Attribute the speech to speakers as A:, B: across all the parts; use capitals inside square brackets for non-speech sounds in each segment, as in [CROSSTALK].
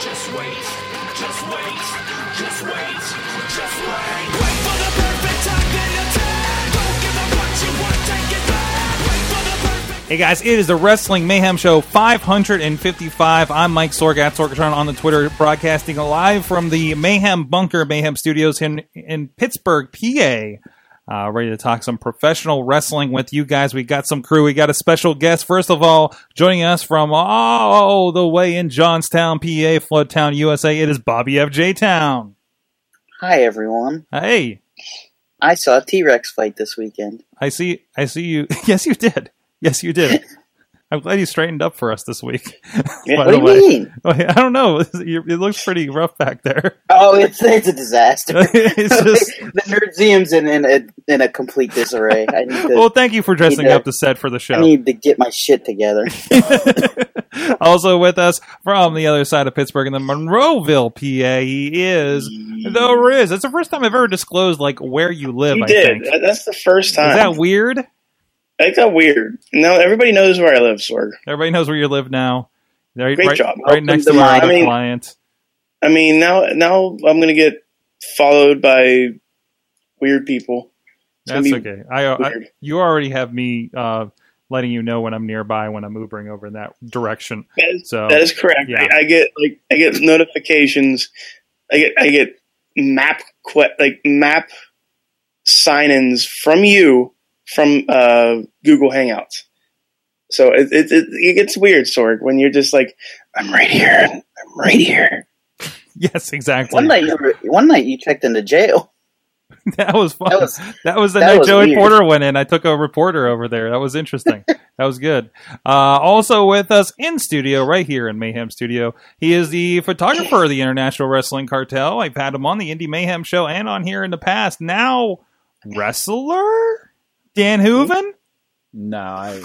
A: just wait, just wait, just wait, just wait. Wait for the perfect time, then attack. Don't give up what you want, take it back. Wait for the perfect.
B: Hey guys, it is the Wrestling Mayhem Show 555. I'm Mike Sorg at Sorgatron on the Twitter, broadcasting live from the Mayhem Bunker Mayhem Studios in, in Pittsburgh, PA. Uh, ready to talk some professional wrestling with you guys. We got some crew. We got a special guest. First of all, joining us from all the way in Johnstown, PA, Flood Town, USA. It is Bobby FJ Town.
C: Hi everyone.
B: Hey,
C: I saw a T Rex fight this weekend.
B: I see. I see you. [LAUGHS] Yes, you did. Yes, you
C: [LAUGHS]
B: did. I'm glad you straightened up for us this week. [LAUGHS]
C: what do you mean?
B: Oh, yeah, I don't know. [LAUGHS] You- It looks pretty rough back there. [LAUGHS]
C: Oh, it's it's a disaster.
D: [LAUGHS]
B: It's [LAUGHS] just-
C: [LAUGHS] the Nerdseum's in in a, in a complete disarray. I need
B: [LAUGHS]
C: to
B: Well, thank you for dressing
C: Need to-
B: up the set for the
C: I
B: show.
C: need to get my
B: [LAUGHS]
C: shit together.
B: Also with us from the other side of Pittsburgh in the Monroeville, PA, he is the Riz. It's the first time I've ever disclosed like where you live.
D: You
B: I
D: did.
B: think is
D: That- That's the first time.
B: that weird?
D: That's that weird. No, everybody knows where I live, Sorg.
B: Everybody knows where you live now. Right,
D: Great
B: right,
D: job.
B: right next to
C: to
B: our
C: my-
B: other
D: I mean-
B: client.
D: I mean, now now I'm gonna get followed by weird people. It's gonna
B: That's
D: be
B: okay. I, I
D: weird.
B: you already have me uh, letting you know when I'm nearby when I'm Ubering over in that direction.
D: That is,
B: So
D: that is correct.
B: uh, yeah.
D: I, I get like I get notifications. I get I get map que- like map sign-ins from you from uh, Google Hangouts. So it, it it it gets weird, Sorg, when you're just like, I'm right here, I'm right here.
B: [LAUGHS] yes, exactly.
C: one night, you were, one night you checked into jail.
B: [LAUGHS] That was fun.
C: That was
B: That was the
C: That
B: night
C: was
B: Joey
C: weird.
B: Porter went in. I took a reporter over there. That was
C: [LAUGHS]
B: interesting. that was good. Uh, also with us in studio, right here in Mayhem Studio, he is the photographer of the International Wrestling Cartel. I've had him on the Indie Mayhem show and on here in the past. Now, wrestler Dan Hooven.
E: No, I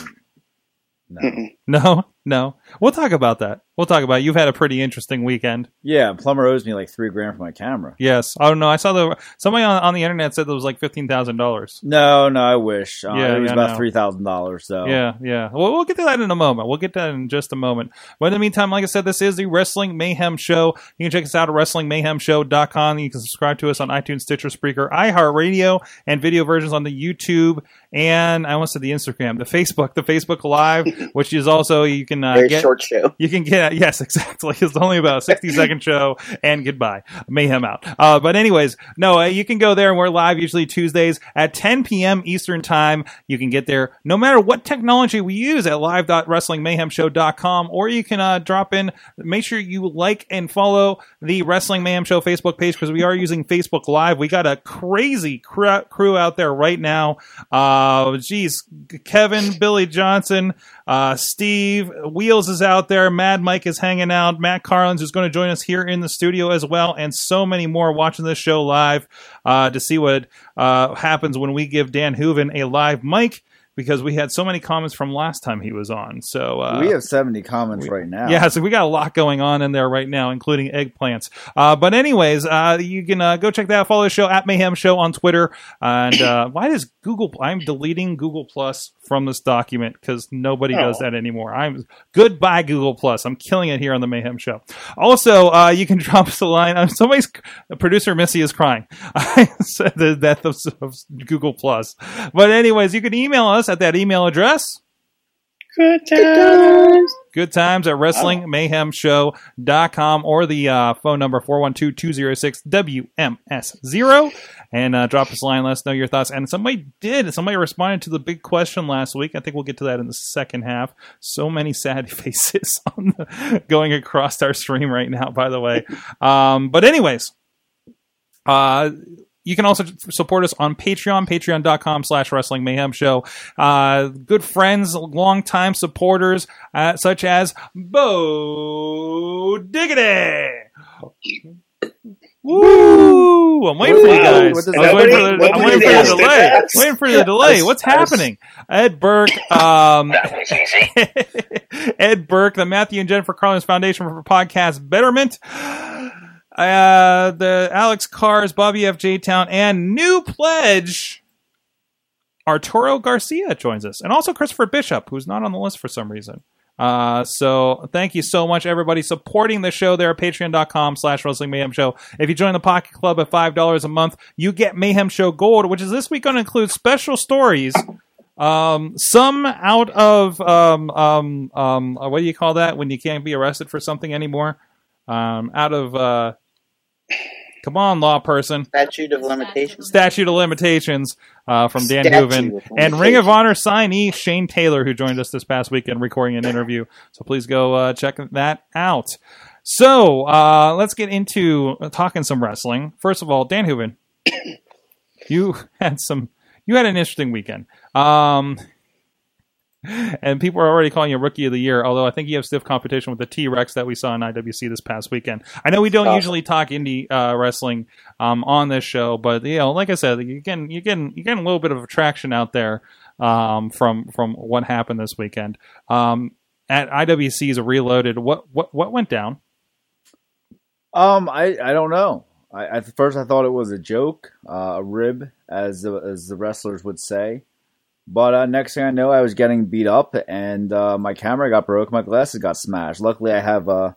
E: no.
D: Mm-mm.
B: No, no. We'll talk about that. We'll talk about. It. You've had a pretty interesting weekend.
E: Yeah, Plumber owes me like three grand for my camera.
B: Yes. I don't know. I saw the somebody on, on the internet said it was like fifteen thousand dollars.
E: No, no, I wish. Uh,
B: Yeah,
E: it was
B: yeah,
E: about
B: no.
E: three thousand dollars. So
B: Yeah, yeah. Well, we'll get to that in a moment. We'll get to that in just a moment. But in the meantime, like I said, this is the Wrestling Mayhem Show. You can check us out at WrestlingMayhemShow.com. You can subscribe to us on iTunes, Stitcher, Spreaker, iHeartRadio, and video versions on the YouTube and I almost said the Instagram, the Facebook, the Facebook Live, which is also you can uh,
C: very
B: get
C: short show.
B: you can get [LAUGHS] yes exactly it's only about a 60 second show and goodbye mayhem out uh, but anyways no uh, you can go there and we're live usually tuesdays at 10 p.m eastern time you can get there no matter what technology we use at live.wrestlingmayhemshow.com or you can uh, drop in make sure you like and follow the wrestling mayhem show facebook page because we are using facebook live we got a crazy cr- crew out there right now uh geez kevin billy johnson uh, Steve Wheels is out there. Mad Mike is hanging out. Matt Carlins is going to join us here in the studio as well, and so many more watching this show live uh, to see what uh, happens when we give Dan Hooven a live mic because we had so many comments from last time he was on. So uh,
E: we have seventy comments right now.
B: yeah, so we got a lot going on in there right now, including eggplants. Uh, but anyways, uh, you can uh, go check that. out. Follow the show at Mayhem Show on Twitter. And uh, why does Google? I'm deleting Google Plus from this document because nobody does
D: Oh.
B: that anymore. I'm goodbye Google Plus. I'm killing it here on the Mayhem Show. Also, uh, you can [LAUGHS] drop us a line. Uh, somebody's producer Missy is crying. [LAUGHS] I said the death of, of Google Plus. But anyways, you can email us at that email address
D: Good times.
B: good times at wrestlingmayhemshow.com or the uh, phone number 412-206-WMS0 and uh, drop us a line let us know your thoughts and somebody did somebody responded to the big question last week i think we'll get to that in the second half so many sad [LAUGHS] faces on the, going across our stream right now by the way um, but anyways uh, you can also support us on Patreon, patreon.com slash wrestling mayhem show. Uh, good friends, longtime supporters, uh, such as Bo Diggity. Woo! I'm waiting for you
E: Wow.
B: guys.
E: What does
B: I was waiting for
D: nobody-
B: the, I'm
D: nobody
B: waiting for the
D: asked it.
B: delay.
D: That's-
B: waiting for the delay. What's
E: that's-
B: happening? Ed Burke. Um, [LAUGHS]
F: That was easy.
B: Ed Burke, the Matthew and Jennifer Collins Foundation for Podcast Betterment, uh, the Alex Cars, Bobby F. J. Town, and new pledge Arturo Garcia joins us, and also Christopher Bishop, who's not on the list for some reason. Uh, so thank you so much, everybody, supporting the show there at patreon.com slash wrestling mayhem show. If you join the pocket club at $5 a month, you get mayhem show gold, which is this week going to include special stories um, some out of um, um, um, uh, what do you call that when you can't be arrested for something anymore? Um, out of uh, come on, law person.
C: Statute of limitations.
B: Statute of limitations uh, from Dan
C: Statute of
B: Hooven
C: Limitations.
B: and Ring of Honor signee Shane Taylor, who joined us this past weekend recording an interview. So please go uh, check that out. So uh, let's get into talking some wrestling. First of all, Dan Hooven, [COUGHS] you had some, you had an interesting weekend. Um, [LAUGHS] and people are already calling you Rookie of the Year, although I think you have stiff competition with the T Rex that we saw in IWC this past weekend. I know we don't
C: Awesome.
B: usually talk indie uh, wrestling um, on this show, but you know, like I said, you're getting you're getting you're getting a little bit of traction out there um, from from what happened this weekend um, at IWC's Reloaded. What what what went down?
E: Um, I, I don't know. I at first I thought it was a joke, uh, a rib, as the, as the wrestlers would say. But uh, next thing I know, I was getting beat up, and uh, my camera got broke. My glasses got smashed. Luckily, I have uh,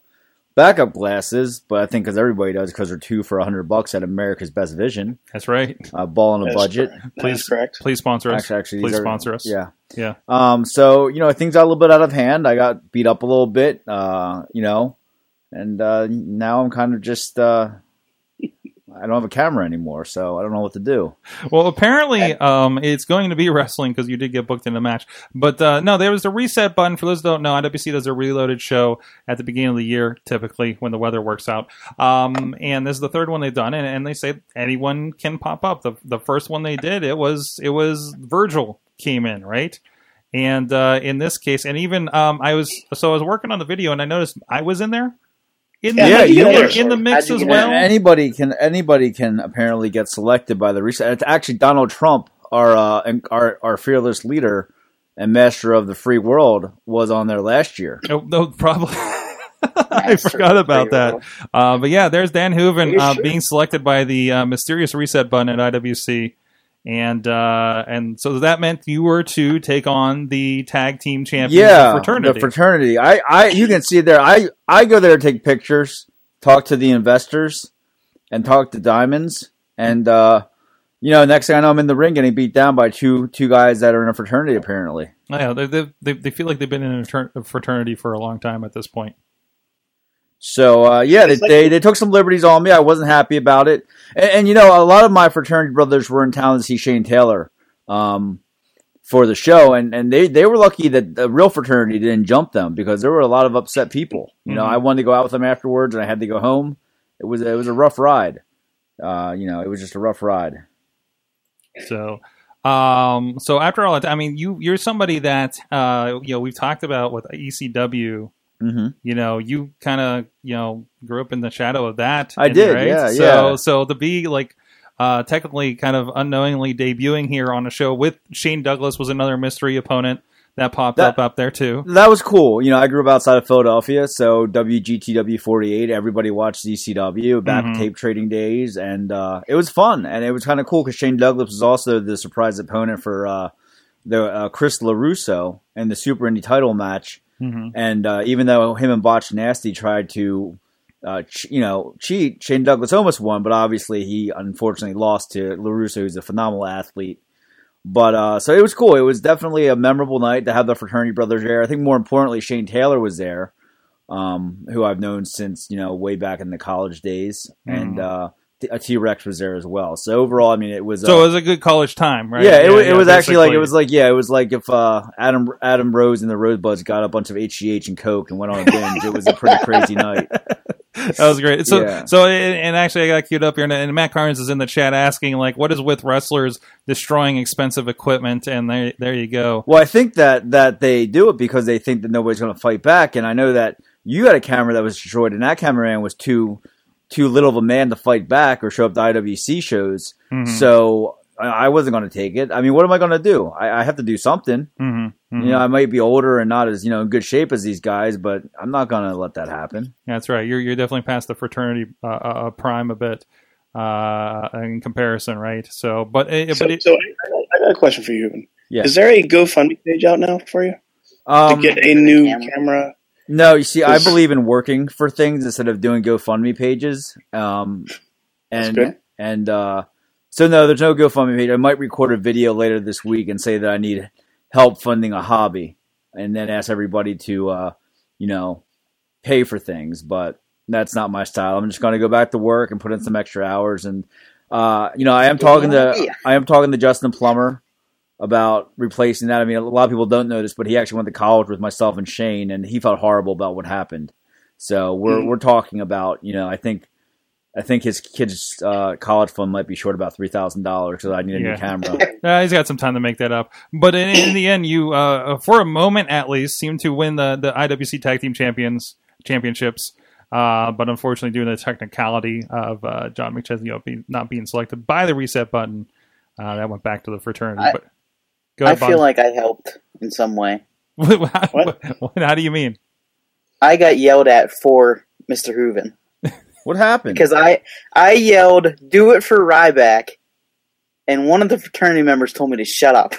E: backup glasses, but I think because everybody does, because they're two for a hundred bucks at America's Best Vision,
B: That's right.
E: uh, ball on a
D: That's
E: budget.
D: correct.
B: Please.
D: That's correct.
B: Please sponsor us.
E: Actually, actually, these
B: Please
E: are-
B: sponsor us.
E: Yeah,
B: Yeah.
E: Um, so you know, things got a little bit out of hand. I got beat up a little bit. Uh, you know, and uh, now I'm kind of just. Uh, I don't have a camera anymore, so I don't know what to do.
B: Well, apparently, um, it's going to be [LAUGHS] wrestling because you did get booked in the match. But uh, no, there was a reset button. For those who don't know, IWC does a reloaded show at the beginning of the year, typically when the weather works out. Um, and this is the third one they've done, and, and they say anyone can pop up. The the first one they did, it was it was Virgil came in, right? And uh, in this case, and even um, I was so I was working on the video, and I noticed I was in there. In the,
D: Yeah,
B: in,
D: you
B: the-
D: were.
B: in the mix
C: How'd
B: as
C: you get
B: well.
C: in?
E: Anybody can anybody can apparently get selected by the reset. It's actually Donald Trump, our uh, and our our fearless leader and master of the free world, was on there last year.
B: Oh, no, probably. [LAUGHS] I
C: Master
B: forgot about that.
C: Payroll.
B: Uh, but yeah, there's Dan Hooven
C: you
B: uh,
C: sure?
B: being selected by the uh, mysterious reset button at IWC, and uh, and so that meant you were to take on the tag team champions
E: yeah,
B: of fraternity.
E: The fraternity. I, I, you can see there. I, I go there to take pictures, talk to the investors, and talk to diamonds. And uh, you know, next thing I know, I'm in the ring getting beat down by two two guys that are in a fraternity. Apparently,
B: Oh, yeah, they, they, they, they feel like they've been in a frater- a fraternity for a long time at this point.
E: So uh, yeah, they,
D: It's like-
E: they they took some liberties on me. I wasn't happy about it, and, and you know, a lot of my fraternity brothers were in town to see Shane Taylor um, for the show, and, and they they were lucky that the real fraternity didn't jump them because there were a lot of upset people. You know,
B: Mhm.
E: I wanted to go out with them afterwards, and I had to go home. It was it was a rough ride. Uh, you know, it was just a rough ride.
B: So, um, so after all, that, I mean, you you're somebody that uh, you know we've talked about with E ECW.
E: hmm
B: you know, you kind of, you know, grew up in the shadow of that.
E: I
B: and-
E: did, yeah,
B: so,
E: yeah.
B: So to be like, uh, technically kind of unknowingly debuting here on a show with Shane Douglas was another mystery opponent that popped up
E: That-
B: up there too.
E: That was cool. You know, I grew up outside of Philadelphia, so WGTW 48, everybody watched ECW back
B: Mhm.
E: tape trading days, and uh, it was fun. And it was kind of cool because Shane Douglas was also the surprise opponent for uh, the uh, Chris LaRusso in the Super Indy title match.
B: Mm-hmm.
E: And uh, even though him and Botch Nasty tried to, uh, ch- you know, cheat, Shane Douglas almost won, but obviously he unfortunately lost to LaRusso, who's a phenomenal athlete. But uh, so it was cool. It was definitely a memorable night to have the fraternity brothers there. I think more importantly, Shane Taylor was there, um, who I've known since you know way back in the college days, and uh, T- a T Rex was there as well. So overall, I mean, it was
B: So
E: uh,
B: it was a good college time, right?
E: yeah, it, wa- it was actually like
B: basically.
E: it was like yeah, it was like if uh, Adam Adam Rose and the Rosebuds got a bunch of HGH and Coke and went on a binge. it was a pretty crazy night. [LAUGHS]
B: that was great. So,
E: Yeah.
B: so, and and actually, I got queued up here, and, and Matt Carnes is in the chat asking, like, what is with wrestlers destroying expensive equipment? And there, there you go.
E: Well, I think that that they do it because they think that nobody's going to fight back, and I know that you had a camera that was destroyed, and that cameraman was too too little of a man to fight back or show up to IWC shows.
B: Mhm.
E: So I, I wasn't going to take it. I mean, what am I going to do? I, I have to do something.
B: Mhm. Mhm.
E: You know, I might be older and not as you know in good shape as these guys, but I'm not going to let that happen.
B: That's right. You're you're definitely past the fraternity uh, uh, prime a bit uh, in comparison, right? So, but it,
D: So,
B: but it,
D: so I, I got- I got a question for you, Ruben.
E: Yeah.
D: Is there a GoFundMe page out now for you
E: Um,
D: to get a new
C: Camera.
D: camera?
E: No, you see, I
D: 'Cause-
E: believe in working for things instead of doing GoFundMe pages. Um, and
D: good.
E: and uh, so no, there's no GoFundMe page. I might record a video later this week and say that I need help funding a hobby, and then ask everybody to uh, you know pay for things. But that's not my style. I'm just going to go back to work and put in some extra hours. And uh, you know, I am talking to
C: Yeah.
E: I am talking to Justin Plummer about replacing that. I mean, a lot of people don't know this, but he actually went to college with myself and Shane, and he felt horrible about what happened. So we're
C: Mm.
D: Mhm.
E: we're talking about you know I think I think his kid's uh, college fund might be short about three thousand dollars because I need a
B: Yeah.
E: new
C: [LAUGHS]
E: camera.
B: uh, he's got some time to make that up. But in, in the end, you uh, for a moment at least seemed to win the the IWC Tag Team Champions championships. Uh, but unfortunately, due to the technicality of uh, John McChesney be- not being selected by the reset button, uh, that went back to the fraternity.
C: I-
B: but go
C: I
B: ahead,
C: feel like I helped in some way.
B: Bob. [LAUGHS] how,
D: What?
B: what- how do you mean?
C: I got yelled at for Mr. Hooven
E: What happened?
C: because I I yelled, "Do it for Ryback," and one of the fraternity members told me to shut up.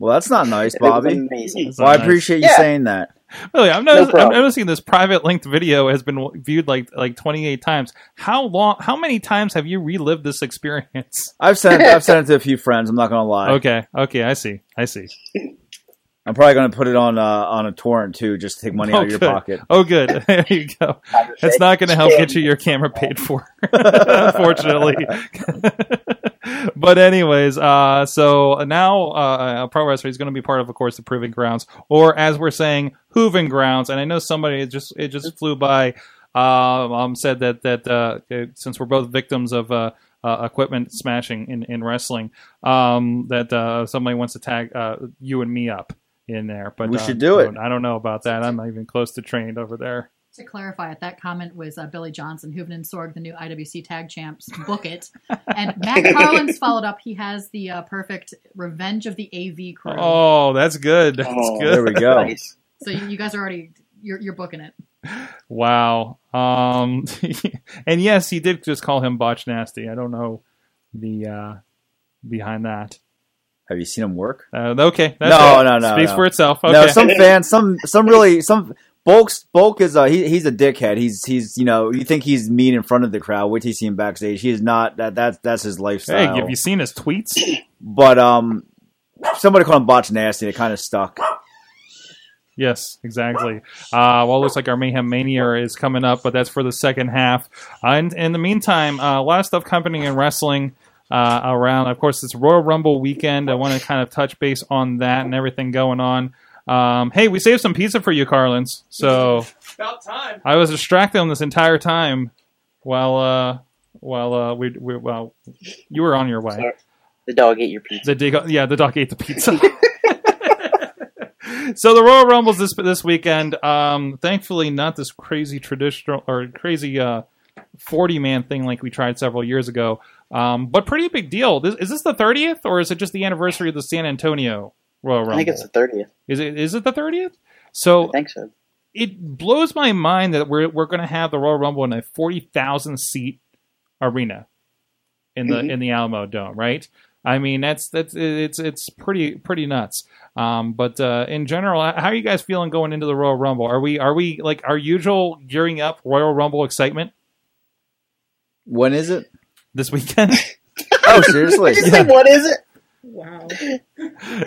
E: Well, that's
C: [LAUGHS]
E: not nice,
C: It was
E: Bobby.
C: amazing.
E: Well, I
B: Nice.
E: appreciate you
C: Yeah.
E: saying that.
B: Really, I'm, notice- I'm
C: problem.
B: noticing this private linked video has been viewed like like 28 times. How long? How many times have you relived this experience?
E: I've sent I've sent it to a few friends. I'm not gonna lie.
B: Okay, okay, I see, I see.
E: I'm probably gonna put it on uh, on a torrent too, just to take money
B: Oh,
E: out of your
B: good. [LAUGHS]
E: pocket.
B: Oh, good. There you go. It's not going to help get you your camera paid for, unfortunately. [LAUGHS] but anyways, uh, so now uh, a pro wrestler is going to be part of, of course, the Proving Grounds, or as we're saying, Hooving Grounds. And I know somebody it just it just flew by. Um, um, said that that uh, it- since we're both victims of uh, uh, equipment smashing in, in wrestling, um, that uh, somebody wants to tag uh, you and me up in there. But
E: We
B: uh,
E: should do it.
B: I don't know about that. I'm not even close to trained over there.
F: To clarify, that comment was uh, Billy Johnson, Hooven and Sorg, the new IWC tag champs. Book it. And Matt Collins followed up. He has the uh, perfect Revenge of the AV crew.
B: Oh, that's good. That's
D: Oh,
B: good.
E: [LAUGHS] There we go.
C: Nice.
F: So you, you guys are already you're, you're booking it.
B: Wow. Um, [LAUGHS] and yes, he did just call him botch nasty. I don't know the uh, behind that.
E: Have you seen him work?
B: Uh, okay. That's
E: No,
B: it.
E: no, no,
B: Speaks
E: no.
B: for itself. Okay.
E: No, [LAUGHS] some fans, some some really some Bulk's Bulk is a he, he's a dickhead. He's he's you know you think he's mean in front of the crowd. Wait till you see him backstage. He's not that that's that's his
B: hey,
E: lifestyle.
B: have you seen his tweets?
E: but um, somebody called him botch nasty. and It kind of stuck.
B: Yes, exactly. Uh, well, it looks like our Mayhem Mania is coming up, but that's for the second half. Uh, and in the meantime, uh, a lot of stuff happening in wrestling uh, around. Of course, it's Royal Rumble weekend. I want to kind of touch base on that and everything going on. Um, hey, we saved some pizza for you, Carlins. So
A: About time.
B: I was distracted on this entire time while uh, while uh, we, we well you were on your way.
C: The dog ate your pizza.
B: The dog, yeah, the dog ate the pizza. [LAUGHS] so the Royal Rumbles this this weekend. Um, thankfully, not this crazy traditional or crazy uh forty man thing like we tried several years ago. Um, but pretty big deal. This, is this the thirtieth or is it just the anniversary of the San Antonio Royal Rumble?
C: I think it's the thirtieth.
B: is it is it the thirtieth?
C: I
B: So
C: think so.
B: it blows my mind that we're we're going to have the Royal Rumble in a forty thousand seat arena in the
D: Mhm.
B: in the Alamo Dome, right? I mean, that's that's it's it's pretty pretty nuts. Um, but uh, in general, how are you guys feeling going into the Royal Rumble? Are we are we like our usual gearing up Royal Rumble excitement
E: When is it?
B: this weekend? [LAUGHS]
E: Oh, [LAUGHS] seriously?
C: Did you say what is it?
F: Wow.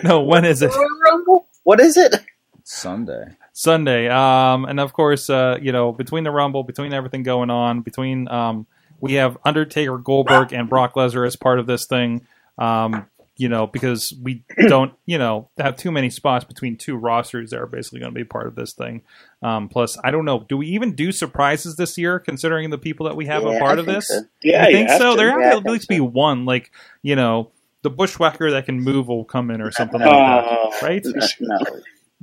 B: no, when is it?
C: Royal Rumble? What is it?
E: Sunday.
B: Sunday. Um, and of course, uh, you know, between the Rumble, between everything going on, between um, we have Undertaker, Goldberg, and Brock Lesnar as part of this thing. Um, you know, because we don't, you know, have too many spots between two rosters that are basically going to be part of this thing. Um, plus, I don't know, do we even do surprises this year, considering the people that we have
C: Yeah,
B: a part
C: I
B: of
C: think
B: this?
C: so.
D: Yeah,
B: I
D: you
B: think
D: have
B: so.
D: to.
B: There
C: Yeah, I
B: have to
C: think
B: at least
C: so.
B: be one, like you know, the bushwhacker that can move will come in or something like
D: Oh.
B: that, right?
C: [LAUGHS] No, no.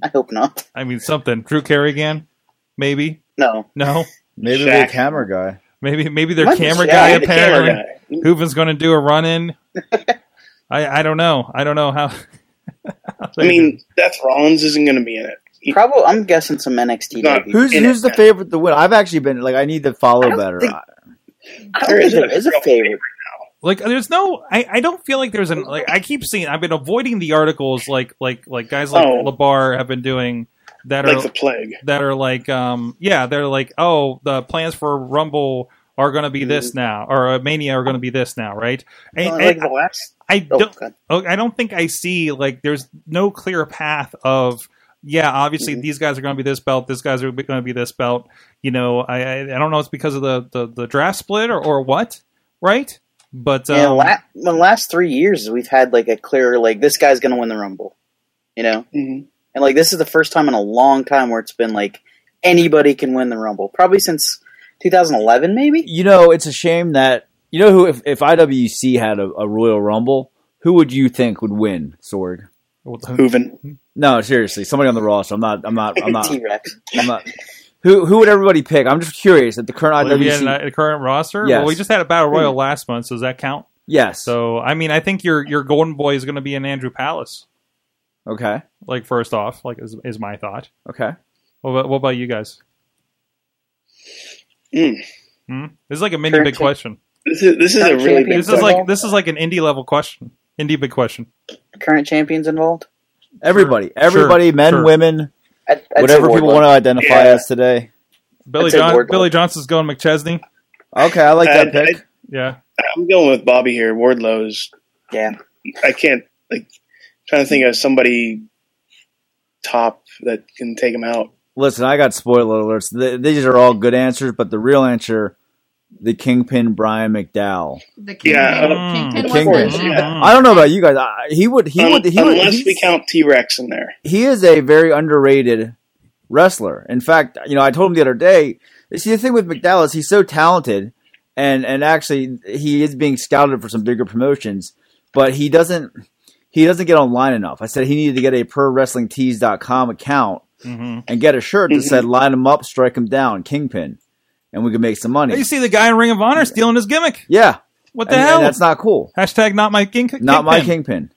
C: I hope not.
B: I mean, something. Drew Carrigan, maybe.
C: No.
B: No,
D: [LAUGHS]
E: Maybe
D: Shaq.
E: the camera guy.
B: Maybe maybe their
C: Might be
B: camera
C: Shaq,
B: guy
D: the camera
B: apparently.
D: guy.
B: Hooven's going to do a run
D: [LAUGHS]
B: in. I I don't know. I don't know how. [LAUGHS]
D: I mean, Seth Rollins isn't going to be in it. He-
C: Probably, I'm guessing some NXT.
D: No,
C: debut.
E: Who's
D: In
E: who's
D: it,
E: the
D: yeah.
E: favorite to win? I've actually been like I need to follow
C: don't
E: better.
C: think- I
D: there
C: don't think
D: isn't
C: there is a
D: real
C: favorite.
B: like there's no I, I don't feel like there's an like I keep seeing I've been avoiding the articles like like like guys like
D: Oh.
B: Labar have been doing that are
D: like the plague.
B: that are like um yeah they're like oh the plans for Rumble are going to be
D: Mm.
B: this now or uh, Mania are going to be this now right
D: Uh,
B: and,
C: Like
B: and
C: the last.
B: I
C: Oh,
B: don't
C: God.
B: oh, I don't think I see like there's no clear path of yeah obviously these guys are going to be this belt these guys are going to be this belt you know I I, I don't know it's because of the the, the draft split or, or what right but
C: yeah,
B: um,
C: la- the last three years we've had like a clear like this guy's gonna win the Rumble, you know,
D: Mhm.
C: and like this is the first time in a long time where it's been like anybody can win the Rumble. Probably since 2011, maybe.
E: You know, it's a shame that you know who if, if IWC had a, a Royal Rumble, who would you think would win, Sorg?
D: Hooven.
E: No, seriously, somebody on the roster. I'm not I'm not I'm not
C: T Rex.
E: I'm not who who would everybody pick? I'm just curious at the current
B: Olivia
E: IWC.
B: and I- the current roster.
E: Yes.
B: Well, we just had a
C: Hmm.
B: battle royal last month, so does that count?
E: yes.
B: So, I mean, I think your your golden boy is going to be an Andrew Palace.
E: okay.
B: Like first off, like is, is my thought.
E: Okay.
B: What about, what about you guys?
D: Mm.
B: Hmm? This is like a mini
C: Current
B: big
C: cha-
B: question.
D: This is this is a
C: Current
D: really
C: champion.
D: big.
B: This is like this is like an indie level question. Indie big question.
C: Current champions involved.
E: Everybody, everybody, men,
B: sure.
E: women,
C: I'd, I'd
E: whatever
C: say
E: people
C: Wardlow.
E: want to identify
D: Yeah.
E: as today.
B: Billy
C: say
B: John
C: Wardlow.
B: Billy Johnson's going McChesney.
E: Okay, I like that
D: I- I-
E: pick.
B: Yeah,
D: I'm going with Bobby here. Wardlow is.
C: Yeah.
D: I can't like trying to think of somebody top that can take him out.
E: Listen, I got spoiler alerts. Th these are all good answers, but the real answer, the kingpin Brian McDowell.
F: The Kingpin,
D: Yeah, uh,
B: um,
F: Kingpin
E: The
F: was
E: Kingpin.
F: the-
D: Yeah.
E: I don't know about you guys. I, he would. Mm-hmm. He
D: Un-
E: would. He would.
D: Oh. unless we
E: he's-
D: count T Rex in there.
E: he is a very underrated wrestler. In fact, you know, I told him the other day. See, the thing with McDowell is he's so talented, and and actually he is being scouted for some bigger promotions, but he doesn't he doesn't get online enough. I said he needed to get a prowrestlingtees.com account
B: Mhm.
E: and get a shirt that
B: Mm-hmm.
E: said "Line him up, strike him down, Kingpin," and we could make some money.
B: you see the guy in Ring of Honor stealing his gimmick.
E: Yeah,
B: What the
E: and,
B: hell?
E: and that's not cool.
B: Hashtag not my king.
E: Not my
B: kingpin.
E: Kingpin.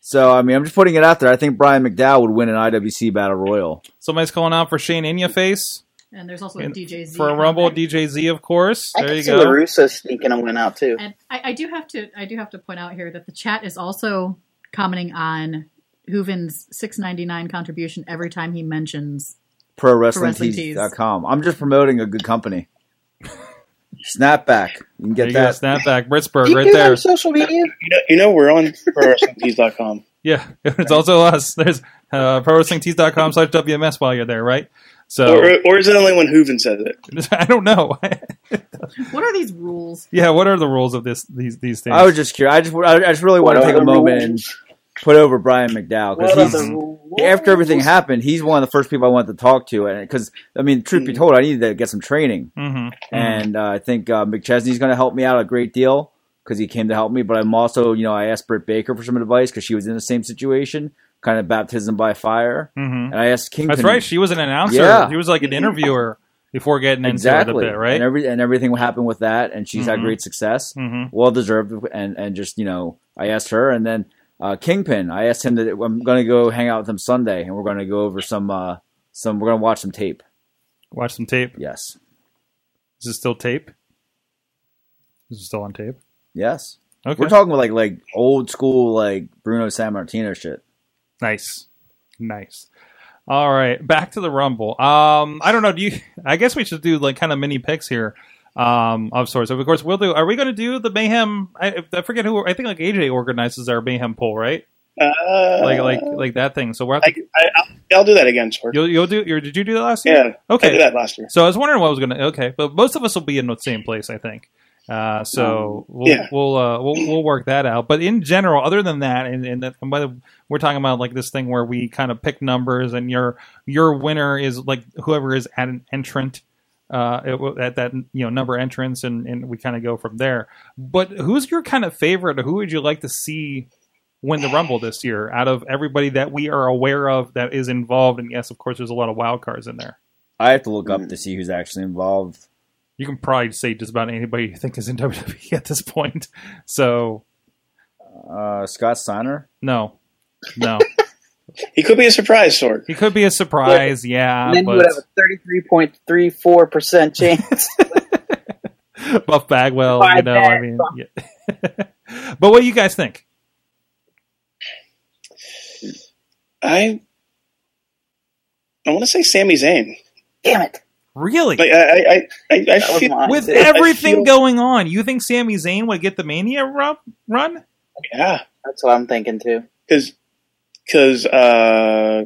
E: So I mean, I'm just putting it out there. I think Brian McDowell would win an IWC Battle Royal.
B: Somebody's calling out for Shane in your face.
F: And there's also
B: And
F: DJ Z
B: for a
F: out
B: Rumble,
F: there.
B: DJ Z, of course.
C: I
B: there
C: can
B: you
C: see
B: go.
C: Larusso sneaking a win out too.
F: And I, I do have to I do have to point out here that the chat is also commenting on Hooven's six ninety nine contribution every time he mentions.
E: ProWrestlingTees.com. I'm just promoting a good company. Snapback. You
B: There
E: can get
B: you go.
E: that.
B: Snapback,
C: Do
B: Britsburg,
C: you
B: right
C: do that
B: there.
C: on social media?
D: You know, you know we're on ProWrestlingTees.com.
B: Yeah, [LAUGHS] it's also us. There's uh, prowrestlingtees.com slash WMS while you're there, right? So
D: Or, or is it only when Hooven says it?
B: [LAUGHS] I don't know. [LAUGHS]
F: What are these rules?
B: yeah, what are the rules of this these these things?
E: I was just curious. I just, I just really want to
C: What
E: take
C: are
E: a
C: the
E: moment and
C: rules?
E: put over Brian McDowell
C: What are
E: because
C: the
E: he's
C: rules?
E: [LAUGHS] after everything happened, he's one of the first people I wanted to talk to. And because I mean, truth be
B: Mm.
E: told, I needed to get some training,
B: Mhm.
E: and uh, I think uh, McChesney's going to help me out a great deal because he came to help me. But I'm also, you know, I asked Britt Baker for some advice because she was in the same situation, kind of baptism by fire.
B: Mhm.
E: And I asked Kingpin.
B: That's right. She was an announcer.
E: Yeah.
B: She was like an interviewer before getting into
E: exactly
B: it a bit, right?
E: and, every, and everything happened with that and she's
B: Mhm.
E: had great success
B: Mhm.
E: well deserved and and just you know i asked her and then uh, kingpin i asked him that i'm gonna go hang out with him sunday and we're gonna go over some uh some we're gonna watch some tape
B: Watch some tape.
E: yes
B: Is it still tape? Is it still on tape?
E: yes
B: Okay.
E: we're talking about like like old school like bruno san martino shit
B: Nice. Nice. All right, back to the Rumble. Um, I don't know. Do you? I guess we should do like kind of mini picks here, um, of sorts. Of course, we'll do. Are we going to do the mayhem? I, I forget who. I think like AJ organizes our mayhem poll, right?
D: Uh,
B: Like like like that thing. So we're
D: I, I, I'll, I'll do that again, Sorg.
B: you'll you'll do. Or did you do that last year?
D: Yeah, I did
B: Okay.
D: that last year.
B: So I was wondering what I was going to. Okay, but most of us will be in the same place, I think. Uh, so we'll
D: Um, yeah.
B: we'll, uh, we'll we'll work that out. But in general, other than that, and, and that, and by the, we're talking about like this thing where we kind of pick numbers, and your your winner is like whoever is at an entrant uh, it wa- at that you know number entrance, and and we kind of go from there. But who's your kind of favorite? Who would you like to see win the Rumble this year out of everybody that we are aware of that is involved? And yes, of course, there's a lot of wild cards in there.
D: Mm.
E: i have to look up to see who's actually involved
B: You can probably say just about anybody you think is in [LAUGHS] WWE at this point. So
E: Uh, Scott Steiner.
B: no, no,
D: He could be a surprise sword.
B: he could be a surprise.
C: [LAUGHS]
B: yeah,
C: and then you would
B: Ah, but
C: have a thirty-three point three four percent chance.
B: Buff Bagwell, you
C: Five
B: know, I
C: bags,
B: mean, yeah. [LAUGHS] but what do you guys think?
D: I I want to say Sami Zayn.
C: [LAUGHS] Damn it!
B: Really?
D: Like I I I, I, I
C: That was
D: feel
C: mine.
B: With
C: I
B: everything
D: feel-
B: going on, you think Sami Zayn would get the Mania ru- run?
D: yeah
C: That's what I'm thinking too.
D: because because uh,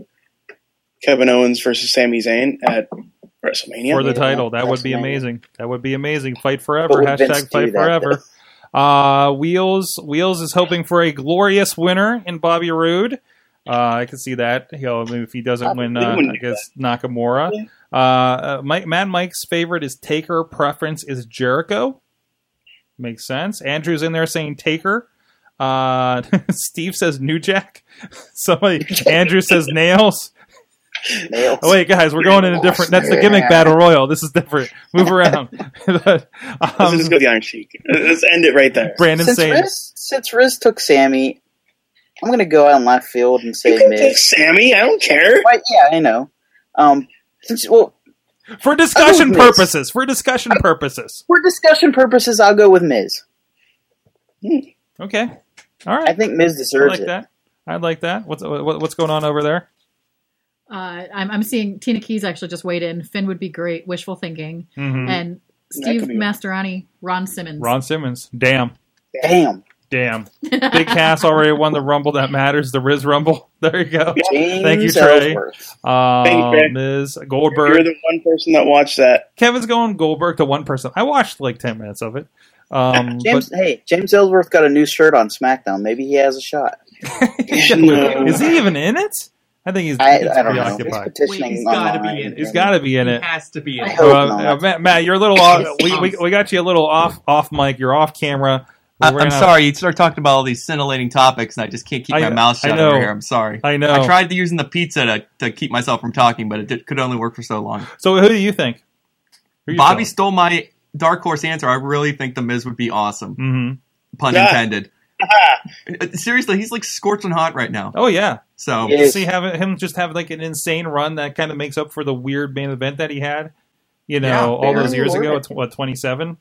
D: Kevin Owens versus Sami Zayn at WrestleMania.
B: for the
C: Yeah,
B: title. That would be
C: WrestleMania.
B: amazing. That would be amazing. Fight forever.
C: would Vince
B: Hashtag
C: do
B: fight
C: that,
B: forever. Uh, Wheels Wheels is hoping for a glorious winner in Bobby Roode. Uh, I can see that. He'll I mean, if he doesn't win
D: Bobby
B: uh,
D: Roode wouldn't do
B: against Nakamura.
D: Yeah.
B: Uh, uh, Mike, Mad Mike's favorite is Taker. Preference is Jericho. Makes sense. Andrew's in there saying Taker. Uh, [LAUGHS] Steve says New Jack. [LAUGHS] Somebody Andrew
D: [LAUGHS]
B: says Nails.
C: [LAUGHS] Nails.
B: Oh, wait, guys, we're going in a different. That's the gimmick battle royal. This is different. Move around.
D: [LAUGHS]
B: [LAUGHS] But,
D: Let's
B: um,
D: just go the Iron Sheik. Let's end it right there.
B: Brandon
C: since
B: saying,
C: Riz, since Riz took Sammy, I'm gonna go out on left field and
D: You
C: say
D: can take
C: Miz.
D: Sammy. I don't care.
C: Right, yeah, I know. Um, since well,
B: for discussion
C: Miz.
B: purposes, for discussion purposes.
C: for discussion purposes, I'll go with Miz.
B: Okay, all
C: I
B: right.
C: think Miz
B: I,
C: deserves
B: like
C: it.
B: that. I like that. What's what, what's going on over there?
F: Uh, I'm, I'm seeing Tina Keys actually just weighed in. Finn would be great. Wishful thinking.
B: Mhm.
F: And
D: That
F: Steve
D: could be-
F: Masterani, Ron Simmons.
B: Ron Simmons. Damn,
C: Damn,
B: damn. Big Cass already won the Rumble that matters. The Riz Rumble. [LAUGHS] There you go.
C: James
B: Thank you, Trey.
C: Ellsworth.
B: Uh,
D: Thank you, Trey.
B: Ms.
D: You're
B: Goldberg.
D: the one person that watched that.
B: Kevin's going Goldberg to one person. I watched like ten minutes of it. Um, but
C: James, hey, James Ellsworth got a new shirt on SmackDown. Maybe he has a shot.
D: No.
B: [LAUGHS] Is he even in it? I think he's,
C: I,
B: he's
C: I don't know. He's
B: preoccupied.
C: petitioning
G: Wait, he's gotta
C: online.
G: be in it.
B: He's got to be in it.
G: He has to be in
C: I
G: it.
C: hope
B: Uh,
C: not.
B: uh, Matt, Matt, you're a little off. We, we, we got you a little off off mic. You're off camera.
G: I,
B: We're
G: am
B: gonna-
G: sorry. You start talking about all these scintillating topics, and I just can't keep
B: I-
G: my mouth
B: I
G: shut
B: know.
G: over here. I'm sorry.
B: I know.
G: I tried using the pizza to, to keep myself from talking, but it did, could only work for so long.
B: So who do you think? Who you
G: Bobby
B: think?
G: stole my dark horse answer. I really think the Miz would be awesome.
B: Mhm.
G: Pun [LAUGHS]
D: Yeah.
G: intended. Uh, Seriously, he's like scorching hot right now.
B: Oh yeah.
G: So
C: Yeah.
B: To see have it- him just have like an insane run that kind of makes up for the weird main event that he had. You know,
G: Yeah,
B: all those
F: Baron
B: years ago,
F: Corbin.
B: at what twenty seven,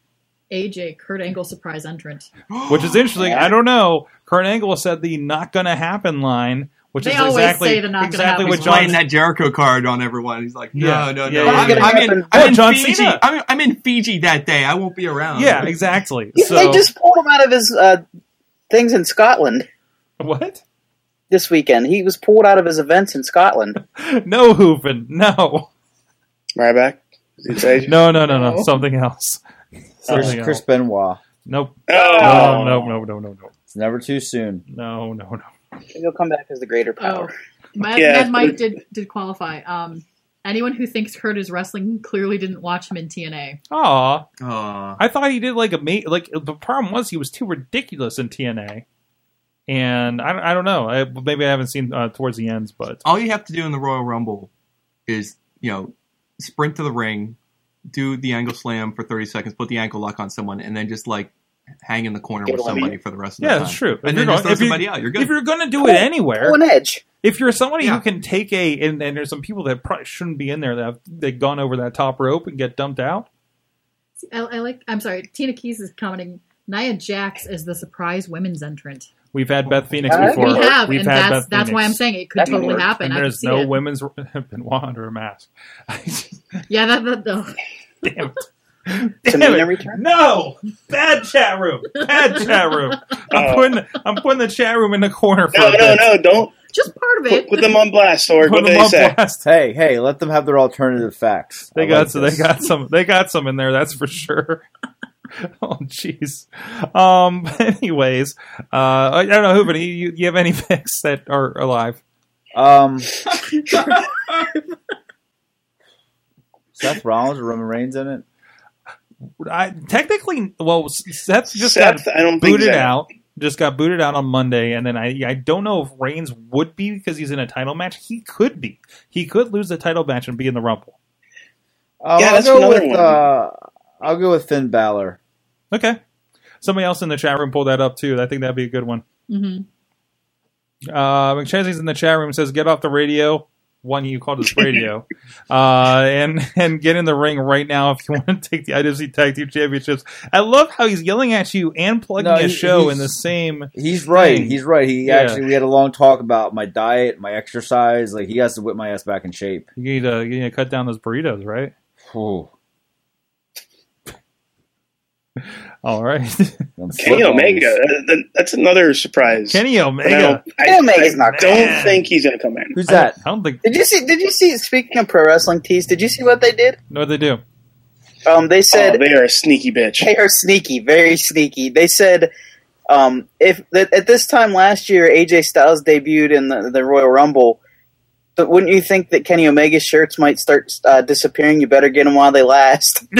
F: AJ, Kurt Angle surprise entrant.
B: which is
C: [GASPS]
B: interesting. I don't know. Kurt Angle said the "not gonna happen" line, which
F: They
B: is
F: always
B: exactly
F: say the not gonna
B: exactly
F: happen
B: what
G: he's
B: John
G: playing that Jericho card on everyone. He's like, no,
B: Yeah.
G: no,
B: Yeah,
G: no.
B: yeah,
G: I'm,
B: yeah.
G: I'm in,
C: Happen.
G: I'm
B: Oh,
G: in
B: John
G: Fiji.
B: Cena.
G: I'm, I'm in Fiji that day. I won't be around.
B: Yeah, exactly.
C: Yeah,
B: so
C: they just pulled him out of his uh, things in Scotland
B: [LAUGHS] what?
C: this weekend. He was pulled out of his events in Scotland.
B: No hooping. No.
D: Right back.
C: [LAUGHS]
B: No, no, no, no. Something else.
E: Chris,
B: Something
E: Chris
B: else.
E: Benoit.
B: Nope.
D: Oh.
B: No, no, no, no, no, no.
E: It's never too soon.
B: No, no, no.
C: Maybe he'll come back as the greater
F: Oh,
C: power.
F: Mad,
D: Yeah.
F: Mad Mike did did qualify. Um, anyone who thinks Kurt is wrestling clearly didn't watch him in TNA.
B: Aw.
G: Aw.
B: I thought he did like a ma- like the problem was he was too ridiculous in TNA. And I, don't- I don't know. I, maybe I haven't seen uh, towards the ends, but
G: all you have to do in the Royal Rumble is, you know, sprint to the ring, do the angle slam for 30 seconds, put the ankle lock on someone, and then just like hang in the corner
C: Get
G: with
C: away.
G: somebody for the rest of the
B: yeah,
G: time.
B: it's true.
G: And
B: you're
G: then just
B: going-
G: throw
B: if you're-
G: somebody out. You're
B: if
G: good.
B: you're going to do it anywhere,
C: Pull an edge.
B: if you're somebody
G: Yeah.
B: who can take a and, and there's some people that probably shouldn't be in there that have, they've gone over that top rope and get dumped out.
F: I, I like. I'm sorry. Tina Keys is commenting. Nia Jax is the surprise women's entrant.
B: We've had Beth Phoenix
C: Uh,
B: before.
F: we have,
B: We've
F: and
B: had
F: that's
B: Beth
F: that's why I'm
B: Phoenix.
F: saying it could
C: That's
F: totally
C: worse.
F: happen.
B: and
F: I can
B: there's
F: see
B: no
F: it.
B: women's [LAUGHS] Benoit under a mask. [LAUGHS] Damn
F: Yeah, that, that, the-
B: it! Damn
C: Tamina
B: it!
C: return?
B: No, bad chat room. Bad chat room. I'm
D: Oh.
B: putting I'm putting the chat room in the corner for
D: No,
B: a
D: no,
B: bit.
D: no! Don't
F: just part of
D: put,
F: it.
D: put them on blast, Sorg.
B: Put
D: What
B: them
D: they
B: on
D: say?
B: blast.
E: Hey, hey, let them have their alternative facts.
B: They
E: I
B: got
E: like
B: so they
E: this.
B: got some they got some in there. That's for sure. [LAUGHS] Oh jeez. Um. [LAUGHS] but Anyways, uh, I I don't know who, but you, you have any [LAUGHS] picks that are alive?
D: [LAUGHS]
E: Um, Seth Rollins or Roman Reigns in it?
B: I technically, well, Seth just got
D: Seth, I don't think
B: booted
D: so.
B: out. Just got booted out on Monday, and then I I don't know if Reigns would be because he's in a title match. He could be. He could lose the title match and be in the Rumble.
E: Um,
D: Yeah,
E: I'll
D: that's
E: go
D: another
E: with
D: one.
E: uh, I'll go with Finn Balor.
B: Okay. Somebody else in the chat room pulled that up too. I think that'd be a good one.
F: hmm
B: Uh, McChesney's in the chat room says, "Get off the radio." One you called this
E: [LAUGHS]
B: radio, uh, and and get in the ring right now if you [LAUGHS] want to take the IWC Tag Team Championships. I love how he's yelling at you and plugging
E: No,
B: a
E: he-
B: show
E: he's-
B: in the same.
E: He's right.
B: Dang.
E: He's right. He
B: Yeah.
E: actually we had a long talk about my diet, my exercise. Like he has to whip my ass back in shape.
B: You need to you need to cut down those burritos, right?
E: Whew.
B: All
E: [LAUGHS]
B: right,
E: Them
D: Kenny
E: flip-ons.
D: Omega. that- that- That's another surprise.
B: Kenny
D: And I
B: Omega.
D: don't, I,
C: Kenny Omega's
D: I
C: not
D: don't
B: coming.
D: think he's going to come in.
E: Who's that?
B: I don't think.
C: Did you see? Did you see? Speaking of pro wrestling tees, did you see what they did?
B: No, they do.
C: Um, they said
D: oh, they are a sneaky
C: [LAUGHS]
D: bitch.
C: they are sneaky, very sneaky. They said um, if that at this time last year AJ Styles debuted in the, the Royal Rumble, but wouldn't you think that Kenny Omega's shirts might start uh, disappearing? You better get them while they last. [LAUGHS]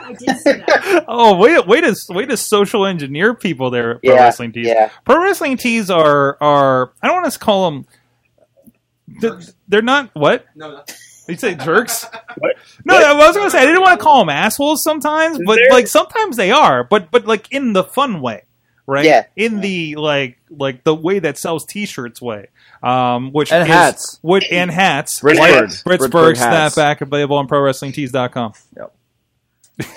F: I did see that.
B: Oh, wait, wait, to wait to social engineer people there. at Pro
C: Yeah,
B: wrestling tees.
C: Yeah,
B: Pro wrestling tees are are. I don't want to call them. They're, they're not what.
G: No, no.
B: You say
G: [LAUGHS]
B: jerks?
D: What?
B: No, I was gonna say I didn't want to call them assholes sometimes, but
D: They're-
B: like sometimes they are, but but like in the fun way, right?
C: Yeah.
B: In the like like the way that sells T-shirts way, um, which
E: And
B: is,
E: hats.
B: Which and hats.
E: Rich
D: Like
E: Bird. Rich
B: Britsburg
E: Bird hats.
B: snapback available on prowrestlingtees.com.
E: Yep.
B: [LAUGHS]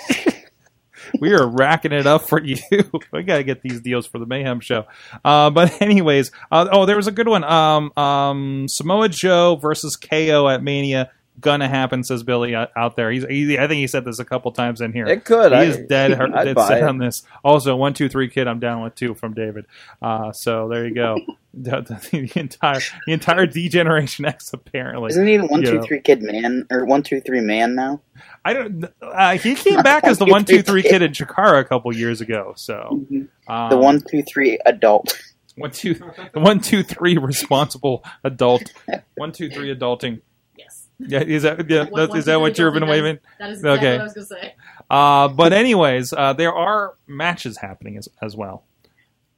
B: we are racking it up for you. [LAUGHS] we got to get these deals for the Mayhem show. Uh, but [LAUGHS] anyways, uh, oh, there was a good one. Um, um, Samoa Joe versus KO at Mania. Gonna happen, says Billy uh, out there. He's, he, I think he said this a couple times in here.
E: It could.
B: He
E: I-
B: is dead, her-
E: [LAUGHS] I'd
B: dead
E: buy
B: set
E: it.
B: on this. Also, one, two, three, kid. I'm down with two from David. Uh, so there you
E: [LAUGHS]
B: go. the, the- the entire the entire Degeneration X apparently.
C: isn't he the one two three
B: Yeah.
C: kid man or one two three man now?
B: I don't. Uh, he
C: [LAUGHS]
B: came back as the one, two, three kid in Chikara a couple years ago. So um,
C: Mm-hmm. The one two three adult.
B: one, two, the one, two, three responsible
C: [LAUGHS]
B: adult, one, two, three adulting.
F: Yes.
B: Yeah, is that yeah,
F: One-
B: that, is that
F: one, two,
B: what
F: three,
B: you've been
F: don't think
B: waving?
F: That is exactly
B: Okay.
F: what I was going to say.
B: Uh, but anyways, uh, there are matches happening as, as well.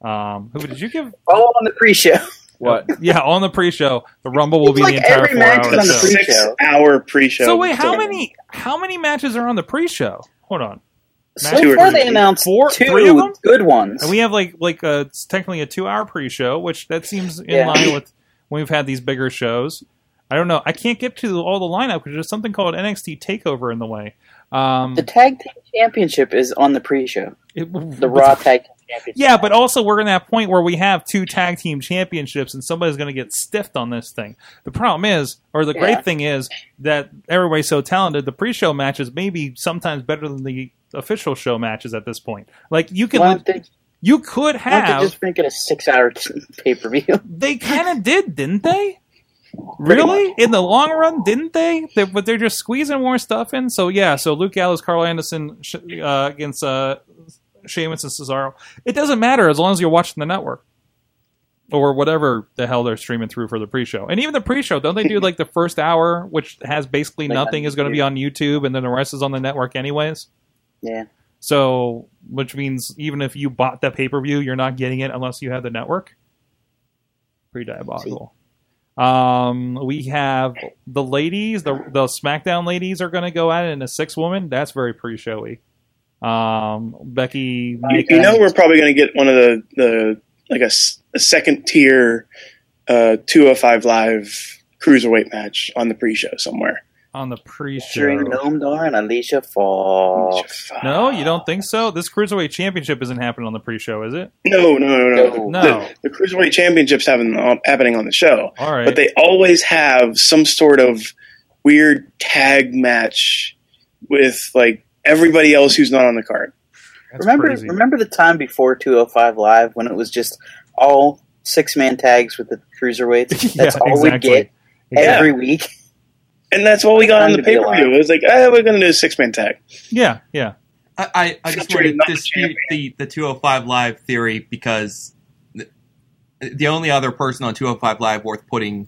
B: Um, who did you give? Oh,
C: All on the pre-show.
E: What?
B: Yeah, on the pre-show, the Rumble will be the
C: Like
B: entire
C: every
B: four
C: match
B: hours.
C: on the
B: show.
C: pre-show.
D: Six hour pre show.
B: So wait, how many how many matches are on the pre-show? Hold on.
C: So
D: Two or
C: far,
D: three.
C: they announced
B: Four-
C: two
B: three of them?
C: good ones.
B: And we have like like a, it's technically a two hour pre show, which that seems in
C: Yeah.
B: line with when we've had these bigger shows. I don't know. I can't get to all the lineup because there's something called NXT Takeover in the way. Um,
C: the tag team championship is on the pre-show.
B: it-
C: The Raw tag team championship.
B: Yeah, but also we're in that point where we have two tag team championships, and somebody's going to get stiffed on this thing. The problem is, or the
C: Yeah.
B: great thing is, that everybody's so talented. The pre-show matches may be sometimes better than the official show matches at this point. Like you could,
C: Why don't they,
B: you could
C: why don't
B: have
C: they just make it a six-hour [LAUGHS] pay-per-view?
B: They kind of did, didn't they?
C: Pretty
B: Really? In the long run, didn't they? they? But they're just squeezing more stuff in. So yeah, so Luke Gallows, Carl Anderson sh- uh, against uh, Sheamus and Cesaro. It doesn't matter as long as you're watching the network or whatever the hell they're streaming through for the pre-show. And even the pre-show, don't they do like the first hour, which has basically
C: Like on
B: nothing, is going to be on YouTube, and then the rest is on the network anyways.
C: Yeah.
B: So, which means even if you bought the pay per view, you're not getting it unless you have the network. Pretty diabolical. Um, we have the ladies. The the SmackDown ladies are going to go at it in a six woman. That's very pre showy. Um, Becky,
D: You,
B: Nikki,
D: you know, we're probably going to get one of the, the like a, s- a second tier uh, 205 Live cruiserweight match on the pre show somewhere.
B: on the pre show.
C: Featuring Noam Dar and Alicia Fox.
B: No, you don't think so. This cruiserweight championship isn't happening on the pre show, is it?
D: No, no, no, no.
B: No.
D: The, the cruiserweight championships having happening on the show.
B: All right.
D: but they always have some sort of weird tag match with like everybody else who's not on the card.
B: That's
C: Remember,
B: crazy.
C: remember the time before 205 Live when it was just all six-man tags with the cruiserweights?
B: [LAUGHS]
C: That's all we get
B: Exactly.
C: every week.
D: And that's all we got on
C: Time
D: the
C: to be
D: pay per view. It was like, oh, we're going to do a six man tag.
B: Yeah, yeah.
G: I, I, I just want
D: Featuring
G: to
D: not the
G: dispute the, the 205 Live theory because the, the only other person on 205 Live worth putting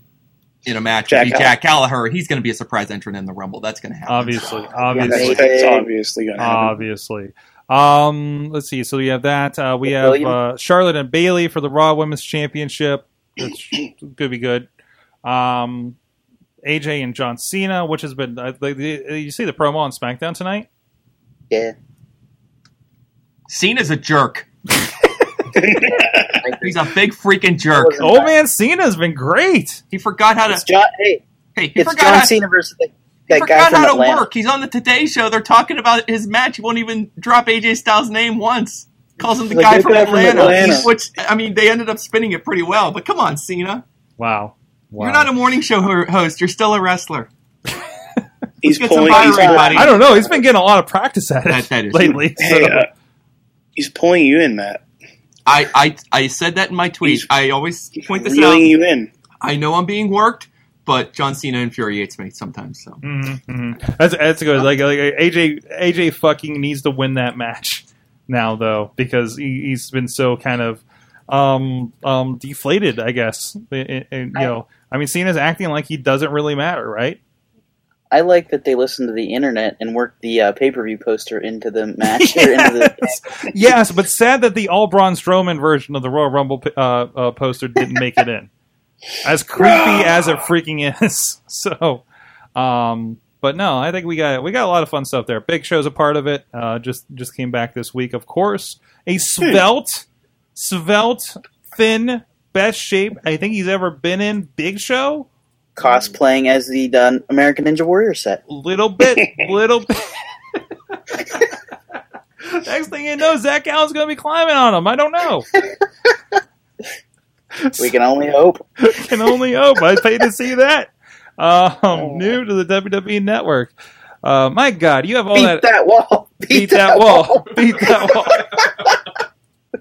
G: in a match would
D: Jack
G: be
D: Gallagher.
G: Jack Gallagher. He's going to be a surprise entrant in the Rumble. That's going to happen.
B: Obviously,
D: That's,
B: obviously.
C: Amazing.
D: that's obviously going to happen.
B: obviously. Um, let's see. So we have that. Uh, we have
C: William?
B: uh, Charlotte and Bailey for the Raw Women's Championship, which
D: [CLEARS THROAT]
B: could be good. Um, uh, AJ and John Cena, which has been. Uh, like, the- you see the promo on SmackDown tonight.
C: Yeah.
G: Cena's a jerk. He's a big freaking jerk.
B: Old man Cena's been great.
G: He forgot how
C: It's
G: to.
C: John. Hey,
G: Hey, he
C: it's
G: forgot
C: John
G: how-
C: Cena versus the,
G: he
C: that guy
G: forgot
C: from
G: how to
C: Atlanta.
G: work. He's on the Today Show. They're talking about his match. He won't even drop AJ Styles' name once. Calls him the
C: The
G: guy
C: good
G: from
C: guy from
G: Atlanta,
C: Atlanta.
G: Which I mean, they ended up spinning it pretty well. But come on, Cena,
B: Wow. wow.
G: you're not a morning show ho- host. You're still a wrestler.
D: [LAUGHS] He's
G: Get some
D: pulling.
G: fire
D: He's,
G: rate,
D: pull-
G: buddy.
B: I don't know. He's been getting a lot of practice at it
G: That- that is true.
B: lately.
D: hey,
B: so-
D: uh, he's pulling you in, Matt.
G: I, I I said that in my tweet.
D: He's-
G: I always point this out.
D: Reeling you in.
G: I know I'm being worked, but John Cena infuriates me sometimes. So
B: Mhm, mhm. That's that's good. Like, like AJ AJ fucking needs to win that match now though because he, he's been so kind of um um deflated. I guess And- and- and, you know. I mean, Cena's acting like he doesn't really matter, right?
C: I like that they listened to the internet and worked the uh, pay per view poster into the
B: [LAUGHS]
C: match. or into the,
B: yes, but sad that the all Braun Strowman version of the Royal Rumble uh, uh, poster didn't make it in. As creepy as it freaking is. [LAUGHS] So, um, but no, I think we got we got a lot of fun stuff there. Big Show's a part of it. Uh, just just came back this week, of course. A svelte, svelte, thin, best shape I think he's ever been in. Big Show,
C: cosplaying as the uh, American Ninja Warrior set.
B: little bit, little bit. [LAUGHS] Next thing you know, Zach Allen's going to be climbing on him. I don't know. [LAUGHS]
C: We can only hope.
B: can only hope. I paid to see that.
C: Oh.
B: Um, new to the WWE network. Uh, my God, you have all
C: beat
B: that.
C: that, wall. [LAUGHS] Beat,
B: beat that wall. [LAUGHS] beat that
C: [LAUGHS]
B: wall.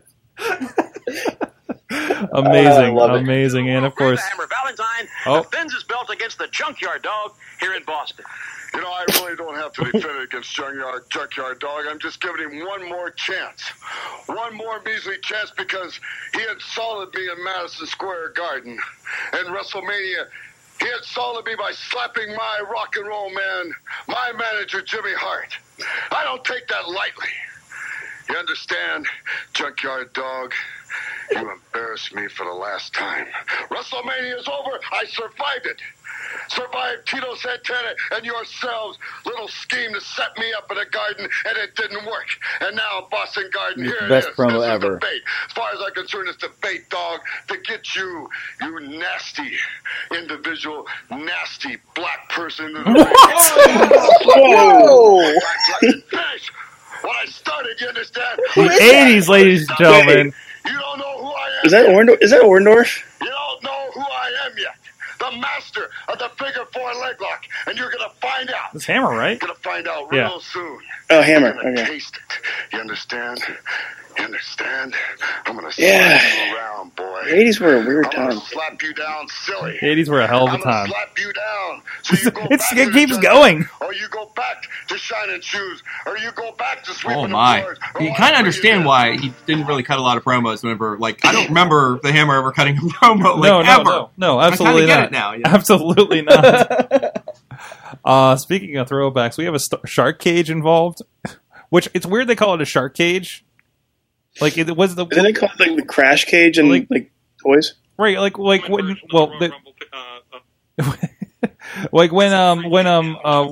B: amazing,
C: I love it.
B: amazing, and of course,
H: Hammer Valentine
B: Oh.
H: defends his belt against the Junkyard Dog here in Boston.
I: You know, I really don't have to defend it against Junkyard, Junkyard Dog. I'm just giving him one more chance. One more measly chance because he insulted me in Madison Square Garden. In WrestleMania, he insulted me by slapping my rock and roll man, my manager, Jimmy Hart. I don't take that lightly. You understand, Junkyard Dog? You embarrassed me for the last time. WrestleMania is over. I survived it. Survived Tito Santana and yourselves' little scheme to set me up in a garden, and it didn't work. And now Boston Garden here
E: Best
I: it is.
E: promo
I: this
E: ever.
I: Is the bait. As far as I'm concerned, it's the bait, dog, to get you, you nasty individual, nasty black person. into the ring.
B: [LAUGHS]
C: Whoa!
I: I'd like to finish what I started. You understand?
B: the '80s, ladies and gentlemen.
I: You don't know who I am.
D: Is that Orndorff? Is that Orndorff?
I: You don't know who I am yet. The master of the figure four leg lock, and you're gonna find out.
B: It's Hammer, right?
I: You're gonna find out
B: Yeah.
I: real soon.
D: Oh, Hammer.
I: I'm gonna
D: Okay.
I: taste it. You understand? You understand? I'm gonna
D: Yeah.
I: slap you around, boy.
D: The 80s were a weird
I: I'm gonna
D: time.
I: slap you down, silly.
B: '80s were a hell of
I: I'm
B: a
I: gonna
B: time.
I: slap you down. So you go
B: [LAUGHS] It's-
I: back
B: it
I: to the
B: keeps
I: jungle,
B: going.
I: Or you go back to shining shoes. Or you go back to sweeping
G: Oh
I: the
G: my!
I: floors, or
G: You
I: whatever
G: kind of understand
I: do.
G: why he didn't really cut a lot of promos. Whenever, like, I don't remember the Hammer ever cutting a promo. Like,
B: no, no,
G: ever.
B: no, no, absolutely
G: I kinda
B: not.
G: get it now, you know.
B: Absolutely not. uh, speaking of throwbacks, we have a st- shark cage involved, which it's weird they call it a shark cage. Like it was the
D: Isn't it called like the Crash Cage and
B: Like-
D: like, toys?
B: right like like uh, when well the, [LAUGHS] like when um when um uh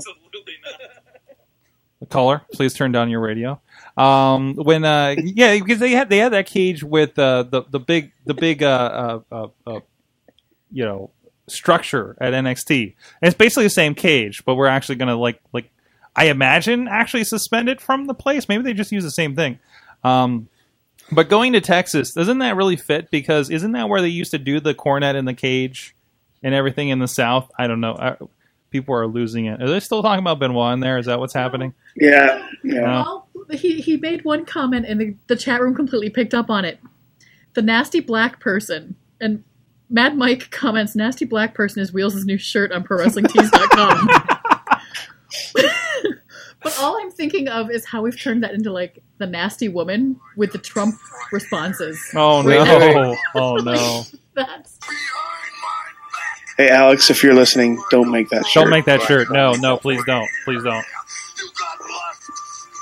B: [LAUGHS] caller please turn down your radio um when uh yeah because they had they had that cage with uh the the big the big uh uh, uh, uh you know structure at NXT and it's basically the same cage but we're actually gonna like like I imagine actually suspend it from the place maybe they just use the same thing um but going to Texas doesn't that really fit because isn't that where they used to do the cornet in the cage and everything in the South I don't know I, people are losing it are they still talking about Benoit in there is that what's happening
D: Yeah. Yeah.
F: Well, he, he made one comment and the, the chat room completely picked up on it. The nasty black person. And Mad Mike comments, nasty black person is Wheels' new shirt on
B: [LAUGHS]
F: ProWrestlingTees.com. [LAUGHS] but all I'm thinking of is how we've turned that into like the nasty woman with the Trump responses.
B: Oh
D: Wait,
B: no!
D: wait, wait.
B: [LAUGHS] Oh no!
F: That's
D: Hey, Alex, if you're listening, don't make that.
B: Don't
D: shirt.
B: make that shirt. No, no, please don't. Please don't.
I: You got lust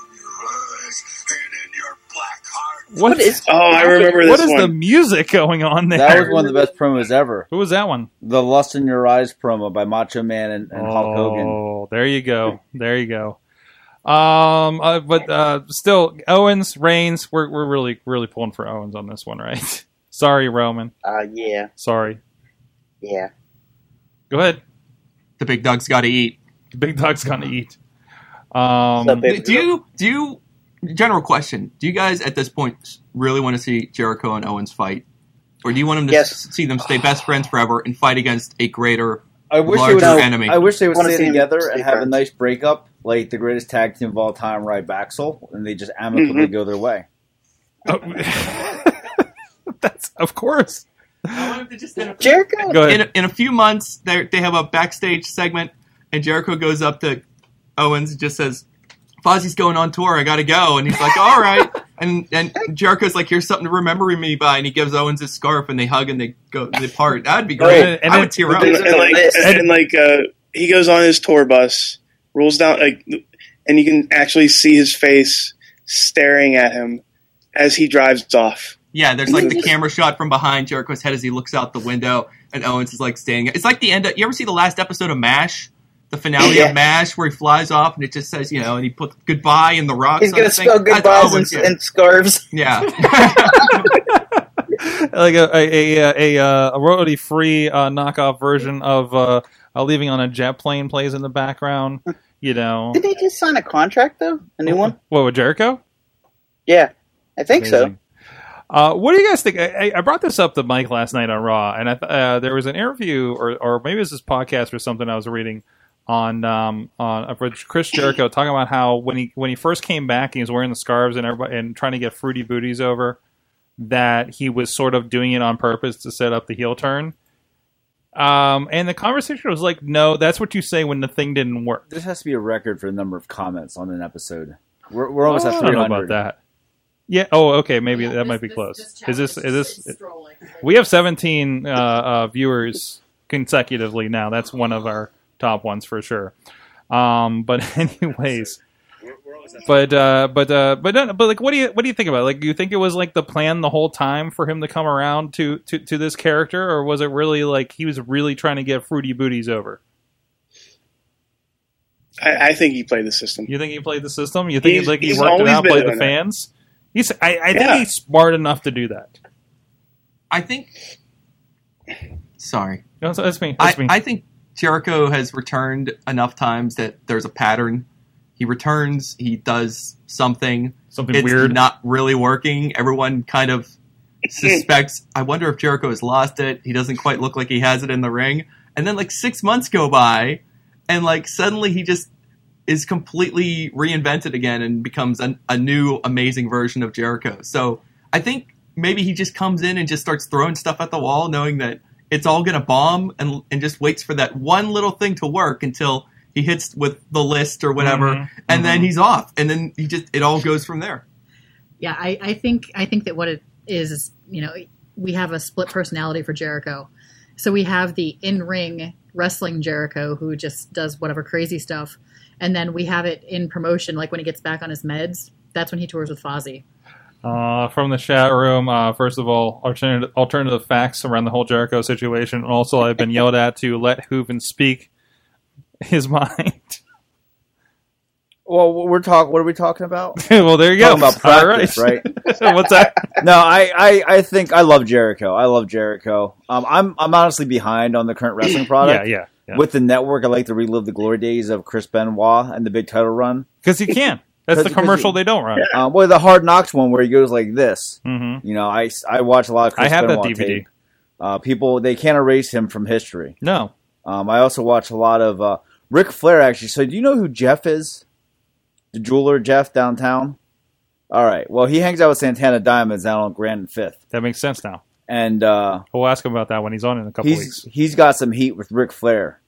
I: in your eyes and in your black heart.
B: What is?
D: Oh, I remember
B: What
D: this
B: is the
D: one.
B: music going on there?
E: That was one of the best promos ever.
B: Who was that one?
E: The Lust in Your Eyes promo by Macho Man and, and Hulk Hogan.
B: Oh, there you go. There you go. Um, uh, but uh, still, Owens, Reigns, we're we're really really pulling for Owens on this one, right? [LAUGHS] Sorry, Roman.
C: Uh, yeah,
B: Sorry.
C: yeah.
B: Go ahead.
G: The big dog's got to eat.
B: The big dog's gonna eat. Um,
C: What's up, baby?
G: Do you do you? General question: Do you guys at this point really want to see Jericho and Owens fight, or do you want them to
C: Yes.
G: s- see them stay best friends forever and fight against a greater?
E: I wish
G: Larger
E: they would.
G: enemy.
E: I wish they would
C: Wanna
E: stay
C: see them
E: together
C: stay
E: and have a
C: friends.
E: nice breakup, like the greatest tag team of all time, Rybacksel, and they just amicably
C: Mm-hmm.
E: go their way.
B: oh, [LAUGHS] that's of course.
G: I want them to just in
C: Jericho.
B: Go
G: in
B: ahead.
G: a, in a few months they they have a backstage segment and Jericho goes up to Owens and just says Fozzie's going on tour I gotta go and he's like all right and and Jericho's like here's something to remember me by and he gives Owens his scarf and they hug and they go they part that'd be great
B: And then-
G: I would tear up
D: and, and like,
C: Yes.
D: and, and like uh, he goes on his tour bus, rolls down, like, and you can actually see his face staring at him as he drives off.
G: yeah there's like the camera shot from behind Jericho's head as he looks out the window and Owens is like staying it's like the end of you ever see the last episode of MASH the finale
C: Yeah.
G: of MASH where he flies off and it just says you know and he puts goodbye in the rocks
C: He's
G: on
C: gonna
G: the thing.
C: spell
G: That's
C: goodbyes
G: Owens,
C: and, and scarves.
G: yeah. yeah.
C: [LAUGHS]
B: like a a a, a, uh, a royalty free uh, knockoff version of uh, uh, leaving on a jet plane plays in the background. You know,
G: Oh.
C: Did they just sign a contract though? A new one?
B: what with Jericho?
C: Yeah, I think so.
B: Amazing. Uh, what do you guys think? I, I- I brought this up to Mike last night on Raw, and I th- uh, there was an interview, or or maybe it was this podcast or something I was reading on um on uh, for Chris Jericho talking about how when he when he first came back, he was wearing the scarves and everybody and trying to get fruity booties over. That he was sort of doing it on purpose to set up the heel turn. Um, and the conversation was like, "No, that's what you say when the thing didn't work."
E: This has to be a record for the number of comments on an episode. We're, we're almost
B: I
E: at
B: don't
E: three
B: know about
E: hundred.
B: that. Yeah. Oh, okay. Maybe that
F: This-
B: might be
F: this-
B: close.
F: this
B: is this
F: challenge
B: is this?
F: strolling.
B: We have 17 uh, uh, viewers consecutively now. That's one of our top ones for sure. Um, but [LAUGHS] anyways, but uh, but uh, but no, but like, what do you what do you think about? It? Like, you think it was like the plan the whole time for him to come around to to to this character, or was it really like he was really trying to get fruity booties over?
D: I, I think he played the system.
B: You think he played the system? You think
D: He's-
B: like he
D: he's
B: worked it
D: always
B: out,
D: been
B: played the
D: doing that.
B: fans? He's I, I think
D: Yeah.
B: he's smart enough to do that.
G: I think. Sorry,
B: No, so that's me.
G: I,
B: That's me.
G: I think Jericho has returned enough times that there's a pattern. He returns, he does something.
B: Something
G: it's
B: weird.
G: not really working. Everyone kind of suspects. I wonder if Jericho has lost it. He doesn't quite look like he has it in the ring. And then like six months go by, and like suddenly he just is completely reinvented again and becomes an, a new amazing version of Jericho. So I think maybe he just comes in and just starts throwing stuff at the wall, knowing that it's all going to bomb, and and just waits for that one little thing to work until he hits with the list or whatever,
B: Mhm,
G: and then he's off, and then he just it all goes from there.
F: Yeah, I, I think I think that what it is is you know we have a split personality for Jericho, so we have the in ring wrestling Jericho who just does whatever crazy stuff, and then we have it in promotion like when he gets back on his meds. That's when he tours with Fozzy.
B: Uh, from the chat room, uh, first of all, alternative, alternative facts around the whole Jericho situation. And also, I've been yelled at to let Hooven speak his [LAUGHS] mind.
E: Well, we're talking. What are we talking about?
B: [LAUGHS] well, there you go.
E: Talking about practice,
B: all
E: right?
B: right. [LAUGHS] What's that?
E: no, I, I, I think I love Jericho. I love Jericho. Um, I'm I'm honestly behind on the current wrestling
B: Yeah,
E: product.
B: yeah. yeah.
E: With the network, I like to relive the glory days of Chris Benoit and the big title run.
B: Because you can. That's the
E: 'Cause- 'cause
B: commercial
E: you-
B: they don't run.
E: Um, well, the Hard Knocks one where he goes like this.
B: hmm
E: You know, I, I watch a lot of
B: I
E: Chris
B: have that
E: Benoit
B: DVD.
E: tape. Uh, people they can't erase him from history.
B: No.
E: Um, I also watch a lot of uh, Rick Flair. Actually, so do you know who Jeff is? The jeweler Jeff downtown. All right. Well, he hangs out with Santana Diamonds down on Grand and Fifth,
B: That makes sense now.
E: and uh,
B: We'll ask him about that when he's on in a couple
E: he's
B: weeks.
E: he's got some heat with Ric Flair.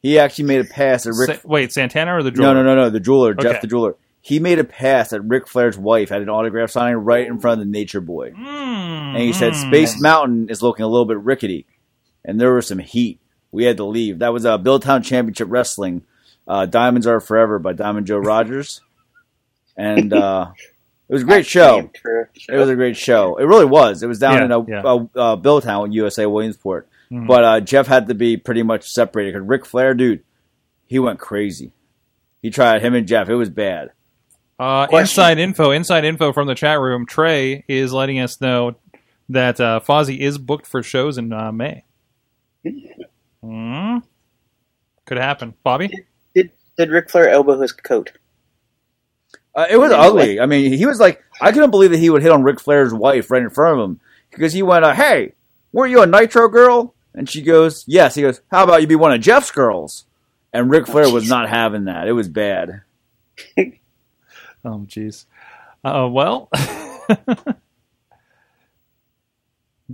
E: He actually made a pass at Rick.
B: Sa- wait, Santana or the
E: no,
B: jeweler?
E: no, no, no. The jeweler,
B: Okay.
E: Jeff, the jeweler. He made a pass at Ric Flair's wife at an autograph signing right in front of the Nature Boy,
B: Mm,
E: and he said,
B: mm.
E: "Space Mountain is looking a little bit rickety," and there was some heat. We had to leave. That was uh, Billtown Championship Wrestling. Uh, Diamonds Are Forever by Diamond Joe Rogers, and uh, it was a great show.
C: Damn true.
E: It was a great show. It really was. It was down
B: Yeah,
E: in a,
B: yeah.
E: a, uh Billtown, USA Williamsport.
B: Mhm.
E: But uh, Jeff had to be pretty much separated because Ric Flair, dude, he went crazy. He tried him and Jeff. It was bad.
B: Uh,
C: Question.
B: inside info, inside info from the chat room. Trey is letting us know that uh, Fozzie is booked for shows in uh, May. Mm. Could happen, Bobby.
C: Did did Ric Flair elbow his coat?
E: Uh, it was ugly. I mean, he was like, I couldn't believe that he would hit on Ric Flair's wife right in front of him because he went, uh, "Hey, weren't you a Nitro girl?" And she goes, "Yes." He goes, "How about you be one of Jeff's girls?" And Ric Flair was not having that. It was bad.
B: Oh, jeez. Uh, well, [LAUGHS]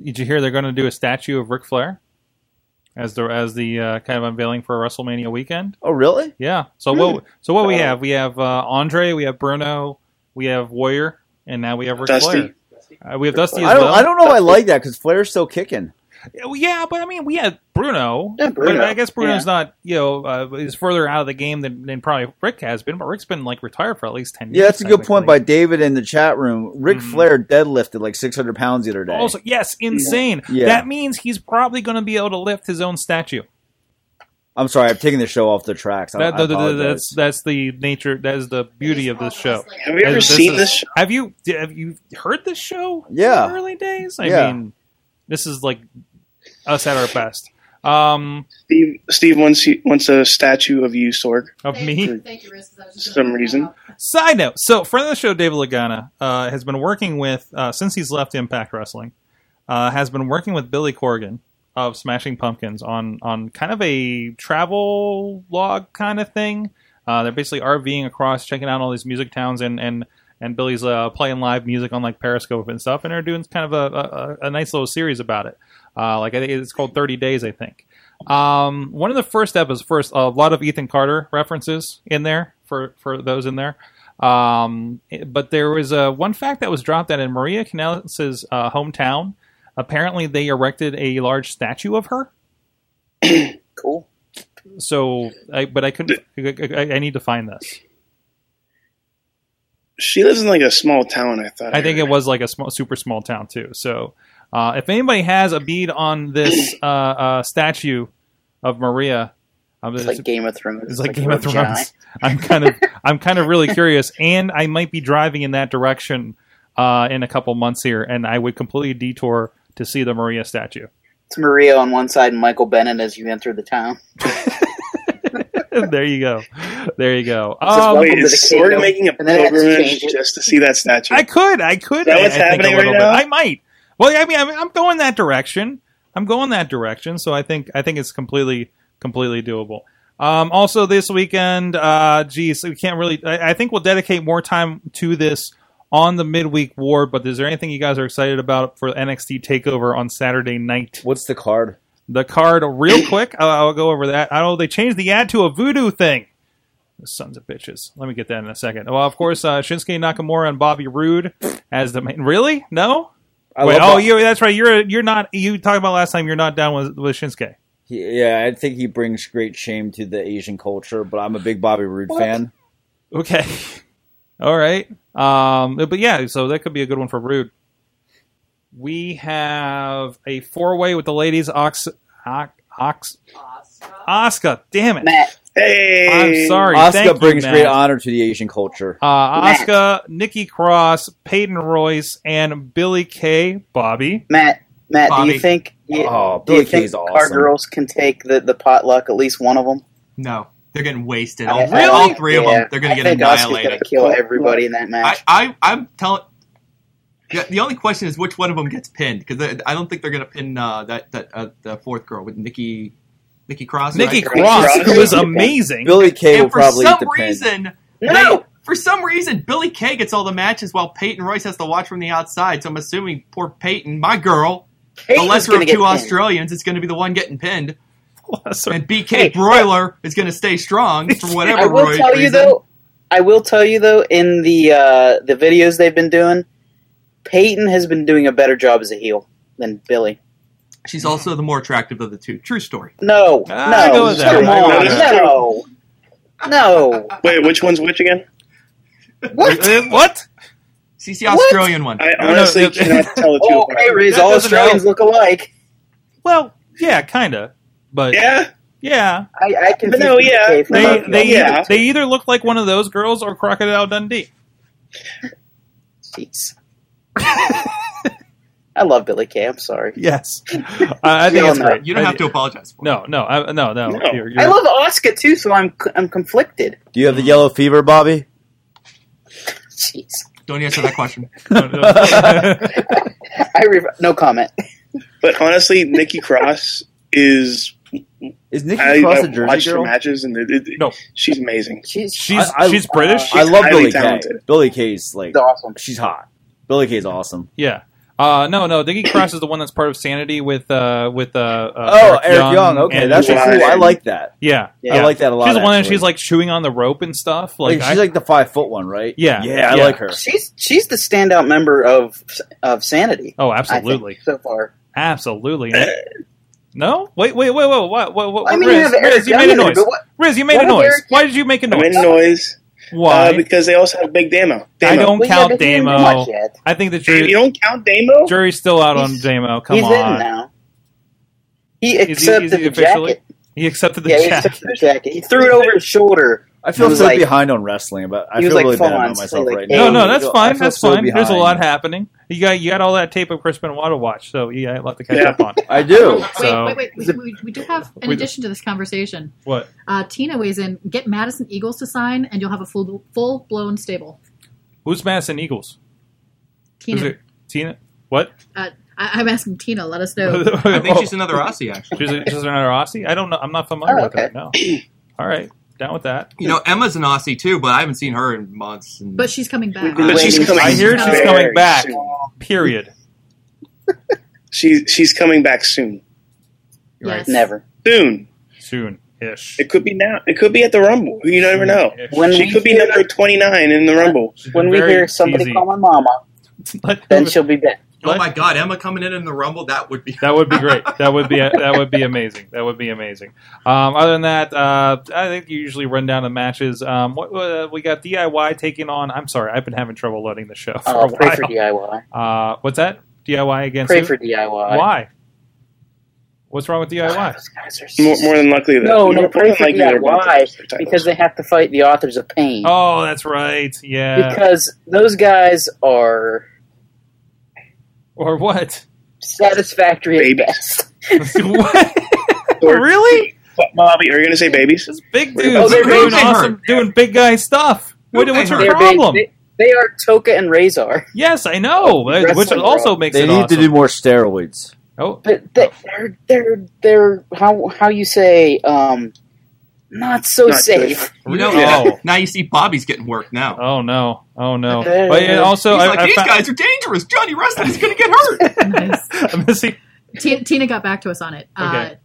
B: did you hear they're going to do a statue of Ric Flair as the as the uh, kind of unveiling for WrestleMania weekend?
E: Oh, really?
B: Yeah. So what? So what we have? We have uh, Andre. We have Bruno. We have Warrior, and now we have Ric
D: Dusty.
B: Flair. Uh, we have Dusty as
E: I don't.
B: well.
E: I don't know. If I like that because Flair's still kicking.
B: Yeah, well, Yeah, but I mean, we had Bruno.
C: Yeah, Bruno.
B: But I guess Bruno's not, you know, uh, is further out of the game than, than probably Rick has been. But Rick's been like retired for at least ten years.
E: Yeah, that's a good point
B: technically.
E: by David in the chat room. Ric Flair deadlifted like 600 pounds the other day.
B: Mm-hmm. Also, yes, insane.
E: Yeah.
B: That means he's probably going to be able to lift his own statue.
E: I'm sorry, I'm taking the show off the tracks. I,
B: That,
E: I
B: that- that-
E: apologize.
B: that's that's the nature. That is the beauty of this show.
D: Have you ever
B: This- this
D: seen
B: is-
D: this? show?
B: Have you have you heard this show? in
E: Yeah.
B: the early days. I
E: Yeah.
B: mean, this is like us at our best. Um,
D: Steve, Steve wants you- wants a statue of you, Sorg.
B: of me.
F: Thank you, Riz, 'cause I was just
D: For some
F: gonna-
D: reason.
B: Side note: So, friend of the show, David Lagana, uh, has been working with uh, since he's left Impact Wrestling, uh, has been working with Billy Corgan of Smashing Pumpkins on on kind of a travel log kind of thing. Uh, they're basically RVing across, checking out all these music towns, and and and Billy's uh, playing live music on like Periscope and stuff, and they're doing kind of a, a, a nice little series about it. Uh, like I think it's called Thirty Days, I think. Um, one of the first episodes, first a lot of Ethan Carter references in there for for those in there. Um, but there was uh, one fact that was dropped that in Maria Canales' uh, hometown, apparently they erected a large statue of her.
C: Cool.
B: So, I, but I couldn't. I, I- I need to find this.
D: She lives in like a small town. I thought.
B: I think it was like a small, super small town too. So, uh, if anybody has a bead on this uh, uh, statue of Maria, I'm
C: It's like Game of Thrones.
B: It's like,
C: a
B: Game of
C: real giant.
B: Thrones. I'm kind of I'm kind of really curious, and I might be driving in that direction uh, in a couple months here, and I would completely detour to see the Maria statue. [LAUGHS]
C: It's Maria on one side and Michael Bennett as you enter the town.
B: there you go, there you go.
C: just
B: Um,
C: one-
D: Wait, is
C: Welcome to the
D: Sorg making a
C: kingdom. And then it had to
D: pilgrimage
C: change it.
D: just to see that statue?
B: I could, I could.
D: that
B: I-
D: what's
B: I think a
D: happening
B: little
D: right
B: bit.
D: now?
B: I might. Well, yeah, I mean, I'm, I'm going that direction. I'm going that direction, so I think I think it's completely completely doable. Um, also, this weekend, uh, geez, we can't really. I, I think we'll dedicate more time to this on the midweek war. But is there anything you guys are excited about for NXT Takeover on Saturday night?
E: What's the card?
B: The card, real quick. I'll, I'll go over that. I don't. They changed the ad to a voodoo thing. Sons of bitches. Let me get that in a second. Well, of course, uh, Shinsuke Nakamura and Bobby Roode as the main. Really? No.
E: I
B: Wait,
E: love
B: oh,
E: that-
B: you. That's right. You're you're not. You talked about last time. You're not down with with Shinsuke.
E: He- yeah, I think he brings great shame to the Asian culture, but I'm a big Bobby Roode fan.
B: Okay. [LAUGHS] All right. Um, but yeah, so that could be a good one for Rude. We have a four way with the ladies. Ox, Ox, Ox, Oscar. Damn it!
D: Hey,
B: I'm sorry.
E: Asuka
B: Thank
E: brings
B: you,
E: great
B: Matt.
E: honor to the Asian culture.
B: Uh,
C: Matt.
B: Asuka, Nikki Cross, Peyton Royce, and Billy Kay, Bobby.
C: Matt, Matt, do
G: Bobby.
C: you think you,
E: Oh,
C: do you
E: Billy
C: think
E: Kay's
C: our
E: awesome.
C: girls can take the, the potluck? At least one of them.
G: No, they're getting wasted.
C: I-
G: All,
C: I-
G: all three of
C: yeah,
G: them, they're going
C: I
G: to get
C: think Asuka's
G: annihilated.
C: gonna kill everybody in that
G: I,
C: match.
G: I, I'm telling. Yeah, the only question is which one of them gets pinned because I don't think they're going to pin uh, that that uh, the fourth girl with Nikki Nikki Cross.
B: Nikki
G: right?
B: Cross,
C: Cross.
B: who [LAUGHS] was amazing.
E: Billy Kay will
G: And for
E: probably
G: some
E: eat the pin.
G: reason, they- for some reason, Billy Kay gets all the matches while Peyton Royce has to watch from the outside. So I'm assuming poor Peyton, my girl,
C: Peyton's
G: the lesser
C: gonna
G: of
C: get
G: two
C: pinned.
G: Australians, is going to be the one getting pinned,
B: Bless her.
G: and BK Broiler is going to stay strong for whatever.
C: [LAUGHS] I will
G: Roy-
C: tell you
G: reason.
C: though. I will tell you though. In the uh, the videos they've been doing, Peyton has been doing a better job as a heel than Billy.
G: she's also the more attractive of the two. True story.
C: No,
B: Ah,
C: no,
B: I go with that.
C: come
D: I go
C: on,
D: with that.
C: no, no.
D: Wait, which one's which again?
C: What?
B: Uh, what?
G: She's the Australian one.
D: I
B: No, no,
D: honestly
B: no. [LAUGHS]
D: cannot tell the two.
C: Oh,
D: apart.
C: okay, Riz.
B: That
C: All
B: doesn't
C: Australians look alike.
B: Well, yeah, kind of. But
D: Yeah,
B: Yeah,
C: I, I confuse
D: No, yeah.
C: McKay for
B: they
C: Garfield.
B: they
D: Yeah.
B: either, they either look like one of those girls or Crocodile Dundee. [LAUGHS]
C: Jeez. I love Billy Kay. I'm sorry.
B: Yes, I I think
C: No,
B: it's
C: no.
B: great.
G: You don't
B: I-
G: have to apologize for. it.
B: No, no, I, no, no.
D: No.
B: You're,
C: I
B: you're-
C: love Oscar too, so I'm I'm conflicted.
E: Do you have the yellow fever, Bobby?
C: Jeez. [LAUGHS]
G: Don't answer
B: [LAUGHS]
G: that question.
B: no, no.
C: I re- no comment.
D: But honestly, Nikki Cross is.
E: Is Nikki
D: I,
E: Cross
D: I
E: a Jersey
D: watched her
E: girl?
D: matches and it, it-
B: No.
D: she's amazing.
C: She's
B: she's
E: I- I-
B: she's British.
E: I love
D: highly
E: Billy Kay.
D: talented.
E: Billy Kay's like
C: she's awesome.
E: she's hot. Billy Kay's awesome.
B: [LAUGHS] yeah. Uh, no, no. Diggy Cross is the one that's part of Sanity with uh with uh, uh
E: Oh, Eric Young. Okay,
B: and-
E: that's
D: Wow.
E: cool. I like that.
B: yeah,
C: Yeah.
B: yeah.
E: I like that a lot.
B: she's the one that
E: actually.
B: she's like chewing on the rope and stuff. Like,
E: Like, she's
B: I-
E: like the five foot one, right?
B: Yeah.
E: yeah, I
B: Yeah.
E: like her.
C: She's she's the standout member of of Sanity.
B: oh,
C: I think,
B: absolutely,
C: so far.
B: absolutely. no, wait, wait, wait, wait. What? What? what
C: I mean,
B: Riz,
C: you have Eric
B: Riz, you
C: Young
B: made a
C: in there,
B: noise.
C: but what-
B: Riz, you made
C: what
B: a
C: if
B: noise.
C: Eric-
B: Why did you make a
D: I made
B: noise?
D: noise
B: Why?
C: um,
D: uh, because they also have Big Damo.
B: I
D: Damo.
B: don't
C: Well, yeah,
B: count
C: but he didn't do
B: Damo.
C: much yet.
B: I think the
D: Damn, you
B: jury,
D: don't count Damo?
B: jury's still out on
C: He's-
B: Damo. Come
C: he's in
B: on,
C: now. He
B: he-
C: accepted
B: is he
C: the
B: officially?
C: jacket.
B: he accepted the
C: yeah, he
B: jacket.
C: accepted the jacket. He threw it over his shoulder.
E: I feel
C: He was
E: so
C: like-
E: behind on wrestling, but I
C: he
E: feel
C: was like
E: really bad
C: full on,
E: about
C: so
E: myself
C: like,
E: right
C: hey.
E: now.
B: No, no, that's
E: I feel- I
B: fine.
E: feel
B: That's
E: so
B: fine. There's a
E: behind.
B: lot happening. You got you got all that tape of Chris Benoit to watch, so you got a lot to catch
D: Yeah.
B: up on.
E: I do.
B: So-
F: wait, wait, wait. We, we, we do have, in
B: We do-
F: addition to this conversation,
B: What?
F: uh, Tina weighs in. Get Madison Eagles to sign, and you'll have a full full blown stable.
B: Who's Madison Eagles? Is
F: Tina,
B: it Tina? What?
F: uh, I, I'm asking Tina. Let
B: [LAUGHS]
F: us know.
G: I think
B: Oh,
G: she's another Aussie, actually.
B: she's, a- she's another Aussie. I don't know. I'm not familiar
C: Oh,
B: with her. No. All right, down with that.
G: You know, Emma's an Aussie too, but I haven't seen her in months. And
F: But she's coming back.
D: But she's
C: Waiting.
D: coming
B: I hear she's
D: very
B: coming back.
D: soon.
B: Period.
D: She's, she's coming back soon.
F: Yes.
C: Never.
D: Soon.
B: Soon ish.
D: It could be now. It could be at the Rumble. You never know.
B: [LAUGHS]
C: When
D: She
C: we
D: could be
C: hear-
D: number 29 in the Rumble.
C: When we hear somebody call my mama,
B: [LAUGHS]
C: then she'll be back.
G: oh my god, Emma coming in in the Rumble, that would be.
B: That would be great. That would be that would be amazing. That would be amazing. Um, other than that, uh, I think you usually run down the matches. Um, what, uh, we got DIY taking on. I'm sorry, I've been having trouble loading the show for
C: Oh,
B: a
C: pray for
B: while.
C: DIY.
B: uh, what's that? DIY against
C: Pray
B: who?
C: for DIY.
B: Why? What's wrong with
C: [SIGHS]
B: DIY?
C: Those guys are so-
D: More, more than likely, they're-
C: no,
D: more,
C: no,
D: more
C: pray
D: than
C: for
D: likely they're both
C: DIY
D: losing their
C: because
D: titles.
C: they have to fight the authors of pain.
B: Oh, that's right. Yeah.
C: Because those guys are
B: or
C: [LAUGHS]
B: what? [LAUGHS]
C: satisfactory
D: Babies.
C: at best.
B: what?
D: Or-
B: really?
D: But, Bobby, are you going to say babies?
B: Just big
D: Who
B: dudes
C: paid
B: doing
G: her?
B: awesome, doing big guy stuff.
G: Who
B: What,
G: paid
B: what's
G: her?
B: your
C: They're big-
B: problem?
C: They, they are Toka and Razor,
B: Yes, I know,
C: Oh,
B: which
C: wrestling
B: also
C: world.
B: makes
E: They
B: it
E: need
B: awesome.
E: to do more steroids.
B: oh,
C: but they, they're they're they're how how you say um not so
D: Not
C: safe.
D: good.
G: You know,
B: Yeah.
G: now you see Bobby's getting worked now.
B: oh no, oh no!
C: Okay.
B: But yeah, also,
G: He's
B: I,
G: like,
B: I
G: these
B: found-
G: guys are dangerous. Johnny Wrestling is going to
B: [LAUGHS]
G: get hurt.
F: [LAUGHS] Nice.
B: I'm missing-
F: Tina, Tina got back to us on it. Uh,
B: Okay.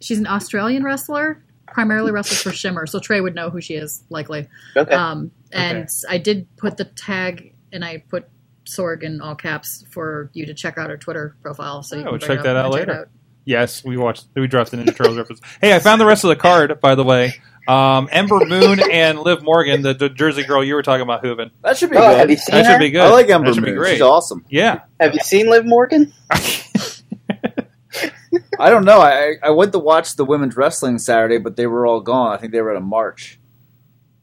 F: She's an Australian wrestler, primarily wrestles for Shimmer, so Trey would know who she is, likely.
C: Okay.
F: Um, and I did put the tag, and I put Sorg in all caps for you to check out her Twitter profile. So you
B: Yeah,
F: can
B: we'll
F: bring
B: check
F: it up
B: that
F: and
B: out
F: check it
B: later. Yes, we watched. We dropped an into Charles reference. Hey, I found the rest of the card, by the way. Um, Ember Moon and Liv Morgan, the, the Jersey girl you were talking about, Hooven.
E: That should be
C: Oh,
E: good.
C: have you seen
B: That
C: her?
B: should be good.
E: I like Ember
B: That should be
E: Moon.
B: great.
E: She's awesome. [LAUGHS]
B: Yeah,
C: Have you seen Liv Morgan?
E: I don't know. I I went to watch the women's wrestling Saturday, but they were all gone. I think they were at a march.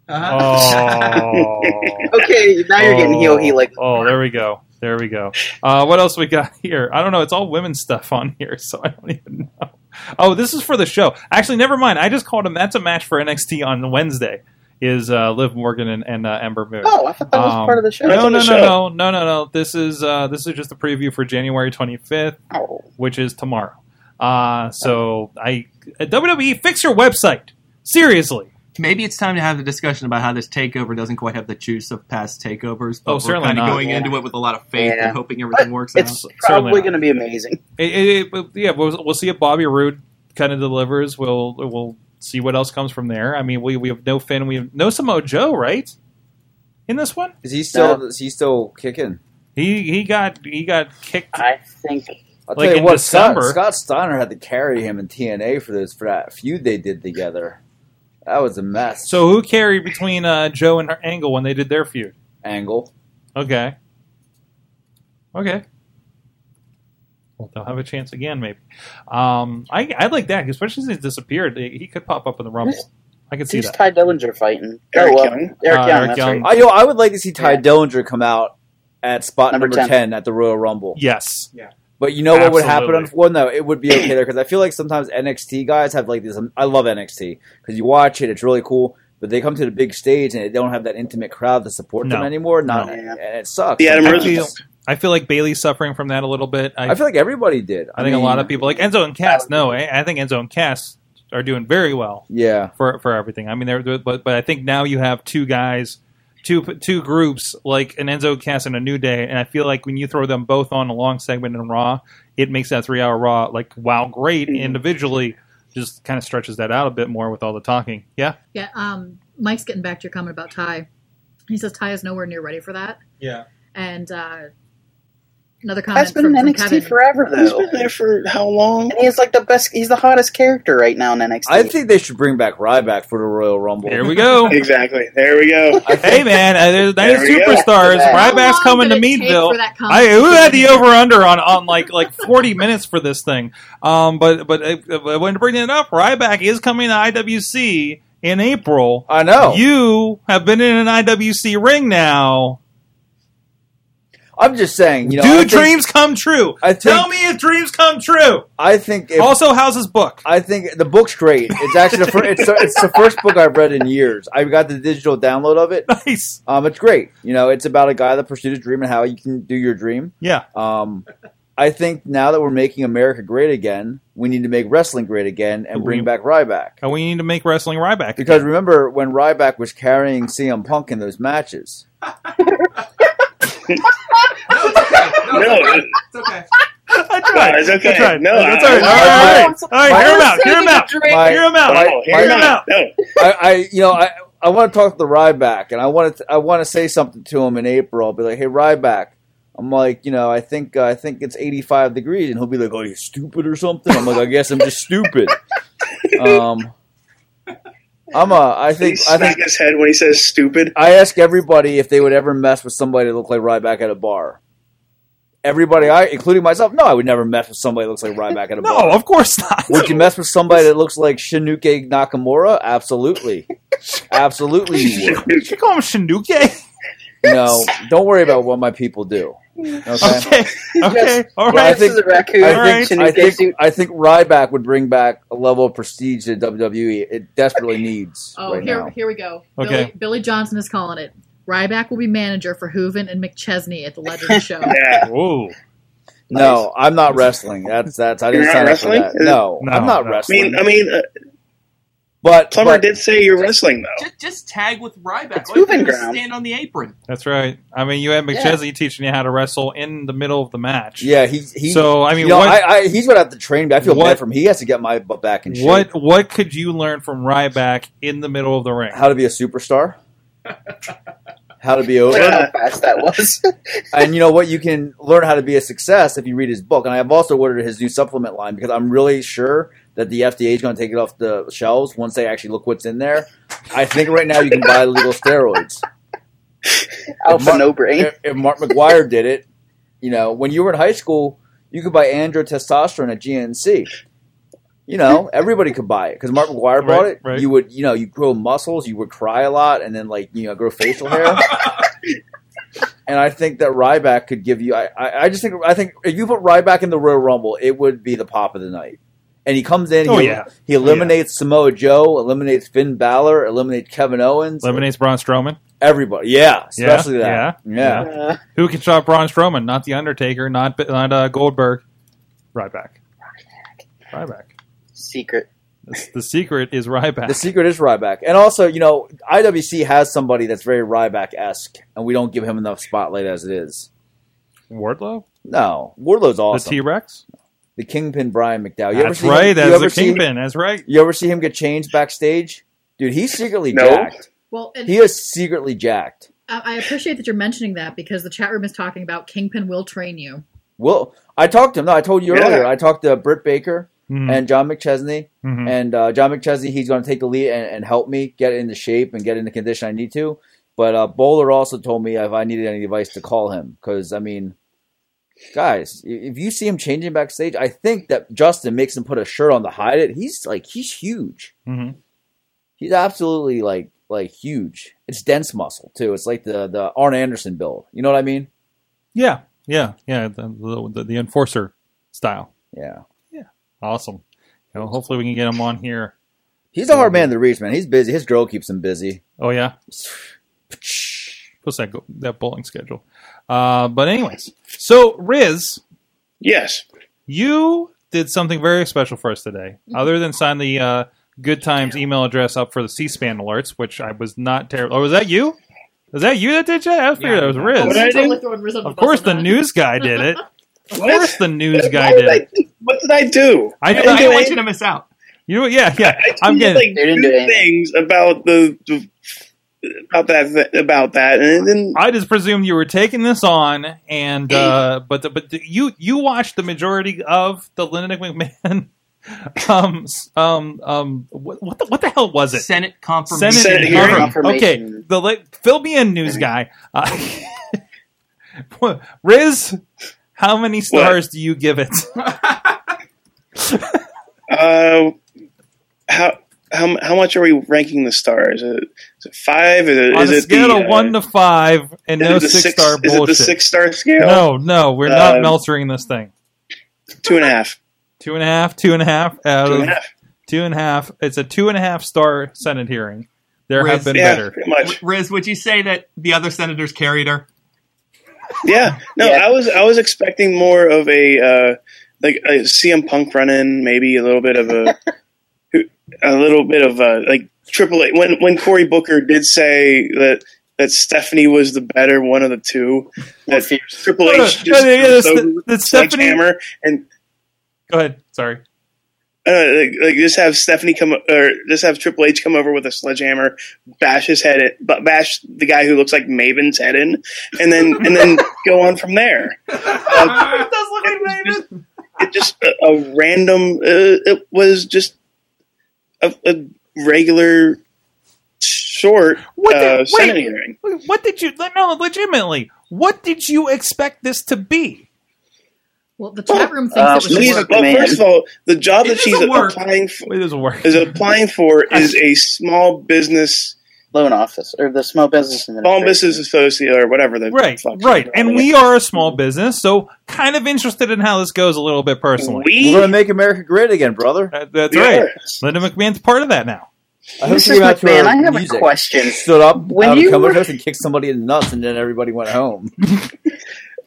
B: Oh.
C: [LAUGHS] Okay, now you're getting heel heel like
B: Oh, there we go. There we go. Uh, what else we got [LAUGHS] here? I don't know. It's all women's stuff on here, so I don't even know. Oh, this is for the show. Actually, never mind. I just called him. That's a match for NXT on Wednesday. Is uh, Liv Morgan and, and uh, Ember Moon?
C: Oh, I thought that was
B: Um,
C: part of the show.
D: That's
B: No,
D: on
B: no,
D: the
B: no,
D: show.
B: no, no, no, no. This is uh, this is just a preview for January 25th,
C: Oh.
B: which is tomorrow. Uh, so I uh, WWE E, fix your website seriously.
G: Maybe it's time to have the discussion about how this takeover doesn't quite have the juice of past takeovers. But
B: Oh,
G: we're
B: certainly
G: kinda
B: not.
G: Going into it with a lot of faith
C: Yeah.
G: and hoping everything
C: But
G: works
C: It's
G: out.
B: certainly
C: Oh, probably
B: not.
C: going to be amazing.
B: It- it- it- yeah, we'll, we'll see if Bobby Roode kind of delivers. We'll we'll see what else comes from there. I mean, we we have no Finn, we have no Samoa Joe, right? In this one,
E: Is he still?
C: No.
E: Is he still kicking?
B: he he got he got kicked.
C: I think
E: I'll
B: Like
E: tell
B: in
E: you what, Scott,
B: December.
E: Scott Steiner had to carry him in TNA for those for that feud they did together. That was a mess.
B: So who carried between uh, Joe and Angle when they did their feud?
E: angle.
B: Okay. Okay. Well, they'll have a chance again, maybe. Um, I I like that, especially since he's disappeared. He could pop up in the rumble. I could see
C: Who's
B: that.
C: Ty Dillinger fighting?
D: Eric
C: oh, well,
D: Young.
C: Eric
B: Uh,
C: Young.
B: Eric
C: that's
B: Young.
C: right.
E: I, yo, I would like to see Ty
C: Yeah.
E: Dillinger come out at spot number,
C: Number
E: 10.
C: 10.
E: at the Royal Rumble.
B: yes.
E: But you know what would happen on
B: Absolutely.
E: well, no, it would be
B: [CLEARS THROAT]
E: okay there because I feel like sometimes NXT guys have like this. I love NXT because you watch it; it's really cool. But they come to the big stage and they don't have that intimate crowd to support them
B: No.
E: anymore. Not
C: No.
E: and it sucks.
D: The Adam
B: I
D: Rose
B: feel, I feel like Bailey's suffering from that a little bit. I,
E: I feel like everybody did.
B: I think a
E: mean,
B: lot of people like Enzo and Cass. No, eh? I, I think Enzo and Cass are doing very well
E: Yeah,
B: for for everything. I mean, they're, they're- but but I think now you have two guys, two two groups like an Enzo Cass and a New Day, and I feel like when you throw them both on a long segment in Raw, it makes that three hour Raw like wow great individually. Just kind of stretches that out a bit more with all the talking. Yeah.
F: Yeah, um, Mike's getting back to your comment about Ty. He says Ty is nowhere near ready for that.
B: Yeah.
F: And uh, another comment
C: Ty's been
F: from,
C: in
F: from
C: NXT
F: Kevin.
C: forever,
D: He's
C: though.
D: been there for how long?
C: And he's like the best. He's the hottest character right now in NXT.
E: I think they should bring back Ryback for the Royal Rumble.
B: There we go.
D: Exactly. There we go.
B: hey man, uh, there's that is
D: There we go.
B: superstars.
C: How
B: Ryback's
F: long
B: coming to
F: did it take
B: Meadville.
F: for that
B: I
F: comment
B: who
F: to
B: had the
F: be-
B: over under on on like like 40 minutes for this thing. Um, but but uh, uh, when bringing it up, Ryback is coming to IWC in April.
E: [LAUGHS] I know.
B: You have been in an IWC ring now.
E: I'm just saying. You know,
B: Do
E: I think-
B: dreams come true?
E: I think-
B: Tell me if dreams come true.
E: I think. If,
B: also, how's his book? [LAUGHS]
E: I think the book's great. It's actually the fir- it's, the- it's the first book I've read in years. I got the digital download of it.
B: Nice.
E: Um, it's great. You know, it's about a guy that pursued his dream and how you can do your dream.
B: Yeah.
E: Um, I think now that we're making America great again, we need to make wrestling great again and bring
B: We-
E: back Ryback.
B: And Oh, we need to make wrestling Ryback.
E: Because remember when Ryback was carrying CM Punk in those matches?
D: No, it's
G: It's okay.
B: [LAUGHS] I tried.
D: it's okay.
B: I tried.
D: No,
B: That's
D: I-
B: all right.
E: I-
B: All right. All right. Hear him out. Hear him out.
E: My-
B: Hear him out.
E: My-
D: no,
E: my-
D: hear him out. No,
E: I, I you know, I, I want to talk to the Ryback, and I want to, I want to say something to him in April. I'll be like, hey, Ryback, I'm like, you know, I think, uh, I think it's 85 degrees, and he'll be like, oh, you're stupid or something. I'm like, I guess I'm just stupid. Um, I'm a, I
D: he
E: think, I
D: smack
E: think,
D: his head when he says stupid.
E: I ask everybody if they would ever mess with somebody that looked like Ryback at a bar. Everybody, I, including myself, no, I would never mess with somebody that looks like Ryback at a bar.
B: [LAUGHS] No, of course not. [LAUGHS]
E: Would you mess with somebody that looks like Shinuke Nakamura?
D: [LAUGHS]
E: Absolutely. Absolutely you would.
B: Did you call him
E: [LAUGHS]
B: Shinuke?
E: You know, don't worry about what my people do.
D: [LAUGHS]
E: Okay?
B: Okay. Okay. All
E: I
C: I
B: right.
E: think-
C: think, a raccoon.
E: I think,
C: Chinooka
E: I, think,
C: suit.
E: I think Ryback would bring back a level of prestige that WWE it desperately needs
F: Oh,
E: right
F: here,
E: now.
F: here we go.
B: Okay.
F: Billy, Billy Johnson is calling it. Ryback will be manager for Hooven and McChesney at the [LAUGHS] Legends show.
D: Yeah.
B: Whoa.
E: No, I'm not wrestling. That's that's I
D: You're
E: didn't
D: not
E: sign
D: wrestling?
E: up for that. No,
B: No,
E: I'm not
B: no.
D: I
E: wrestling.
D: mean, I mean, uh,
E: but
D: Plummer
E: but-
D: did say you're wrestling though.
G: Just, just tag with Ryback.
C: It's
G: Why don't you
C: proving
G: just
C: ground.
G: Stand on the apron.
B: That's right. I mean, you had McChesney teaching you how to wrestle in the middle of the match.
E: Yeah, he. he
B: So, I mean,
E: you know,
B: what-
E: I, I, he's gonna have to train me. I feel
B: What-
E: bad for him. He has to get my butt back in shape.
B: What What could you learn from Ryback in the middle of the ring?
E: How to be a
F: [LAUGHS]
E: superstar? how to be over?
C: I don't know how fast that was.
E: and you know what? You can learn how to be a success if you read his book. And I have also ordered his new supplement line because I'm really sure that the FDA is going to take it off the shelves once they actually look what's in there. I think right now you can buy legal steroids.
C: Alpha
E: Mar-
C: no brain.
E: If, if Mark McGuire did it, you know, when you were in high school, you could buy andro testosterone at GNC. You know, everybody could buy it because Mark McGuire bought
B: Right,
E: it.
B: right.
E: You would, you know, you grow muscles, you would cry a lot, and then like you know, grow facial
B: [LAUGHS]
E: hair. and I think that Ryback could give you. I, I, I just think I think if you put Ryback in the Royal Rumble, it would be the pop of the night. And he comes in.
B: Oh,
E: he,
B: yeah.
E: he eliminates Samoa Joe, eliminates Finn Balor, eliminates Kevin Owens,
B: Eliminates Braun Strowman.
E: everybody. Yeah,
B: Yeah,
E: especially that. yeah.
C: Uh,
B: Who can stop Braun Strowman? Not the Undertaker. Not not uh, Goldberg. Ryback. Ryback.
C: secret.
B: That's, the secret is Ryback.
E: The secret is Ryback. And also, you know, IWC has somebody that's very Ryback esque, and we don't give him enough spotlight as it is.
B: Wardlow.
E: No, Wardlow's
B: The
E: awesome.
B: T
E: The,
B: Rex.
E: Kingpin Brian McDowell. You ever
B: That's
E: see him-
B: right.
E: you
B: That's
E: ever
B: the
E: see him-
B: kingpin. That's right.
E: you ever see him get changed backstage? Dude, he's secretly
D: No.
E: jacked.
F: Well, and
E: He is secretly jacked.
F: I I appreciate that you're mentioning that because the chat room is talking about Kingpin will train you.
E: Well, I talked to him. No, I told you
D: Yeah.
E: earlier. I talked to Britt Baker
B: Mhm.
E: and John McChesney.
B: Mhm.
E: And uh, John McChesney, he's going to take the lead and, and help me get into shape and get in the condition I need to. But uh, Bowler also told me if I needed any advice to call him because I mean, guys, i- if you see him changing backstage, I think that Justin makes him put a shirt on to hide it. He's like he's huge.
B: Mhm.
E: He's absolutely like like huge. It's dense muscle too. It's like the the Arn Anderson build. You know what I mean?
B: Yeah, yeah, yeah. The the, the enforcer style.
E: Yeah.
B: Awesome. You know, hopefully we can get him on here.
E: He's a hard man to reach, man. He's busy. His girl keeps him busy.
B: Oh yeah. What's that go- that bowling schedule? Uh, but anyways, so Riz,
D: Yes.
B: you did something very special for us today.
D: Mm-hmm.
B: Other than sign the uh, Good Times email address up for the C-SPAN alerts, which I was not terrible. Oh, was that you? Was that you that did that? I figured
G: Yeah.
B: it was
D: What
B: Riz.
D: I
F: Totally
D: do?
F: throwing Riz under
B: Of course,
F: bus
B: the
F: on that.
B: news guy did
D: [LAUGHS]
B: it. Of
D: What?
B: course, the news guy
D: What
B: did
D: did I
B: it.
D: do? What did I do?
B: I,
G: I didn't
B: I,
G: want you to miss out.
B: you, yeah, yeah.
D: I
B: I'm
D: tweeted,
B: getting.
D: like
C: They didn't do
D: two
C: anything.
D: things about the, the about that th- about that, and then
B: I just presumed you were taking this on, and uh, but the, but the, you you watched the majority of the Linda McMahon. [LAUGHS] Um, s- um, um, what what the, what the hell was it?
G: Senate confirmation.
B: Senate,
D: Senate
B: and
D: hearing
B: confirm-
C: confirmation.
B: Okay, the like, fill me in, news guy. Uh, [LAUGHS] what- Riz, how many stars do you give it?
D: uh, how how how much are we ranking the stars? Is it, is it five? Is it,
B: On
D: is
B: a
D: it
B: scale
D: the, uh,
B: of one to five, and
D: is
B: no
D: it the
B: six, star
D: Is
B: bullshit.
D: it the six star scale?
B: no, no, we're not
D: Um,
B: meltering this thing.
D: Two and a half.
B: Two and a half, two and a half out
D: Two
B: of
D: and a half.
B: two and a half. It's a two and a half star Senate hearing. There have
G: Riz.
B: been [LAUGHS]
D: Yeah,
B: better.
D: pretty much.
G: Riz, would you say that the other senators carried her?
D: Yeah. No,
C: Yeah.
D: I was I was expecting more of a uh, like a CM Punk run in, maybe a little bit of a [LAUGHS] a little bit of a like Triple H. When when Cory Booker did say that that Stephanie was the better one of the two, that Triple
B: No, no,
D: H
B: no,
D: just
B: Oh, yeah,
D: comes
B: that's-
D: over with
B: that's
D: a
B: Stephanie-
D: sledgehammer and
B: Go ahead. Sorry.
D: uh, like, like just have Stephanie come or just have Triple H come over with a sledgehammer, bash his head, in, ba- bash the guy who looks like Maven's head in, and then
B: [LAUGHS]
D: and then go on from there.
G: It does look like
D: It was just, it just a, a random. Uh, it was just a, a regular short
B: What the-
D: uh,
B: wait.
D: Senate hearing.
B: What did you? No, legitimately. What did you expect this to be?
F: Well, the chat room thinks
C: Uh,
F: it was
C: please-
F: a
D: Well,
F: work.
C: man.
D: first of all, the job
G: It
D: that she's
G: doesn't work.
D: applying for,
B: It doesn't work.
D: is applying for is a small business,
C: Loan office or the small business
D: small
C: administration.
D: business associate or whatever. The
B: Right,
D: fuck-
B: right. And we are a small business, so kind of interested in how this goes a little bit personally.
D: we
E: We're gonna make America great again, brother.
B: That- that's
D: we
B: right.
D: are.
B: Linda McMahon's part of that now.
E: I hope she
C: Mrs.
E: went out to
C: McMahon,
E: her
C: I have
E: music,
C: a question. [LAUGHS]
E: [LAUGHS] Stood up
C: When
E: out of
C: you
E: cover
C: were-
E: dress and kicked somebody in the nuts, and then everybody went [LAUGHS] home.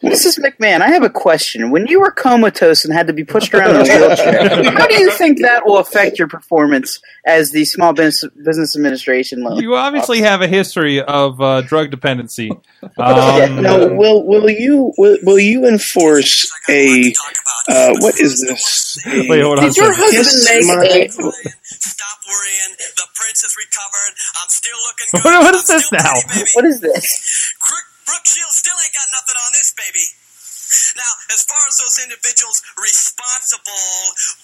C: Mrs. McMahon, I have a question. When you were comatose and had to be pushed around in
B: [LAUGHS]
C: a wheelchair, how do you think that will affect your performance as the Small Business, business Administration loan?
B: You obviously have a history of uh, drug dependency.
D: Yeah,
B: Um,
D: now, will will you will, will you enforce a uh, what is this? A-
B: Wait, hold on. a
F: Did your
B: second.
D: Kiss
F: husband
D: my-
F: make eggs?
H: Stop worrying. The prince has recovered. I'm still looking
B: What-
H: good.
B: what is
H: I'm
B: this
H: still
B: now?
H: pretty, baby.
C: What is this?
H: Crook, Brooke Shields still ain't got nothing on this baby. Now, as far as those individuals responsible,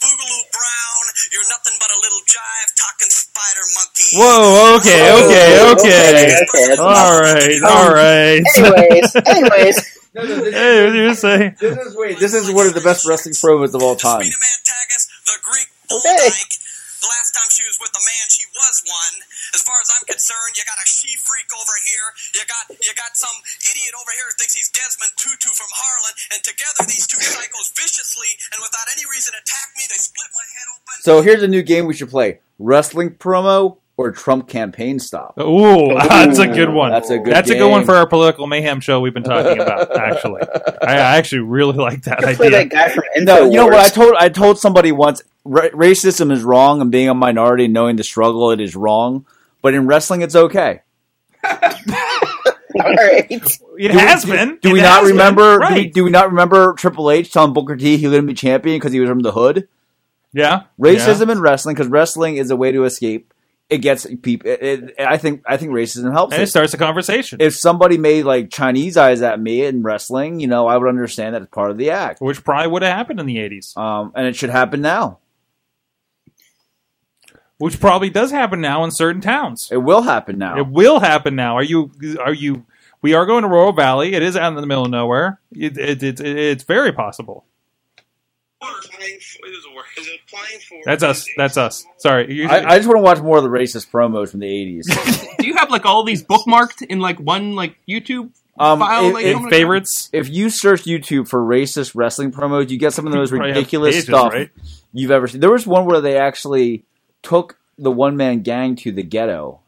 H: Boogaloo Brown, you're nothing but a little jive talking spider monkey.
B: Whoa, okay, okay,
C: Oh,
B: okay.
C: okay, that's
B: All right, all right.
C: Anyways, anyways,
B: Hey, what did you say?
E: This is wait. This is one of the best wrestling promos of all time.
H: Rita Mantagas, the Greek bull
C: Okay.
H: dyke. The last time she was with a man, she was one. As far as I'm concerned, you got a she freak over here. You got you got some idiot over here who thinks he's Desmond Tutu from Harlan. And together, these two cycles viciously and without any reason attack me. They split my head open.
E: So here's a new game we should play: wrestling promo or Trump campaign stop.
B: Ooh, [LAUGHS] that's a good one.
E: That's a good.
B: That's a good one
E: game.
B: for our political mayhem show we've been talking
E: [LAUGHS]
B: about. Actually, I, I actually really like that
C: play
B: idea.
C: that guy from Infowars.
E: No, you know what I told I told somebody once: ra- racism is wrong, and being a minority, knowing the struggle, it is wrong. But in wrestling, it's okay.
C: All right.
B: It
E: Do we-
B: has
E: do-
B: been.
E: Do we
B: It
E: not
B: has been.
E: remember?
B: Right.
E: Do, we, do we not remember Triple H telling Booker T he wouldn't be champion because he was from the hood?
B: yeah.
E: Racism in wrestling because wrestling is a way to escape. It gets people. It, it, I think. I think racism helps.
B: And it
E: it.
B: starts a conversation,
E: If somebody made like Chinese eyes at me in wrestling, you know, I would understand that it's part of the act,
B: which probably would have happened in the 80s,
E: um, and it should happen now.
B: which probably does happen now in certain towns.
E: It will happen now.
B: It will happen now. Are you are you We are going to Royal Valley. It is out in the middle of nowhere. It, it, it, it- it's very possible. That's us. That's us. Sorry. You-
E: I, I just want to watch more of the racist promos from
B: [LAUGHS]
E: the eighties.
G: Do you have like all these bookmarked in like one like YouTube
E: Um,
G: file?
E: it-
G: like,
E: it-
G: somewhere?
B: favorites.
E: if you search YouTube for racist wrestling promos, you get some of the most
B: Probably have
E: ridiculous
B: pages,
E: stuff
B: right?
E: you've ever seen. There was one where they actually took the one man gang to the ghetto.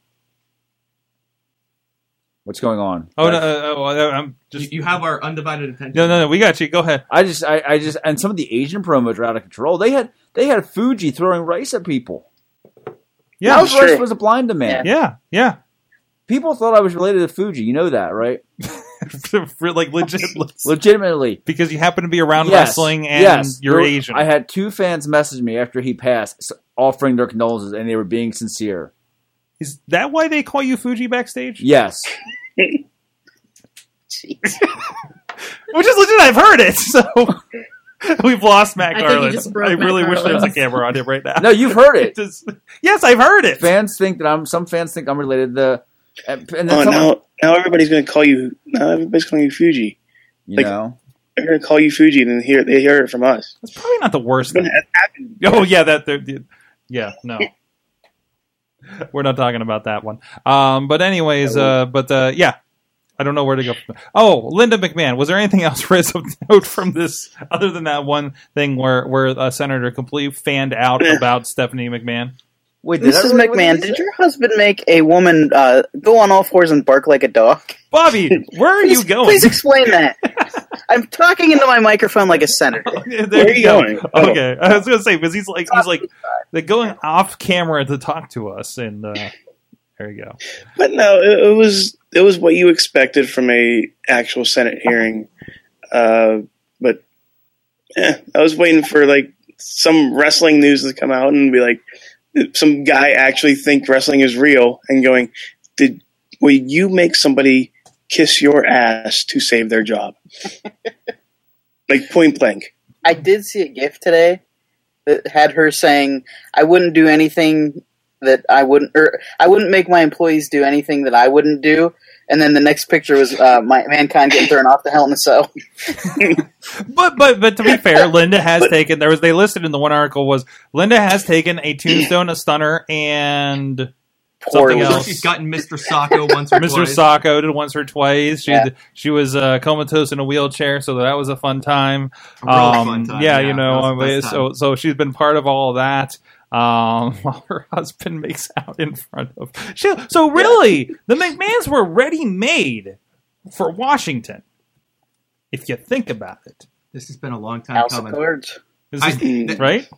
E: What's going on?
B: Oh
E: Like,
B: no! Uh, oh, uh, I'm
G: You,
B: just.
G: you have our undivided attention.
B: No, no, no. We got you. Go ahead.
E: I just, I, I just, and some of the Asian promos are out of control. They had, they had Fuji throwing rice at people.
B: Yeah.
E: I was,
D: Sure.
E: was a blind man.
B: Yeah. Yeah. [LAUGHS]
E: People thought I was related to Fuji. You know that, right?
B: like legit. [LAUGHS]
E: Legitimately,
B: Because you happen to be around
E: Yes,
B: wrestling and
E: yes.
B: you're
E: There-
B: Asian.
E: I had two fans message me after he passed, s- offering their condolences, and they were being sincere.
B: is that why they call you Fuji backstage?
E: Yes,
B: Which is legit. I've heard it. [LAUGHS] So we've lost Matt
F: I think you
B: Garland.
F: just broke
B: I
F: Matt
B: really wish there was a
F: Garland.
B: camera on him right now.
E: no, you've heard
B: [LAUGHS]
E: it.
B: Just- yes, I've heard it.
E: Fans think that I'm. Some fans think I'm related to. And, and then
D: Oh,
E: some-
D: now now everybody's going to call you. Now everybody's calling you Fuji.
E: you
D: like-
E: know,
D: They're going to call you Fuji, and then hear they hear it from us.
B: That's probably not the worst.
D: It's
B: Thing.
D: gonna happen.
B: Oh yeah, that there- the- yeah, no. We're not talking about that one. Um, but anyways, uh, but uh, yeah, I don't know where to go. From oh, Linda McMahon. Was there anything else, [LAUGHS] Riz, of note from this other than that one thing where where a senator completely fanned out about Stephanie McMahon?
E: wait, did I
C: Mrs.
E: really- what
C: McMahon,
E: he
C: did
E: say?
C: your husband make a woman uh, go on all fours and bark like a dog?
D: [LAUGHS]
B: Bobby, where are you
C: Please-
B: going?
C: Please explain that. I'm talking into my microphone like a senator.
B: [LAUGHS] there
D: Where are
B: you
D: you
B: go.
D: going?
B: [LAUGHS] Okay, I was gonna say because he's like he's
D: [LAUGHS]
B: like they're going off camera to talk to us, and uh, there you go.
D: But no, it, it was it was what you expected from a actual Senate hearing. Uh, but eh, I was waiting for like some wrestling news to come out and be like, some guy actually think wrestling is real and going, did will you make somebody kiss your ass to save
B: [LAUGHS]
D: their job? like point blank.
C: I did see a GIF today that had her saying, "I wouldn't do anything that I wouldn't, or I wouldn't make my employees do anything that I wouldn't do." And then the next picture was uh, my mankind getting thrown off the Hell in a Cell.
B: But but but to be fair, Linda has taken there was they listed in the one article was Linda has taken a tombstone, a stunner, and something
C: Poorly.
G: So
B: else.
G: she's gotten Mr. Sacco once or
B: Mr.
G: twice.
B: Sacco did once or twice. She
C: Yeah.
B: she was uh, comatose in a wheelchair, so that was a fun time.
G: A really
B: Um,
G: fun time,
B: Yeah,
G: yeah.
B: you
G: That
B: know,
G: was the best
B: so so she's been part of all that. Um, [LAUGHS] while her husband makes out in front of she, so really the McMahons were ready made for Washington. If you think about it,
G: This has been a long time
C: House of
G: coming.
C: Cards.
B: This
G: I,
B: is-
D: Mm.
G: th-
B: right?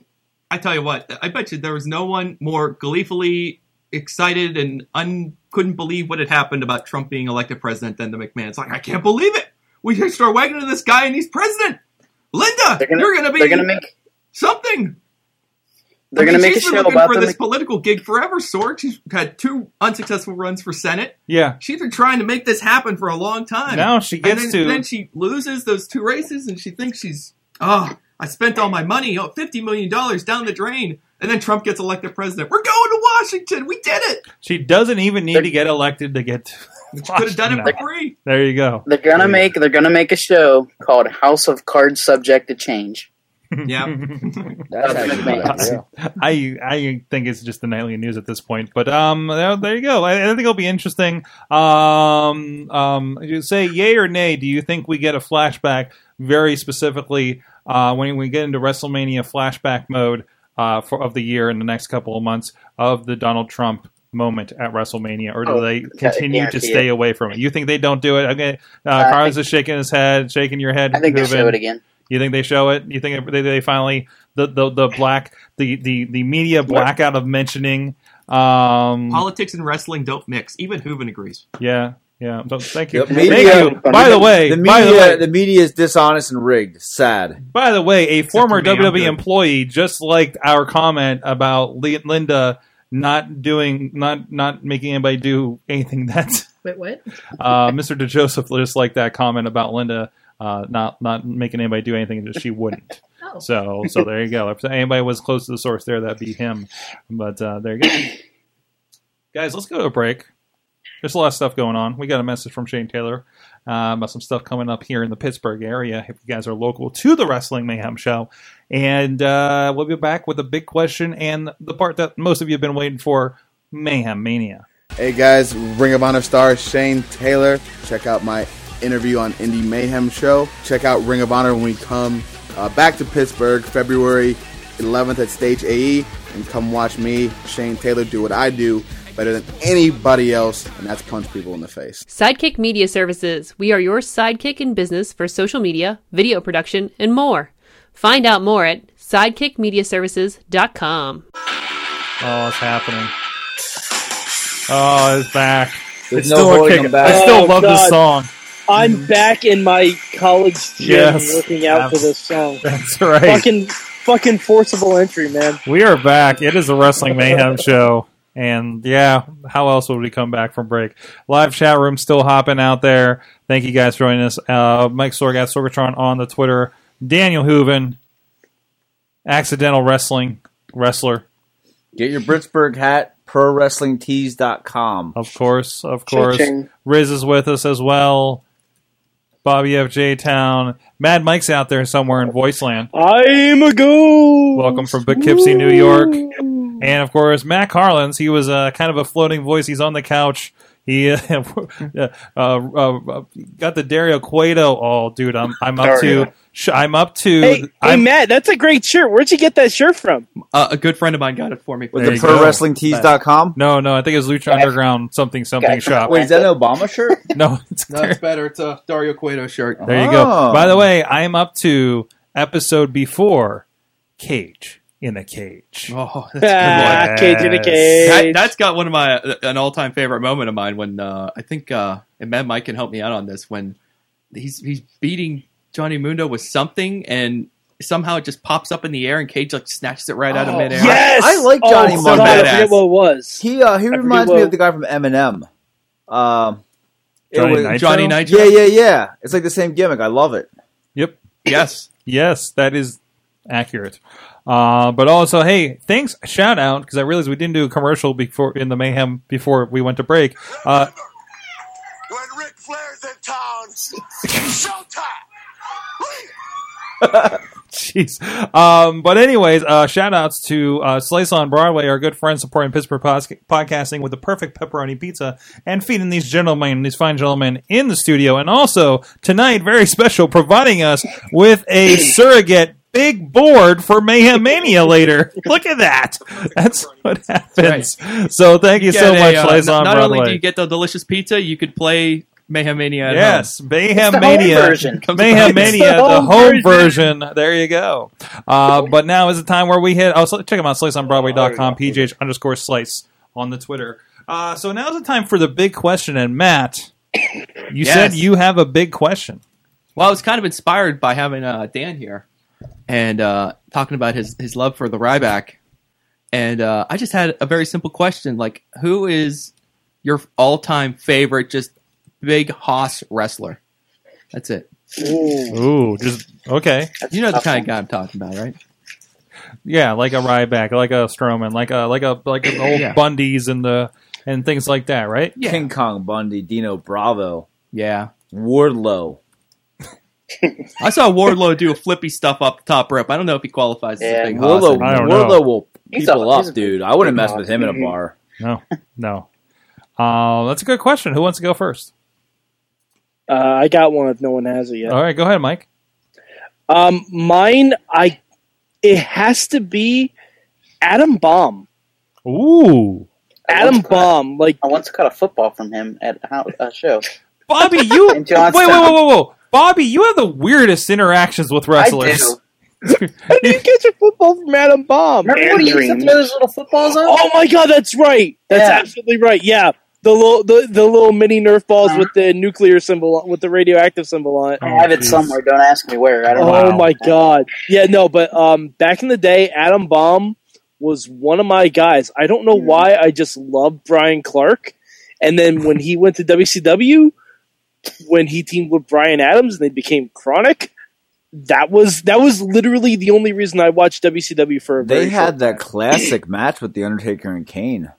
G: I tell you what, I bet you there was no one more gleefully excited and un- couldn't believe what had happened about Trump being elected president than the McMahons. Like, I can't believe it. We hitched our wagon to this guy and he's president. Linda,
C: They're gonna,
G: you're going to
C: They're
G: be
C: gonna make.
G: something.
C: They're
G: I mean,
C: gonna make a
G: she's been
C: show
G: looking
C: about
G: for
C: them.
G: this political gig forever, Sorg. She's had two unsuccessful runs for Senate.
B: Yeah.
G: She's been trying to make this happen for a long time.
B: Now she gets
G: and then,
B: to.
G: then she loses those two races, and she thinks she's oh, I spent all my money, oh, fifty million dollars down the drain. And then Trump gets elected president. We're going to Washington. We did it.
B: She doesn't even need to get elected to [LAUGHS] get.
G: She could have done it for free.
B: There you go.
C: They're gonna make. They're gonna make a show called House of Cards, subject to change.
G: [LAUGHS] Yeah,
B: [LAUGHS]
E: That's
C: That's
E: actually a good
C: McMahon.
E: idea.
B: I I think it's just the nightly news at this point, but um, there, there you go. I, I think it'll be interesting. Um, um, you say yay or nay? Do you think we get a flashback very specifically uh, when we get into WrestleMania flashback mode uh, for, of the year in the next couple of months of the Donald Trump moment at WrestleMania, or do
C: Oh,
B: they continue to
C: guarantee
B: stay away from it? You think they don't do it? Okay, uh,
C: I
B: Carlos is shaking his head, shaking your head.
C: I think they
B: Hooven.
C: show it again.
B: You think they show it? You think they, they finally the, the the black the the the media blackout of mentioning? Um,
G: politics and wrestling don't mix. Even Hooven agrees.
B: yeah, yeah. So thank you.
E: The media-
B: thank you. By the way,
E: The media,
B: by the way,
E: the media is dishonest and rigged. Sad.
B: by the way, a former
G: for me, I'm
B: WWE
G: good.
B: employee just liked our comment about Li- Linda not doing not not making anybody do anything [LAUGHS] that
F: Wait, what?
B: uh, Mr. DeJoseph just liked that comment about Linda uh, not not making anybody do anything that she wouldn't.
F: Oh,
B: So, so there you go. If anybody was close to the source there, that'd be him. But uh, there you go, guys. Let's go to a break. There's a lot of stuff going on. We got a message from Shane Taylor uh, about some stuff coming up here in the Pittsburgh area. If you guys are local to the Wrestling Mayhem show, and uh, we'll be back with a big question and the part that most of you have been waiting for: Mayhem Mania.
J: Hey guys, Ring of Honor star Shane Taylor. Check out my interview on Indie Mayhem Show. Check out Ring of Honor when we come uh, back to Pittsburgh February 11th at Stage AE. And come watch me, Shane Taylor, do what I do better than anybody else, and that's punch people in the face.
K: Sidekick Media Services. We are your sidekick in business for social media, video production, and more. Find out more at sidekickmediaservices.com.
B: Oh, it's happening. Oh, it's back.
E: There's
B: it's
E: no
B: still a
E: holding
B: kick.
E: him back.
B: I still
L: Oh,
B: love this
L: God.
B: song. [LAUGHS]
L: I'm back in my college gym
B: Yes.
L: looking out for this song.
B: That's right.
L: Fucking, fucking forcible entry, man.
B: We are back. It is a Wrestling Mayhem show. And yeah, how else would we come back from break? Live chat room still hopping out there. Thank you guys for joining us. Uh, Mike Sorgat, Sorgatron on the Twitter. Daniel Hooven, accidental wrestling wrestler.
E: Get your Britsburg hat, prowrestlingtees.com.
B: Of course, of course. Riz is with us as well. Bobby FJ Town. Mad Mike's out there somewhere in Voiceland.
L: I'm a ghoul.
B: Welcome from Poughkeepsie, New York. And of course, Matt Carlins. He was uh, kind of a floating voice. He's on the couch. He [LAUGHS] uh, uh, uh, got the Dario Cueto. Oh, dude, I'm I'm up to
L: Dario.
B: sh- I'm up to
L: Hey, hey,
B: I'm,
L: Matt, that's a great shirt. Where'd you get that shirt from?
G: Uh, a good friend of mine got it for me.
E: With
B: There
E: the
B: you go.
E: prowrestlingtees.com?
B: No, no, I think it's Lucha Underground something something shop.
E: Wait, is that an Obama shirt?
B: No, it's
G: No, it's better. It's a Dario Cueto shirt.
B: There you go.
E: Oh.
B: By the way, I am up to episode before Cage in a Cage.
G: Oh, that's a good one.
L: Ah, Cage in a
B: Yes.
L: cage.
G: That, has got one of my an all time favorite moment of mine when uh, I think uh, and Matt Mike can help me out on this when he's he's beating Johnny Mundo with something and somehow it just pops up in the air and Cage like snatches it right out
B: Oh,
G: of midair.
L: yes,
E: I like Johnny
L: oh,
E: Mundo.
L: God, I
G: Badass.
L: forget what it was.
E: He uh, he reminds me
L: well-
E: of the guy from Eminem. Um, it
B: Johnny
E: was-
B: Nitro?
G: Johnny Nitro.
E: Yeah, yeah, yeah. It's like the same gimmick. I love it.
B: Yep.
G: Yes.
B: Yes, that is accurate. Uh, but also, hey, thanks. Shout out because I realized we didn't do a commercial before in the mayhem before we went to break. Uh,
I: When Ric Flair's in town, showtime!
B: [LAUGHS] Jeez. Um, but anyways, uh, shout outs to uh, Slice on Broadway, our good friends supporting Pittsburgh pos- podcasting with the perfect pepperoni pizza and feeding these gentlemen, these fine gentlemen in the studio. And also tonight, very special, providing us with a surrogate big board for Mayhem Mania later. [LAUGHS] Look at that. That's what happens. So thank you so
G: Get a,
B: much,
G: uh,
B: Slice
G: n-
B: on
G: Not
B: Broadway.
G: only do you get the delicious pizza, you could play Mayhem Mania. At
B: Yes,
L: It's
B: Mayhem
L: the home
B: Mania.
L: version.
G: Comes
B: Mayhem
G: with- um, [LAUGHS] It's the
B: Mania, the
L: home
B: home version. There you go. Uh, but now is the time where we hit. Oh, so check them out. SliceOnBroadway.com, PJH underscore Slice on the Twitter. Uh, so now is the time for the big question. And Matt, you
G: Yes.
B: said you have a big question.
G: Well, I was kind of inspired by having uh, Dan here and uh, talking about his, his love for the Ryback. And uh, I just had a very simple question: like, who is your all time favorite, just big hoss wrestler? That's it.
L: Ooh.
B: Ooh, just okay.
G: You know the kind of guy I'm talking about, right?
B: Yeah, like a Ryback, like a Strowman, like a like a like an old
G: Yeah.
B: Bundy's and the and things like that, right?
G: Yeah.
E: King Kong Bundy, Dino Bravo,
G: Yeah.
E: Wardlow.
G: I saw Wardlow do a flippy stuff off the top rope. I don't know if he qualifies as
C: Yeah,
G: a big hoss.
E: Wardlow,
B: I don't know.
E: Wardlow will
C: He's a-
E: people
C: he's
E: up,
C: a-
E: dude. I wouldn't mess with him in a bar.
B: No, no. Uh, that's a good question. Who wants to go first?
L: Uh, I got one if no one has it yet.
B: All right, go ahead, Mike.
L: Um, mine, I it has to be Adam Bomb.
B: Ooh.
L: Adam
C: What's that?
L: Bomb, like
C: I once caught a football from him at a, hou- a show.
B: Bobby, you wait,
C: And
B: wait,
C: John
B: wait,
C: Stout.
B: whoa, whoa, Bobby, you have the weirdest interactions with
C: I
B: wrestlers.
C: do.
L: how do you catch a football from Adam Bomb?
C: Remember when he used to
D: Mandarin.
C: throw those little footballs on?
L: Oh my god, that's right. That's
C: Yeah.
L: absolutely right. Yeah. The little the, the little mini nerf balls with the nuclear symbol on- with the radioactive symbol on it.
G: Oh,
C: I have it
B: Jeez.
C: somewhere. Don't ask me where. I don't know.
B: Wow.
L: Oh my god. Yeah, no, but um back in the day Adam Bomb was one of my guys. I don't know
C: Mhm.
L: why I just loved Brian Clark. And then when he went to WCW, when he teamed with Brian Adams and they became chronic, that was that was literally the only reason I watched WCW for a very
E: They
L: short
E: had that classic match with the Undertaker and Kane.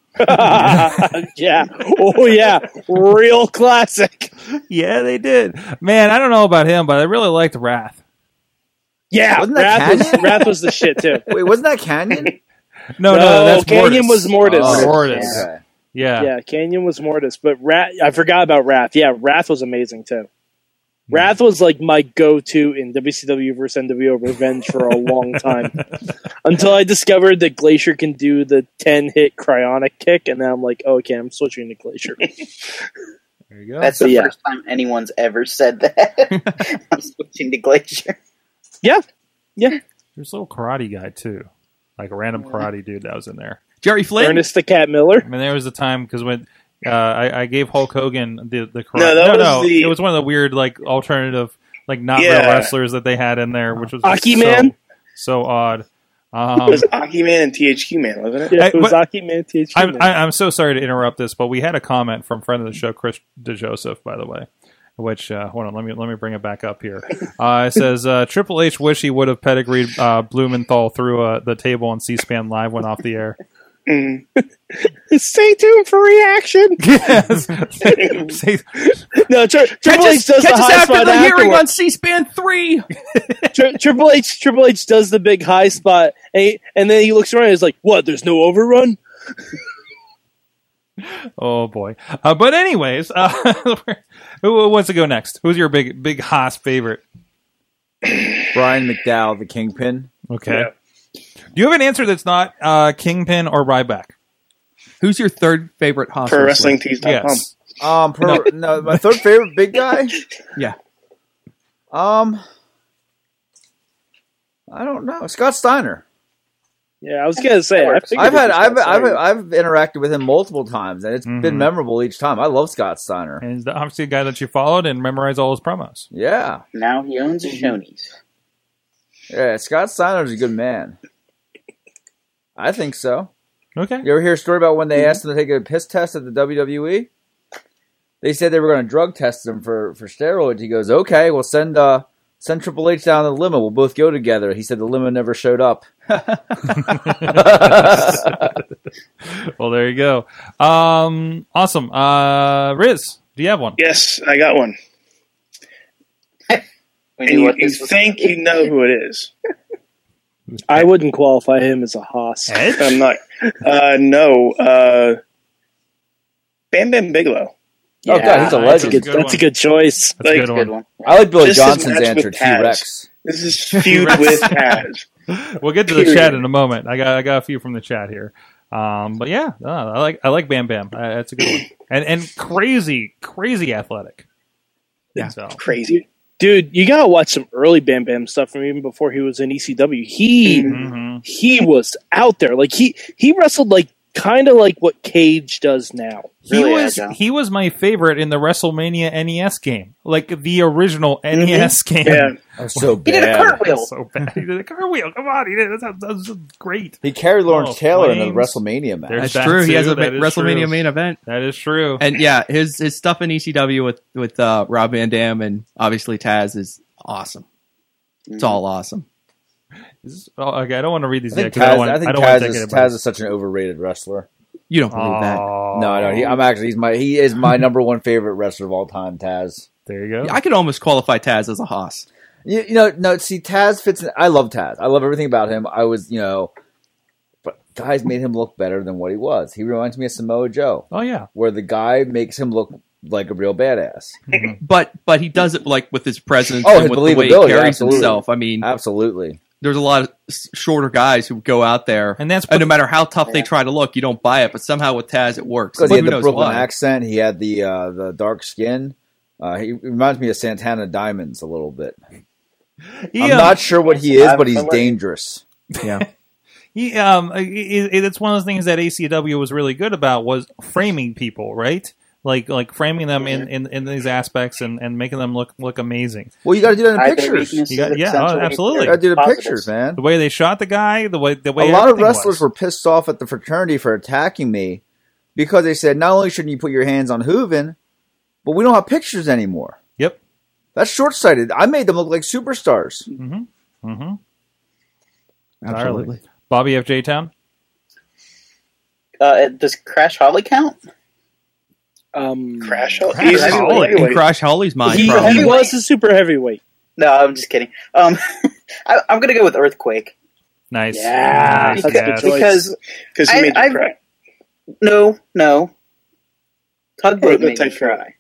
L: yeah. Oh yeah. Real classic.
B: [LAUGHS] Yeah, they did. Man, I don't know about him, but I really liked Wrath.
L: [LAUGHS] Yeah,
B: Wasn't that
L: Wrath was,
B: Canyon?
L: Wrath was the shit too.
E: [LAUGHS] Wait, wasn't
L: [LAUGHS]
E: that Canyon?
B: No, no,
L: No,
B: that's
L: Canyon
B: Mortis.
L: was Mortis.
B: Oh,
L: Mortis.
B: Mortis.
L: Okay.
B: Yeah.
L: Yeah, Canyon was Mortis, but Wrath. I forgot about Wrath. Yeah, Wrath was amazing too. Wrath was like my go-to in WCW versus NWO Revenge for
B: [LAUGHS]
L: a long time, until I discovered that Glacier can do the ten-hit cryonic kick, and then I'm like, oh, okay, I'm switching to Glacier.
B: there you go.
C: That's the
L: Yeah.
C: first time anyone's ever said that.
G: [LAUGHS]
C: [LAUGHS] I'm switching to Glacier.
L: Yeah. Yeah.
B: There's a little karate guy too, like a random karate dude that was in there.
G: Jerry Flynn,
L: Ernest the Cat Miller.
B: I mean, there was a time because when uh, I, I gave Hulk Hogan the the karate.
L: No, that was the-
B: it was one of the weird like alternative like not real
L: Yeah.
B: wrestlers that they had in there, which was just
L: Aki
B: so,
L: Man?
B: so odd.
D: it
B: Um,
D: was Aki Man and THQ Man, wasn't it?
L: Yeah, it
B: Hey,
L: was
B: but-
L: Aki Man, THQ
B: I'm,
L: Man.
B: I, I'm so sorry to interrupt this, but we had a comment from friend of the show Chris DeJoseph, by the way. Which uh, hold on, let me let me bring it back up here. Uh, it says uh, Triple H wish he would have pedigreed uh, Blumenthal through uh, the table on C-SPAN Live went off the air.
L: Mm. [LAUGHS] Stay tuned for
B: [LAUGHS]
L: reaction. no, tri- Triple H does the high spot afterward.
G: C-SPAN three.
L: Tri- Triple H Triple H does the big high spot, and, he- and then he looks around. and He's like, "What? There's no overrun."
B: Oh boy! Uh, but anyways, uh, [LAUGHS] who wants to go next? Who's your big big Haas favorite?
E: Brian McDowell, the kingpin.
B: Okay. Do you have an answer that's not uh, Kingpin or Ryback?
G: Who's your third favorite Haas?
D: Pro wrestling tees.com.
B: Yes.
E: Um, per, no, my third favorite
L: [LAUGHS]
E: big guy.
G: Yeah.
E: Um, I don't know. Scott Steiner.
L: Yeah, I was gonna say. I figured
E: I've
L: it
E: had
L: was
E: I've,
L: that
E: I've
L: story.
E: I've interacted with him multiple times, and it's
B: Mhm.
E: been memorable each time. I love Scott Steiner.
B: And he's obviously a guy that you followed and memorized all his promos.
E: Yeah,
C: Now he owns a Shoney's.
E: yeah. Scott Steiner's a good man. I think so.
B: Okay.
E: You ever hear a story about when they asked him to take a piss test at the WWE? They said they were going to drug test him for for steroids. He goes, "Okay, we'll send uh send Triple H down to the limo. We'll both go together." He said the limo never showed up.
B: Well, there you go. Um, awesome. Uh, Riz, do you have one?
D: Yes, I got one.
C: We
D: And
C: knew
D: you,
C: what
D: you
C: this was-
D: think you know who it is.
L: I wouldn't qualify him as a Haas.
D: I'm not. Uh, no. Uh, Bam Bam Bigelow.
E: Oh, God, he's a
L: that's good,
E: legend.
B: That's a good
L: that's a good choice.
B: That's
D: like,
B: a good
C: Good
B: one.
C: one.
E: I like Billy
D: Just his
E: Johnson's
D: match
E: answer,
D: with
E: T
D: Taz.
E: Rex.
D: This is feud with Taz.
B: We'll get to the
D: Period.
B: chat in a moment. I got I got a few from the chat here. Um, but yeah, no, I like I like Bam Bam. Uh, that's a good one. And and crazy crazy athletic.
G: Yeah.
B: So
D: Crazy.
L: Dude, you gotta watch some early Bam Bam stuff from even before he was in ECW. He
B: mhm.
L: he was out there. Like he he wrestled like kind of like what Cage does now.
B: he
C: Really
B: was
C: agile.
B: he was my favorite in the WrestleMania NES game, like the original NES game.
D: Yeah.
E: Oh, so
C: He did a
E: bad.
C: cartwheel.
B: So bad. He did a cartwheel. Come on, he did. That sounds- that was great.
E: He carried Lawrence
B: Oh,
E: Taylor in the
B: flames.
E: WrestleMania match.
B: There's
G: That's
B: that
G: true. he has
B: too.
G: a
B: That is
G: WrestleMania
B: true.
G: main event.
B: That is true.
G: And yeah, his his stuff in ECW with with uh, Rob Van Dam and obviously Taz is awesome.
E: Mm.
G: It's all awesome.
B: Is- oh, okay, I don't want to read
E: I
B: these yet
E: think
B: 'cause I
E: Taz,
B: don't want.
E: I
B: I,
E: think
B: don't want
E: Taz,
B: to take
E: is,
B: it.
E: Taz is such an overrated wrestler.
G: You don't believe that?
E: No, I know. He, I'm actually he's my he
G: [LAUGHS]
E: is my number one favorite wrestler of all time. Taz.
B: there you go.
G: I could almost qualify Taz as a Haas.
E: You, you know, no. See, Taz fits. In, I love Taz. I love everything about him. I was, you know, but guys made him look better than what he was. He reminds me of Samoa Joe,
B: oh
E: [LAUGHS]
B: yeah.
E: where the guy makes him look like a real badass.
B: Mm-hmm.
G: But but he does it like with his presence
E: Oh,
G: and
E: his
G: with the way he
E: believability,
G: carries
E: absolutely.
G: himself. I mean,
E: Absolutely.
G: there's a lot of s- shorter guys who go out there,
B: And that's-
G: and no matter how tough they try to look, you don't buy it. But somehow with Taz, it works.
E: because he had
G: Who
E: the
G: knows
E: Brooklyn
G: why?
E: accent. He had the uh, the dark skin. Uh, he reminds me of Santana Diamonds a little bit.
B: He,
E: I'm
B: um,
E: not sure what he is,
C: I'm
E: but he's
C: familiar.
E: dangerous.
G: Yeah,
B: He, um, i- i- i- it's one of those things that ACW was really good about was framing people, right? Like like framing them in, in, in these aspects and, and making them look look amazing.
E: [LAUGHS] Well, you got to do that in
C: Hide their
E: pictures. You
C: weaknesses,
B: You got- yeah, oh,
C: accentuate
B: absolutely.
E: got
C: their
E: to do the
C: positives.
E: pictures, man.
B: The way they shot the guy, the way the way
E: a lot of
B: everything
E: wrestlers
B: was.
E: were pissed off at the fraternity for attacking me because they said not only shouldn't you put your hands on Hooven, but we don't have pictures anymore.
B: Yep.
E: That's short sighted. I made them look like superstars.
B: Mm-hmm.
G: absolutely.
B: Bobby F. J. Town.
C: Uh, does Crash Holly count?
L: Um,
C: Crash
L: Crash he's a Holly. heavyweight.
G: In Crash Holly's mind,
L: He,
G: probably.
L: he was a super heavyweight.
C: No, I'm just kidding. Um, [LAUGHS] I, I'm gonna go with Earthquake.
B: Nice.
L: Yeah,
B: Nice,
L: that's
B: yes.
L: the choice.
C: because
D: 'Cause he
C: I-
D: made you
C: I've-
D: cry.
C: No, no.
D: Or
C: Tugboat
D: the
C: made me
D: Typhoon.
C: cry.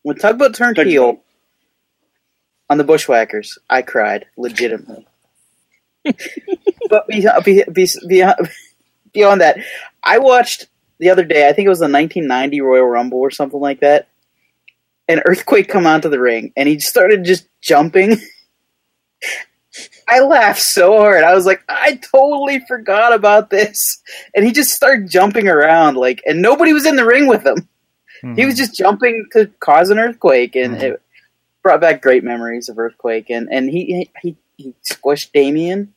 C: When Tugboat turned heel on the Bushwhackers, I cried legitimately. but be, be, be, beyond, beyond that, I watched the other day. I think it was the 1990 Royal Rumble or something like that. An earthquake come onto the ring, and he started just jumping. I laughed so hard. I was like, I totally forgot about this. And he just started jumping around, like, and nobody was in the ring with him.
B: Mm-hmm.
C: He
E: Mm-hmm.
C: was just jumping to cause an earthquake, and it brought back great memories of earthquake. And and he he he squished Damien,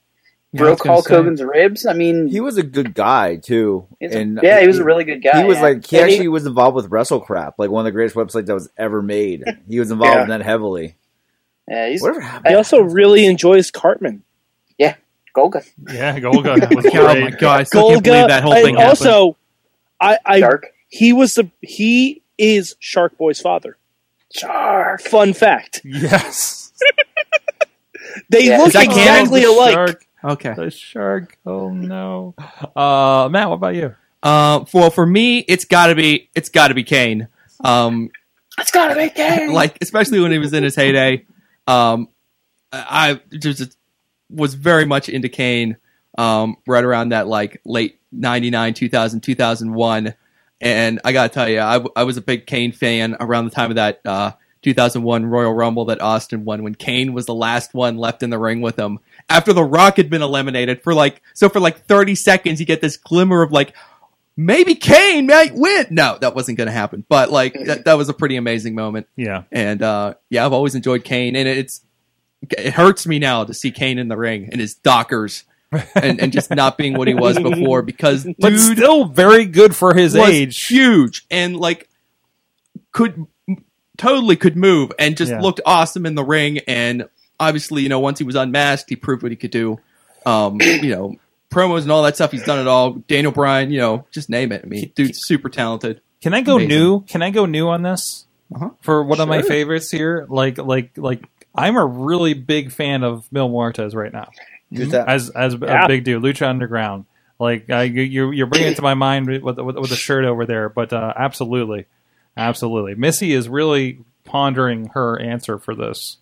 E: Yeah, I was
C: broke
E: gonna
C: Hulk
E: say.
C: Hogan's ribs. I mean,
E: He was a good guy too,
C: He's a- yeah, he was a really good guy,
E: He was
C: yeah.
E: like he
C: And he-
E: actually was involved with WrestleCrap, like one of the greatest websites that was ever made. He was involved
L: Yeah.
E: in that heavily.
C: Yeah, he's,
E: Whatever
L: he also really enjoys Cartman.
C: Yeah, Golga.
B: Yeah,
L: [LAUGHS]
B: Golga. was
G: Oh my
B: great.
G: god, I still can't believe that whole
L: and
G: thing happened.
L: Also, I, I he was the he is Shark Boy's father.
C: Shark.
L: Fun fact.
B: Yes.
L: they
B: Yeah,
L: look
B: is that canon?
L: exactly
B: The
L: alike.
B: shark.
G: Okay.
B: The shark. Oh no. Uh, Matt, what about you?
G: Uh, for- well, for me, it's gotta be it's gotta be Kane. Um,
C: it's gotta be
G: [LAUGHS]
C: Kane.
G: like especially when he was in his heyday. Um, I I just was very much into Kane. Um, right around that like late '99, 2000, 2001, and I gotta tell you, I, w- I was a big Kane fan around the time of that uh, 2001 Royal Rumble that Austin won when Kane was the last one left in the ring with him after The Rock had been eliminated for like so for like 30 seconds you get this glimmer of like maybe Kane might win. No, that wasn't going to happen. But like that, that was a pretty amazing moment.
B: Yeah.
G: And uh, yeah, I've always enjoyed Kane, and it's it hurts me now to see Kane in the ring and his Dockers.
B: [LAUGHS]
G: and, and just not being what he was before because dude
B: But still very good for his
G: was
B: age.
G: huge and like could totally could move and just
B: Yeah.
G: looked awesome in the ring and obviously you know once he was unmasked he proved what he could do um you know promos and all that stuff he's done it all Daniel Bryan you know just name it I mean dude's super talented
B: Can I go
G: Amazing.
B: new? Can I go new on this?
L: Uh-huh.
B: For one of my
G: Sure.
B: favorites here, like like like I'm a really big fan of Mil Muertes right now.
E: Who's that?
B: Mm-hmm. As as
E: Yeah.
B: a big dude, Lucha Underground. Like I, you- you you're bringing it to my mind with with, with the shirt over there, but uh, absolutely, absolutely. Missy is really pondering her answer for this.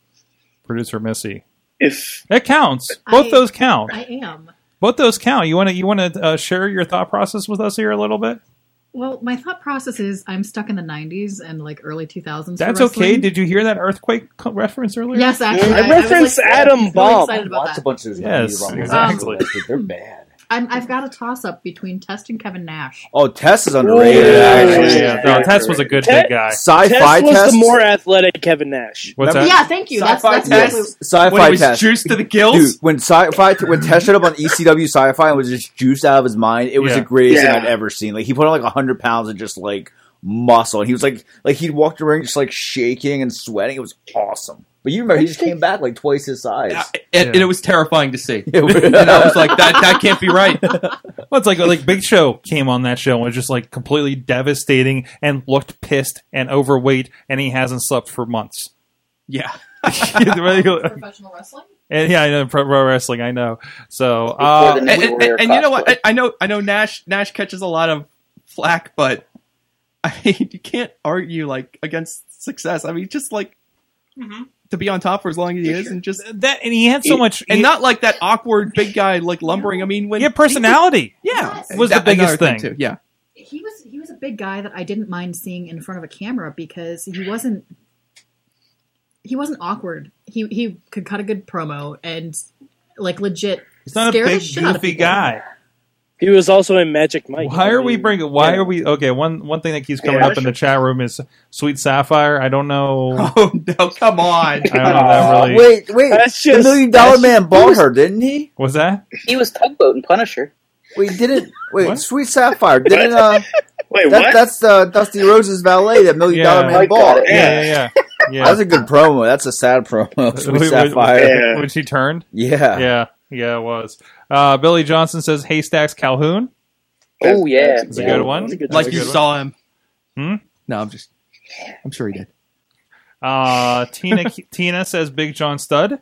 B: Producer Missy,
D: if
B: it counts, both
F: I-
B: those count.
F: I am.
B: both those count. You want to you want to uh, share your thought process with us here a little bit?
F: Well, my thought process is I'm stuck in the 90s and like early 2000s. for
B: That's
F: wrestling.
B: okay. Did you hear that earthquake co- reference earlier?
F: Yes, actually, I- I was, like, really excited about that.
E: bunch of
B: Yes,
F: exactly.
E: They're bad.
F: I'm, I've got a toss up between Test and Kevin Nash.
E: Oh, Tess is underrated.
B: Yeah,
E: actually.
B: yeah, yeah. No, Tess was a good
L: Ted-
B: big guy.
E: Sci-fi
L: Tess was
E: Test?
L: the more athletic Kevin Nash.
B: What's
F: Yeah, thank you. That's, that's
E: Yes,
F: exactly-
E: sci-fi
L: When he was
E: test.
L: juiced
G: to the gills?
E: Dude, when sci-fi when Tess showed up on ECW sci-fi and was just juiced out of his mind, it was
G: Yeah.
E: the greatest
G: Yeah.
E: thing I'd ever seen. Like he put on like hundred pounds and just like muscle, and he was like like he'd walk the ring just like shaking and sweating. It was awesome. But you remember he just came back like twice his size.
G: and, and it was terrifying
B: [LAUGHS]
G: to see
E: was-
G: and I was like that that can't be right
B: Well, it's like like Big Show came on that show and was just like completely devastating and looked pissed and overweight and he hasn't slept for months. [LAUGHS]
G: Yeah.
F: Professional wrestling?
B: and yeah, I know pro pro wrestling. I know. So uh,
G: and, and- and- and you know what? I, I know I know Nash Nash catches a lot of flack, but I mean [LAUGHS] you can't argue like against success. I mean just like to be on top for as long as he is, and just
B: that and he had so much-
G: and
B: he-
G: not like that awkward big guy like lumbering. I mean when
B: Yeah, personality.
G: yeah,
B: was the
G: That- another
B: biggest thing.
G: too. Yeah,
F: He was he was a big guy that I didn't mind seeing in front of a camera because he wasn't he wasn't awkward. He he could cut a good promo and like legit.
B: He's not a
F: scare the
B: big
F: shit out of
B: goofy
F: people.
B: guy.
L: He was also in Magic Mike.
B: Why are we bringing? Why are we? Okay, one one thing that keeps coming
L: Yeah,
B: up in the chat room is Sweet Sapphire. I don't know.
G: [LAUGHS] Oh no! Come
E: [LAUGHS]
G: on.
B: I don't know that really.
E: Wait, wait. the million dollar man bought her, didn't he?
B: Was that?
C: He was tugboat and Punisher.
E: Wait, didn't wait, Sweet Sapphire didn't uh
D: Wait,
E: that,
D: what?
E: That's uh, Dusty Rose's valet that Million
B: Yeah.
E: Dollar Man
B: I
E: bought.
B: got it. Yeah, yeah, yeah.
E: [LAUGHS]
B: Yeah.
E: That's a good promo. That's a sad promo. [LAUGHS] Sweet
B: Wait, wait,
E: Sapphire.
B: When, when she turned?
E: Yeah.
B: Yeah. Yeah, it was. Uh, Billy Johnson says Haystacks Calhoun.
C: Oh yeah,
B: It's a good one.
G: Like you saw him.
B: Hmm?
G: No, I'm just. I'm sure he did.
E: [LAUGHS]
B: Uh, Tina Tina says Big John Stud.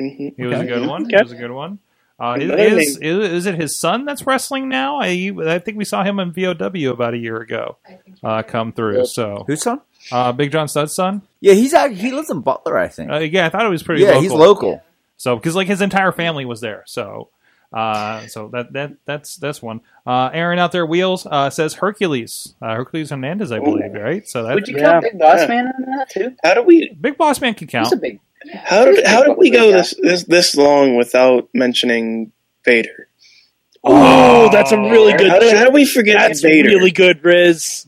L: Mm-hmm.
B: It was a good one. It was a good one. Uh, is,
D: Another
B: is, is is it his son that's wrestling now? I I think we saw him on VOW about a year ago. Uh, come through. So
E: whose son?
B: Uh, Big John Stud's son.
E: Yeah, he's out. He lives in Butler, I think.
B: Uh, yeah, I thought it was pretty.
E: Yeah,
B: local.
E: he's local.
B: So because like his entire family was there, so uh, so that that that's that's one. Uh, Aaron out there, wheels uh, says Hercules, uh, Hercules Hernandez, I believe, right? So that
C: Would you count Big Boss Man out of that too?
D: How do we?
B: Big Boss Man could count.
C: He's a big.
D: How did how did we go this, this this long without mentioning Vader?
L: Oh, that's a really good.
D: How did, how did we
L: choice.
D: forget
L: That's
D: Vader?
L: really good, Riz.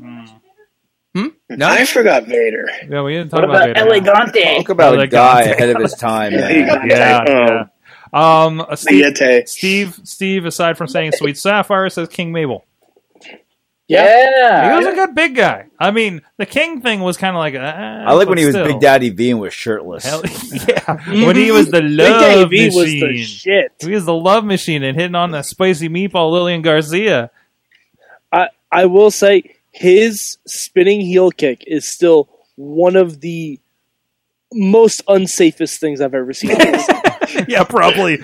D: No, I forgot Vader.
B: Yeah, we didn't
C: What
B: talk about, uh,
C: about
B: Vader.
C: Elegante?
E: Talk about
B: Another [LAUGHS]
E: a guy
B: guy.
E: ahead of his time. man.
B: Oh, yeah, yeah.
D: Oh,
B: Um, uh, Steve,
D: Siete.
B: Steve, Steve. Aside from saying "Sweet Sapphire," says King Mabel. He
C: Yeah.
B: was a good big guy. I mean, the King thing was kind of like. Uh,
E: I like when he was
B: still.
E: Big Daddy V and was shirtless.
B: Hell, [LAUGHS] yeah, when he was the
L: Big
B: love
L: Dave
B: machine.
L: was the shit.
B: he was the love machine and hitting on the spicy meatball, Lillian Garcia. [LAUGHS]
L: I I will say his spinning heel kick is still one of the most unsafest things I've ever seen.
B: yeah, probably. [LAUGHS]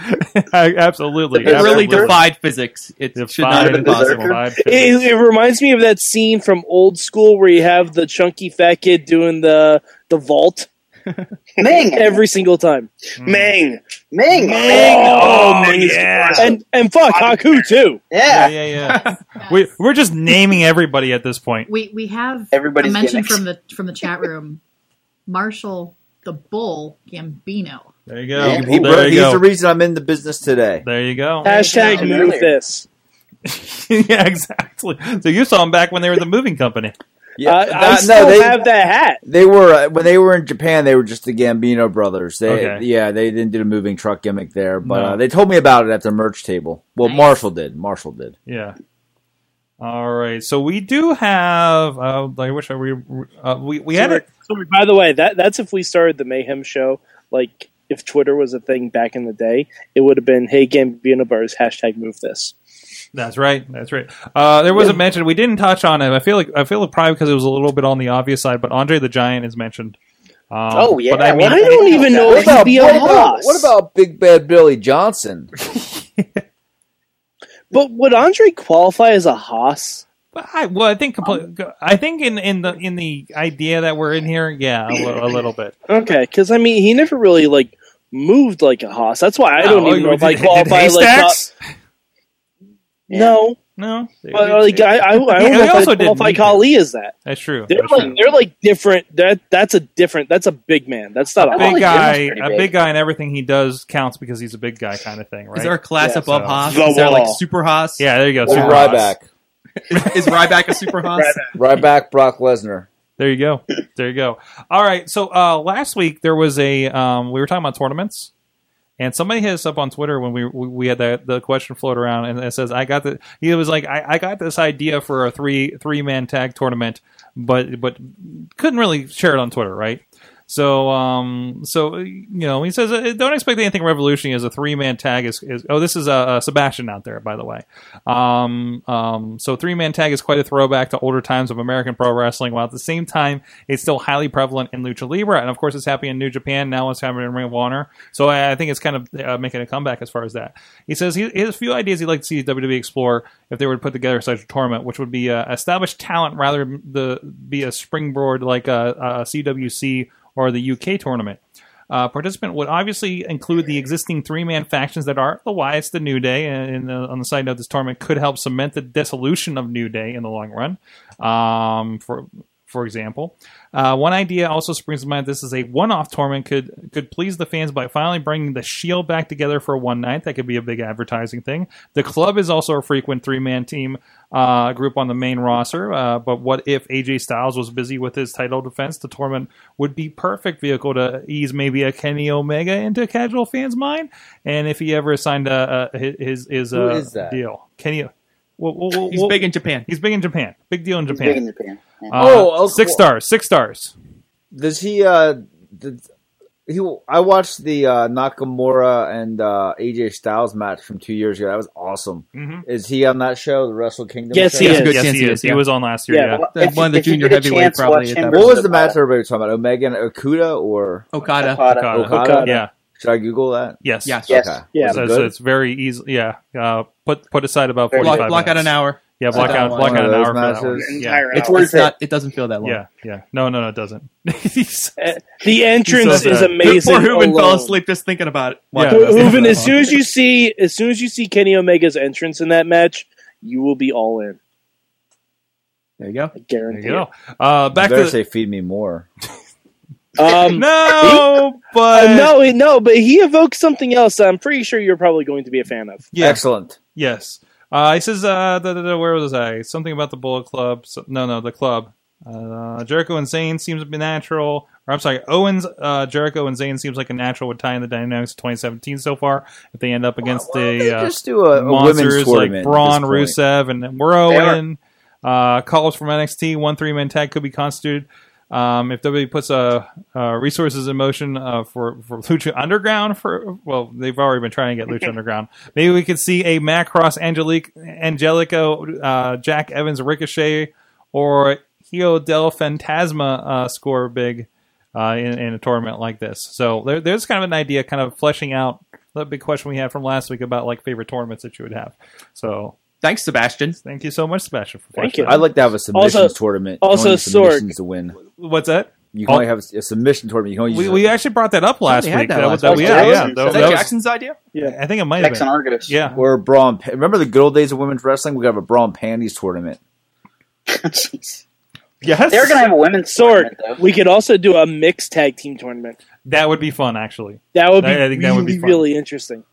B: I- absolutely.
G: It really
B: absolutely.
G: defied physics. It should not have been
B: Defied-
G: possible.
B: defied
L: It,
B: physics.
L: it reminds me of that scene from Old School where you have the chunky fat kid doing the the vault
C: Ming,
L: every single time,
B: Mm.
D: Mang.
C: Ming,
D: Oh,
B: Hmm. yeah.
L: and and fuck Haku too.
B: Yeah,
C: Yeah.
B: yeah, yeah. we, we're just naming everybody at this point.
F: We we have
C: Everybody's
F: a mention
C: gimmicks.
F: from the from the chat room. Marshall the Bull Gambino.
B: There you go.
E: He- he-
B: there, you
E: he's
B: go.
E: the reason I'm in the business today.
B: there you go.
L: Hashtag
C: Yeah.
L: move this.
B: [LAUGHS] yeah, exactly. So you saw them back when they were the moving company.
E: Yeah,
L: I, I
E: that-
L: still
E: Uh, no, they,
L: have that hat.
E: they were uh, when they were in Japan. They were just the Gambino brothers. They,
B: Okay.
E: yeah, they didn't do the moving truck gimmick there, but
B: No.
E: uh, they told me about it at their merch table. Well,
F: Nice.
E: Marshall did. Marshall did.
B: Yeah. All right. So we do have. Uh, I wish I were. Uh, we we had it.
L: Sorry, by the way, that that's if we started the Mayhem show. Like if Twitter was a thing back in the day, it would have been hey Gambino bars hashtag move this.
B: That's right. That's right. Uh, there was a mention we didn't touch on it. I feel like I feel like probably because it was a little bit on the obvious side, but Andre the Giant is mentioned. Um,
C: Oh yeah.
B: But I mean,
L: I don't even know
E: What
L: if he'd
E: about,
L: be
E: what,
L: on
E: about,
L: Haas.
E: what about Big Bad Billy Johnson?
L: But would Andre qualify as a Haas?
B: But I, well, I think
L: Um,
B: compl- I think in, in the in the idea that we're in here, yeah, a, li- a little bit.
L: Okay, because I mean, he never really like moved like a Haas. That's why I don't
B: Oh,
L: even know if I
B: did- did
L: qualify like
B: Haystacks?
L: no.
B: No,
L: But like I, I,
B: [LAUGHS]
L: I don't
B: Yeah,
L: know
B: they
L: if
B: also
L: I
B: did
L: qualify
B: meet him.
L: Kali as that.
B: that's true.
L: They're
B: That's
L: like
B: true.
L: they're like different. That that's a different. That's a big man. That's not a
C: Big-
L: Haas.
B: big
C: Jim
B: guy,
C: was pretty
B: a
C: big.
B: big guy, and everything he does counts because he's a big guy, kind of thing, right?
G: Is there a class
L: Yeah,
G: above
B: so-
G: Haas?
D: The
G: Is there like
D: wall.
G: Super Haas?
B: yeah, there you go.
E: Or
B: Super
E: Ryback?
B: Haas.
G: Is Ryback a Super Haas?
E: Ryback, Brock Lesnar.
B: There you go. There you go. All right. So uh, last week there was a um, we were talking about tournaments, and somebody hit us up on Twitter when we we, we had that the question float around, and it says I got the he was like I, I got this idea for a three three man tag tournament, but but couldn't really share it on Twitter, right? So, um, so you know, he says, uh, "Don't expect anything revolutionary." As a three-man tag is, is oh, this is uh, uh, Sebastian out there, by the way. Um, um, so three-man tag is quite a throwback to older times of American pro wrestling, while at the same time it's still highly prevalent in lucha libre, and of course it's happening in New Japan now. It's happening in Ring of Honor, so I, I think it's kind of uh, making a comeback as far as that. He says he, he has a few ideas he'd like to see WWE explore if they were to put together such a tournament, which would be uh, established talent rather than the be a springboard like uh, a, a CWC or the UK tournament. Uh, participant would obviously include the existing three man factions that are the Wyatts, the New Day, and, and uh, on the side note, this tournament could help cement the dissolution of New Day in the long run. Um, for for example, uh, one idea also springs to mind. This is a one off tournament could could please the fans by finally bringing the Shield back together for one night. That could be a big advertising thing. The club is also a frequent three man team uh, group on the main roster. Uh, but what if AJ Styles was busy with his title defense? The tournament would be perfect vehicle to ease maybe a Kenny Omega into casual fans' mind. And if he ever signed a, a his his
E: Who
B: uh,
E: is that?
B: deal, Kenny. Well, well, well,
G: He's
B: well-
G: big in Japan.
B: He's big in Japan. Big deal in
C: He's
B: Japan.
C: big in Japan. Yeah.
B: Uh,
E: Oh, oh,
B: six
E: cool.
B: stars. Six stars.
E: Does he? Uh, th- he. I watched the uh, Nakamura and uh, AJ Styles match from two years ago. That was awesome.
B: Mhm.
E: Is he on that show, the Wrestle Kingdom?
B: Yes,
E: show?
B: he is. Yes, he is. He was on last year, Yeah, yeah. well, if- One of the if you junior get a heavyweight chance, probably watch at him that versus
E: What was the
B: Okada.
E: match everybody was talking about? Omega and Okuda or
B: Okada. Okada.
E: Okada.
B: Okada. Yeah.
E: Should I Google that?
B: Yes.
E: Okay.
B: Yeah.
E: Was it
B: So,
E: good?
B: so it's very easy. Yeah. Uh, put put aside about
G: Block-
B: 45
G: block out
B: minutes.
G: an hour.
B: Yeah. Block
G: Sit
B: out
G: down
B: block
G: one
B: out
G: of
B: an
G: those
B: hour for that one.
G: matches. An
B: Yeah.
G: entire It's hour. worth It's it. not- it doesn't feel that long.
B: Yeah. Yeah. No. No. No. It doesn't. [LAUGHS]
L: the entrance
B: so
L: is
B: sad.
L: amazing.
B: Poor Hooven fell
L: alone.
B: asleep
G: just thinking about it.
B: Yeah.
L: Ho- Hooven,
B: Oh.
L: as soon as you see, as soon as you see Kenny Omega's entrance in that match, you will be all in.
G: There you go.
L: I guarantee.
B: There you go. Uh, back to
E: better
B: the- [LAUGHS]
E: say, feed me more.
L: it. Um,
B: [LAUGHS] no, but
L: uh, no, he- no, but he evokes something else. that I'm pretty sure you're probably going to be a fan of.
B: Yeah.
E: Excellent.
B: Yes. Uh, he says, uh, da, da, da, where was I? Something about the Bullet Club. So, no, no, the club. Uh, Jericho and Zane seems to be natural. Or I'm sorry, Owens, uh, Jericho and Zane seems like a natural would tie in the dynamics of 2017 so far. If they end up against the uh,
E: just do a- a women's
B: monsters
E: tournament
B: like
E: at
B: Braun,
E: this
B: Rusev, and Rowan, uh, calls from NXT, one three man tag could be constituted. Um, if WWE puts uh, uh, resources in motion uh, for for Lucha Underground, for well, they've already been trying to get Lucha Underground. Maybe we could see a Matt Cross, Angelique, Angelico, uh, Jack Evans, Ricochet, or Hio del Fantasma uh, score big uh, in, in a tournament like this. So there, there's kind of an idea, kind of fleshing out the big question we had from last week about like favorite tournaments that you would have. So
G: thanks, Sebastian.
B: Thank you so much, Sebastian. For Uh,
E: Thank
B: fleshing
E: you.
B: that
E: I'd like to have a
B: out.
E: submissions tournament. You
B: also
E: only need
B: Sorg-
E: submissions to win.
B: What's that?
E: You can only have a submission tournament. You can only
B: We,
E: use
B: we actually brought that up last
E: Somebody had
B: week.
E: that
B: That
E: last
B: was, that,
E: week.
B: yeah,
E: That
B: yeah.
E: was-
B: That,
E: was
B: that
E: that
B: was-
E: Jackson's
G: idea?
L: Yeah,
B: I think it might have been.
C: Argus. [LAUGHS]
B: Yeah.
E: Or bra and, pa- remember the good old days of women's wrestling? We could have a bra and panties tournament.
B: [LAUGHS] Yes.
C: They're going to have a women's
L: sword. We could also do a mixed tag team tournament.
B: That would be fun, actually.
L: That would be
B: I- I think that would be
L: really,
B: fun.
L: really interesting.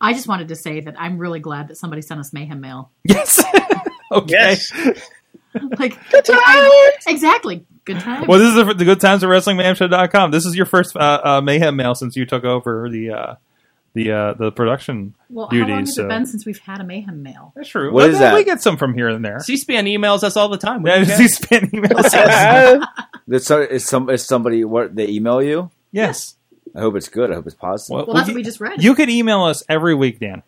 M: I just wanted to say that I'm really glad that somebody sent us mayhem
F: [LAUGHS]
M: mail.
B: Yes. [LAUGHS] okay. [LAUGHS]
M: Like good times. Exactly. Good times.
B: Well, this is the, the good times of WrestlingMayhemShow.com. This is your first uh, uh, mayhem mail since you took over the uh, the uh, the production
M: Well, how
B: duties.
M: long has
B: so.
M: it been since we've had a mayhem mail?
B: That's true.
G: What
B: Well,
G: is
B: then
G: that?
B: We get some from here and there.
G: C-SPAN emails us all the
B: [LAUGHS]
G: time.
B: Yeah, C-SPAN emails
L: [LAUGHS] Uh,
B: [LAUGHS]
G: us.
E: That's so- is some is somebody what they email you?
B: Yes.
E: I hope it's good. I hope it's positive.
B: Well, that's what we just read. You could email us every week, Dan.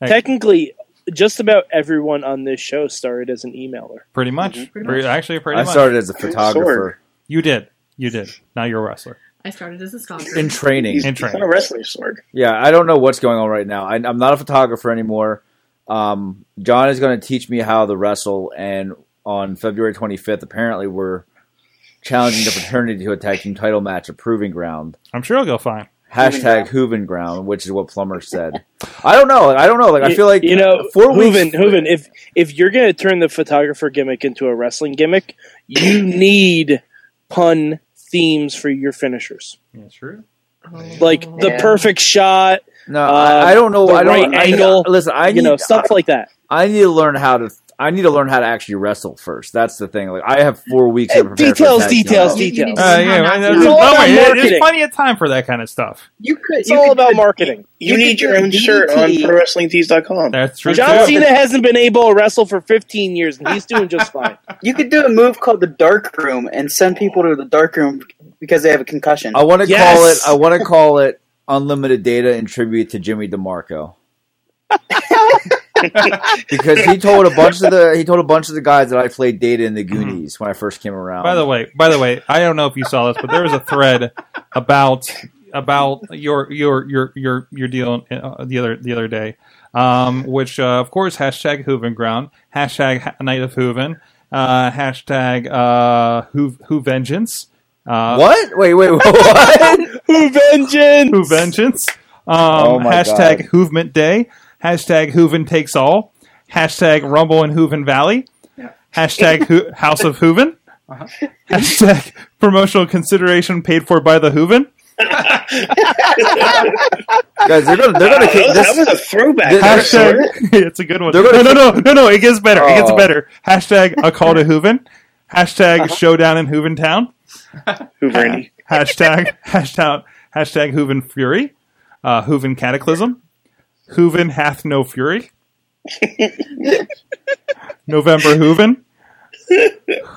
B: Hey.
L: Technically, just about everyone on this show started as an emailer.
B: Pretty much.
L: Mm-hmm. Pretty
B: Pretty-
L: much.
B: Actually, pretty
L: I
B: much.
L: started as a photographer.
B: You did. You did. Now you're a wrestler.
M: I started as a stalker.
E: in training.
B: In training.
D: a wrestler, Sorg.
E: Yeah, I don't know what's going on right now. I, I'm not a photographer anymore. Um, John is going to teach me how to wrestle, and on February 25th, apparently we're challenging the fraternity to a tag team title match at Proving Ground.
B: I'm sure it'll go fine.
E: Hashtag Hooven Ground, which is what Plummer said. I don't know. I don't know. Like I feel like
L: you know,
E: four
L: Hooven,
E: weeks.
L: Hooven, if if you're going to turn the photographer gimmick into a wrestling gimmick,
E: [CLEARS THROAT]
L: you need pun themes for your finishers.
B: That's true.
F: Oh.
L: Like the
E: Yeah.
L: perfect shot.
E: No, I, I don't know.
L: Um, The
E: I don't.
L: right
E: I-
L: angle.
E: listen, I need
L: you know stuff
E: I-
L: like that.
E: I need to learn how to. I need to learn how to actually wrestle first. That's the thing. Like I have four weeks. to prepare for
L: Details,
E: a tag team
L: details,
E: match.
L: details.
B: Uh, yeah,
L: not to.
B: well, there's-
L: It's all
B: don't
L: about
B: worry, there's
L: marketing.
B: plenty of time for that kind of stuff.
L: You could. It's
D: you
L: all
D: could-
L: about marketing.
D: You, need your own shirt on
L: E
D: ProWrestlingTees.com.
B: That's
L: John Cena hasn't been able to wrestle for 15 years, and he's doing just fine.
C: You could do a move called the dark room and
B: Oh.
C: send people to the dark room because they have a concussion.
E: I want to call it. I want to call it unlimited data in tribute to Jimmy DeMarco.
L: [LAUGHS]
E: because he told a bunch of the he told a bunch of the guys that I played data in the Goonies when I first came around.
B: Mm-hmm. By the way, by the way, I don't know if you saw this, but there was a thread about about your your your your your deal uh, the other the other day, um, which uh, of course hashtag Hooven Ground, hashtag Ha- Night of Hooven, uh, hashtag uh, Who Who Vengeance. Uh,
E: what? Wait, [LAUGHS] wait, what?
L: Who Vengeance?
B: Who Vengeance? Um,
E: Oh my
B: hashtag Hoovement Day, hashtag Hooven Takes All, hashtag Rumble in Hooven Valley, hashtag Hoo- House of Hooven.
E: Uh-huh.
B: Hashtag promotional consideration paid for by the Hooven.
E: guys, they're gonna they're gonna kick this.
D: was a throwback.
B: Hashtag, [LAUGHS] it's a good one.
E: They're
B: No,
E: gonna-
B: no, no, no, no. It gets better. It gets
E: Oh. Uh-huh.
B: better. Hashtag a call to Hooven. Hashtag showdown in Hooven Town.
D: Hooverandy.
B: Hashtag [LAUGHS] hashtag hashtag Hooven Fury. Uh, Hooven Cataclysm. Hooven hath no fury. November Hooven.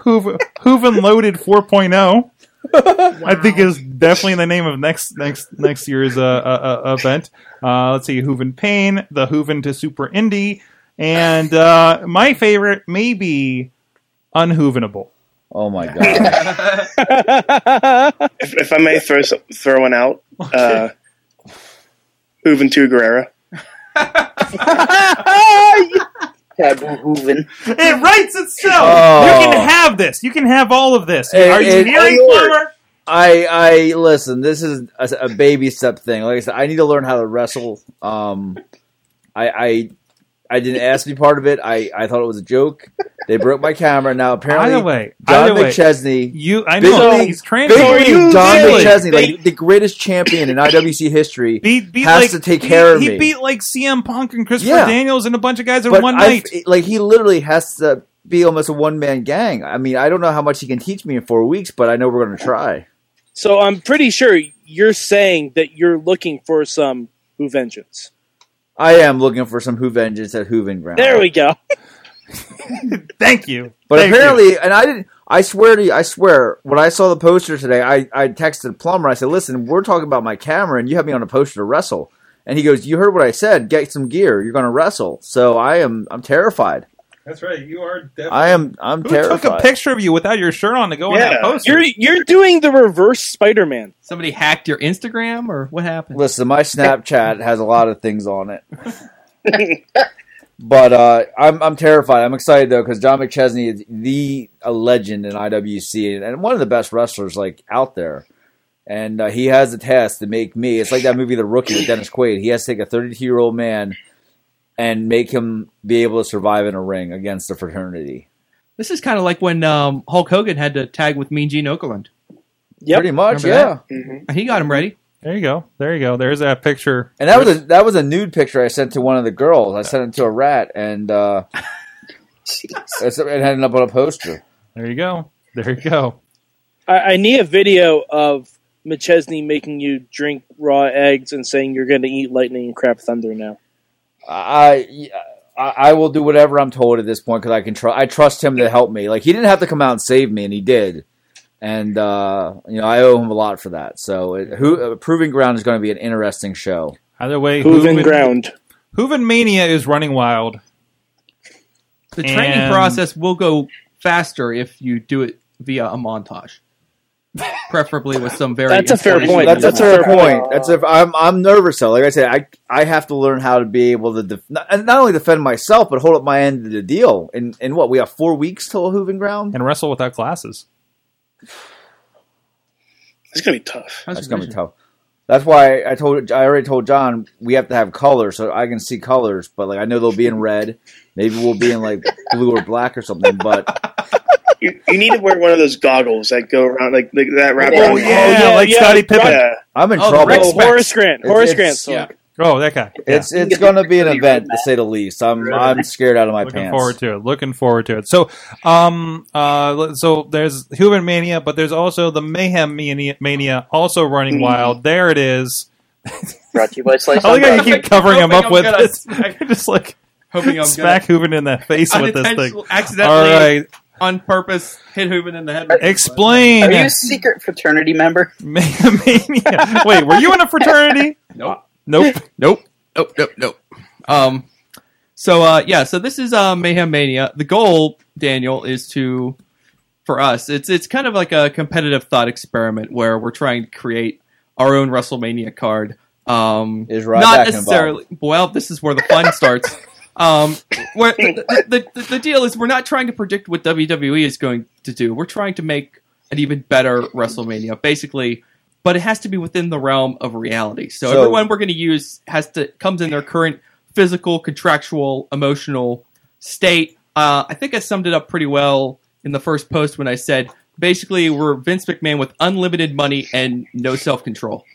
B: Hooven, Hooven loaded 4.0. oh. I think is definitely the name of next next next year's uh, uh, uh, event. Uh, let's see, Hooven Pain, the Hooven to Super Indie, and uh, my favorite maybe Unhoovenable.
L: [LAUGHS]
E: Oh my god!
D: [LAUGHS] if, if I may throw some, throw one out, uh, Juventud Guerrera.
C: Taboo Hooven.
B: It writes itself.
E: Oh.
B: You can have this. You can have all of this. Are you
E: It- it-
B: hearing, Plumber?
E: I I listen. This is a, a baby step thing. Like I said, I need to learn how to wrestle. Um, I I I didn't ask to be part of it. I I thought it was a joke. They broke my camera. Now apparently,
B: Either way,
E: Don
B: either way,
E: McChesney.
B: You, I
E: big
B: know
E: league-
B: he's trained.
E: Big
B: for
E: league
B: you,
E: Don
B: really.
E: McChesney, like the greatest champion in IWC history,
B: beat
E: has
B: like-
E: to take
B: he-
E: care of
B: he
E: me.
B: beat like CM Punk and Christopher
E: Yeah.
B: Daniels and a bunch of guys in
E: But
B: one
E: I-
B: night.
E: Like he literally has to be almost a one man gang. I mean, I don't know how much he can teach me in four weeks, but I know we're going to try.
L: So I'm pretty sure you're saying that you're looking for some who vengeance.
E: I am looking for some Who Vengeance at Hooven Ground.
L: There we go.
B: Thank you.
E: But
L: Thank
E: apparently, and I didn't. I swear to you, I swear. When I saw the poster today, I I texted Plumber. I said, "Listen, we're talking about my camera, and you have me on a poster to wrestle." And he goes, "You heard what I said. Get some gear. You're going to wrestle." So I am. I'm terrified.
B: That's right. You are definitely.
E: I am. I'm
B: Who
E: terrified.
B: took a picture of you without your shirt on to go on that poster?
L: You're you're doing the reverse Spider-Man.
G: Somebody hacked your Instagram, or what happened?
E: Listen, my Snapchat has a lot of things on it. but uh, I'm I'm terrified. I'm excited though because John McChesney is the a legend in IWC and, and one of the best wrestlers like out there. And uh, he has a task to make me. It's like that movie The Rookie with Dennis Quaid. He has to take a 32 year old man and make him be able to survive in a ring against a fraternity.
G: This is kind of like when um, Hulk Hogan had to tag with Mean Gene Okerlund.
E: Pretty much,
G: Remember
E: yeah.
G: He got him ready.
B: There you go. There you go. There's that picture.
E: And that was a that was a nude picture I sent to one of the girls. I sent it to a rat, and uh, it ended up on a poster.
B: There you go. There you go.
L: I, I need a video of McChesney making you drink raw eggs and saying you're going to eat lightning and crap thunder now.
E: I I, I will do whatever I'm told at this point because I can tr- I trust him to help me. Like he didn't have to come out and save me, and he did. And uh, you know I owe him a lot for that. So it, who uh, proving ground is going to be an interesting show.
B: Either way,
L: Hooven ground.
B: Hooven Mania is running wild.
G: The training
B: And-
G: process will go faster if you do it via a montage, preferably with some very. inspirational music.
E: That's, that's a fair point. That's a, I'm I'm nervous though. Like I said, I I have to learn how to be able to def- not, and not only defend myself but hold up my end of the deal. And and what we have four weeks till Hooven Ground.
B: And wrestle without glasses.
D: It's gonna be tough.
E: That's gonna be tough. That's why I told I already told John we have to have colors so I can see colors. But like I know they'll be in red. Maybe we'll be in like [LAUGHS] blue or black or something. But
D: You, you need to wear one of those goggles that go around like, like that wrap
E: Oh,
D: around.
E: yeah, Oh, yeah, like yeah, Scottie Pippen. right.
D: Yeah.
E: I'm in Oh, the trouble. Rick Specs.
L: Horace Grant.
E: It's-
L: Horace
E: it's-
L: Grant. song.
E: yeah.
B: Oh, that guy.
E: it's it's gonna be an event to say the least. I'm I'm scared out of my
B: Looking
E: pants.
B: forward to it. Looking forward to it. So, um, uh, so there's Human Mania, but there's also the Mayhem Mania, Mania also running
G: Mm.
C: Mhm.
B: wild. There it is.
C: Brought to you by Slice.
B: I like how you
C: Unboxed.
B: keep covering him
C: Hoping
B: up
C: I'm
B: with
C: gonna
B: this. [LAUGHS] just like
G: hoping I'm
B: [LAUGHS]
G: gonna-
B: smack Hooven in the face with this thing.
G: [LAUGHS] Unintentional- Accidentally,
B: All right.
G: on purpose, hit Hooven in the head.
B: Explain.
C: Are
B: [LAUGHS]
C: you a secret fraternity member?
B: Wait, were you in a fraternity?
G: Nope.
B: Nope.
G: nope. Nope. Nope. Nope. Um. So uh, yeah. So this is uh, Mayhem Mania. The goal, Daniel, is to for us. It's it's kind of like a competitive thought experiment where we're trying to create our own WrestleMania card. Um,
E: is Ryback
G: not
E: involved?
G: necessarily. Well, this is where the fun starts. Um, where the, the, the, the deal is, we're not trying to predict what WWE is going to do. We're trying to make an even better WrestleMania, basically. But it has to be within the realm of reality. So,
E: So-
G: everyone we're going to use has to comes in their current physical, contractual, emotional state. Uh, I think I summed it up pretty well in the first post when I said basically we're Vince McMahon with unlimited money and no self control.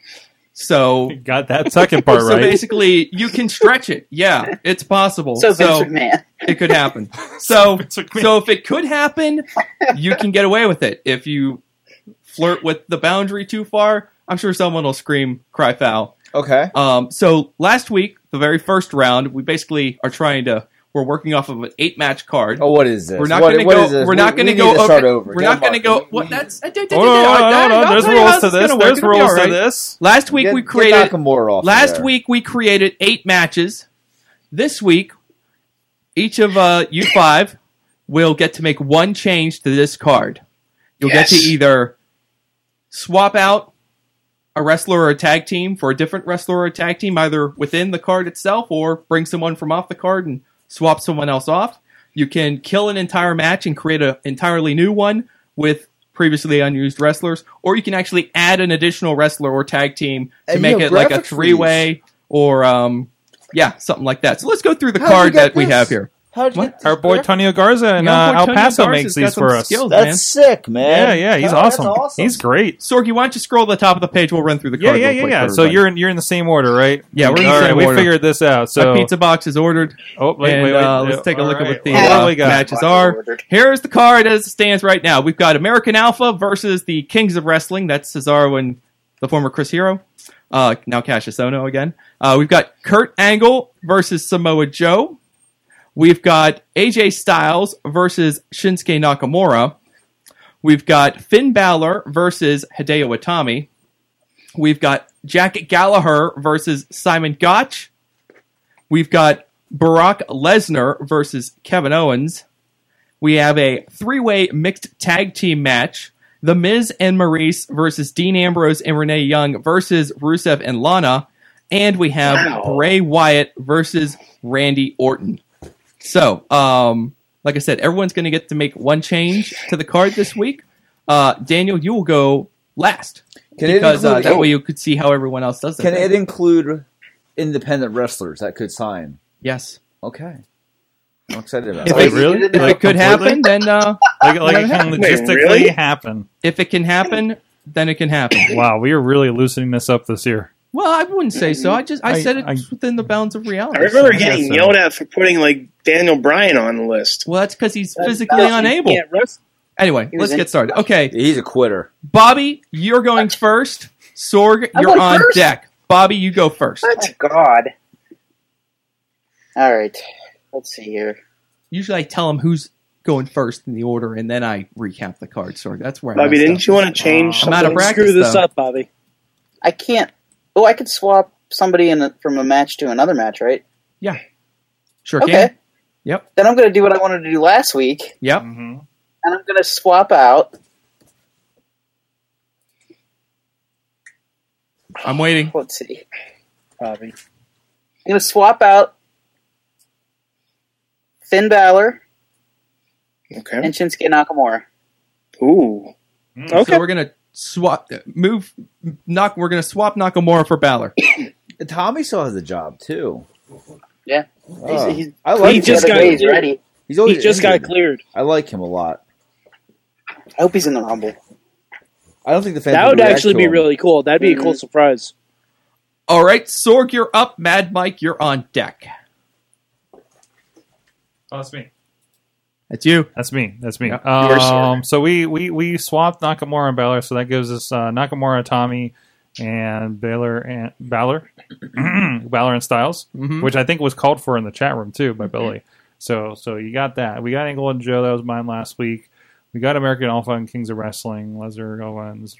G: So
B: got that second [LAUGHS] part
G: [LAUGHS] So
B: right. [LAUGHS]
G: basically, you can stretch it. Yeah, it's possible.
C: So,
B: [LAUGHS]
C: Vince McMahon.
G: it could
C: [LAUGHS]
G: happen. So
B: oh,
G: so if it could happen, you can get away with it. If you flirt with the boundary too far, I'm sure someone will scream, cry foul.
E: Okay.
G: Um, so last week, the very first round, we basically are trying to We're working off of an eight match card.
E: Oh, what is this?
G: We're not
E: What-
G: going to
E: what
G: go.
E: is this?
G: We're not
E: We-
G: going to
E: we
G: go.
E: need to start
G: okay,
E: over.
G: We're not
E: Don't
G: going to go. What? That's. uh, I did- did-
B: Hold on,
G: did-
B: hold
G: I'll
B: on,
G: tell
B: hold
G: you
B: on.
G: how
B: There's
G: it's
B: rules to
G: gonna
B: this.
G: work.
B: There's
G: It'll be
B: rules
G: all
B: to
G: right.
B: this.
G: Last week
E: Get-
G: we
E: get
G: created.
E: Nakamura off
G: last
E: there.
G: week we created eight matches. This week, each of uh,
E: [COUGHS]
G: you five will get to make one change to this card. You'll get
D: Yes.
G: to either swap out a wrestler or a tag team for a different wrestler or a tag team, either within the card itself or bring someone from off the card and swap someone else off. You can kill an entire match and create an entirely new one with previously unused wrestlers, or you can actually add an additional wrestler or tag team to
E: And
G: make
E: you
G: it
E: have
G: like a
E: graphics for
G: three way or um yeah something like that. So let's go through the
E: How'd you
G: card
E: get
G: that we
E: this?
G: have here.
E: How'd you get
B: Our boy Tonio Garza and
G: Yeah,
B: uh,
G: boy
B: El
G: Tonio
B: Paso
G: Garza's
B: makes
G: got
B: these
G: some
B: for us.
G: skills,
E: That's
G: man.
E: sick, man.
B: Yeah, yeah, he's
E: Oh, that's
B: awesome. He's great.
G: Sorky, why don't you scroll to the top of the page? We'll run through the
B: Yeah,
G: card.
B: yeah,
G: real
B: yeah,
G: quick
B: yeah.
G: for
B: So
G: everybody.
B: you're in you're in the same order, right?
G: Yeah, we're in the
B: All
G: same
B: right,
G: order.
B: We figured this out. So
G: My pizza box is ordered.
B: Oh, wait,
G: and,
B: wait, wait.
G: uh, let's take a
B: All
G: look at
B: right,
G: what the
B: what do
G: uh,
B: we got?
G: matches are. Here is the card as it stands right now. We've got American Alpha versus the Kings of Wrestling. That's Cesaro and the former Chris Hero. Uh, now Cassius Ohno again. Uh, we've got Kurt Angle versus Samoa Joe. We've got AJ Styles versus Shinsuke Nakamura. We've got Finn Balor versus Hideo Itami. We've got Jack Gallagher versus Simon Gotch. We've got Barack Lesnar versus Kevin Owens. We have a three way mixed tag team match. The Miz and Maurice versus Dean Ambrose and Renee Young versus Rusev and Lana. And we have Bray Wyatt versus Randy Orton. So, um, like I said, everyone's going to get to make one change to the card this week. Uh, Daniel, you will go last.
E: Can it
G: because uh,
E: include-
G: that way you could see how everyone else does their
E: Can
G: [LAUGHS] thing.
E: it include independent wrestlers that could sign?
G: Yes.
E: Okay. I'm excited about Oh,
G: If
E: that.
G: it, if it could happen, then uh,
B: Like- like
G: let
B: it can
G: happen.
B: logistically Wait, really? happen.
G: If it can happen, then it can happen.
B: wow, we are really loosening this up this year.
G: Well, I wouldn't say so. I just I,
B: I-
G: said it's within the bounds of reality.
D: I remember
G: so-
D: getting yelled at for putting like Daniel Bryan on the list.
G: Well, that's because he's physically unable. Anyway,
D: He was
G: let's
D: in-
G: get started. Okay,
E: he's a quitter.
G: Bobby, you're going first. Sorg,
C: I'm
G: you're
C: going
G: on
C: first?
G: deck. Bobby, you go first.
C: Oh, God. All right. Let's see here.
G: Usually, I tell him who's going first in the order, and then I recap the card. Sorg, that's where. I
D: Bobby,
G: messed
D: didn't
G: up.
D: you want to change?
G: I'm out of
D: something?
G: practice. though.
L: Bobby.
C: I can't. Oh, I could swap somebody in a, from a match to another match, right?
G: Yeah. Sure
C: Okay.
G: can. Yep.
C: Then I'm going to do what I wanted to do last week,
G: Yep.
B: Mm-hmm.
C: and I'm going to swap out.
G: I'm waiting.
C: Let's see.
L: Bobby.
C: I'm going to swap out Finn Balor
D: Okay.
C: and Shinsuke Nakamura.
D: Ooh.
G: So we're gonna swap, move, knock. We're gonna swap Nakamura for Balor.
E: Tommy still has a job too.
C: Yeah.
E: Oh.
C: he's, he's,
E: I like
L: he just
E: him.
L: got
C: He's
L: cleared.
C: ready.
E: He's always
L: He just got
E: injured.
L: cleared.
E: I like him a lot.
C: I hope he's in the Rumble.
E: I don't think the fans
L: That would
E: react
L: actually
E: to
L: be
E: him.
L: really cool. That'd be a cool surprise.
G: All right, Sorg, you're up. Mad Mike, you're on deck.
B: Oh, that's me.
G: That's you.
B: That's me. That's me.
G: You are, sir.
B: Um, so we, we we swapped Nakamura and Balor, so that gives us uh, Nakamura, Tommy, and Balor and Balor, [CLEARS THROAT] Balor and Styles,
G: Mhm.
B: which I think was called for in the chat room too
G: Mm-hmm.
B: by Billy. So so you got that. We got Angle and Joe. That was mine last week. We got American Alpha and Kings of Wrestling, Lesnar, Owens.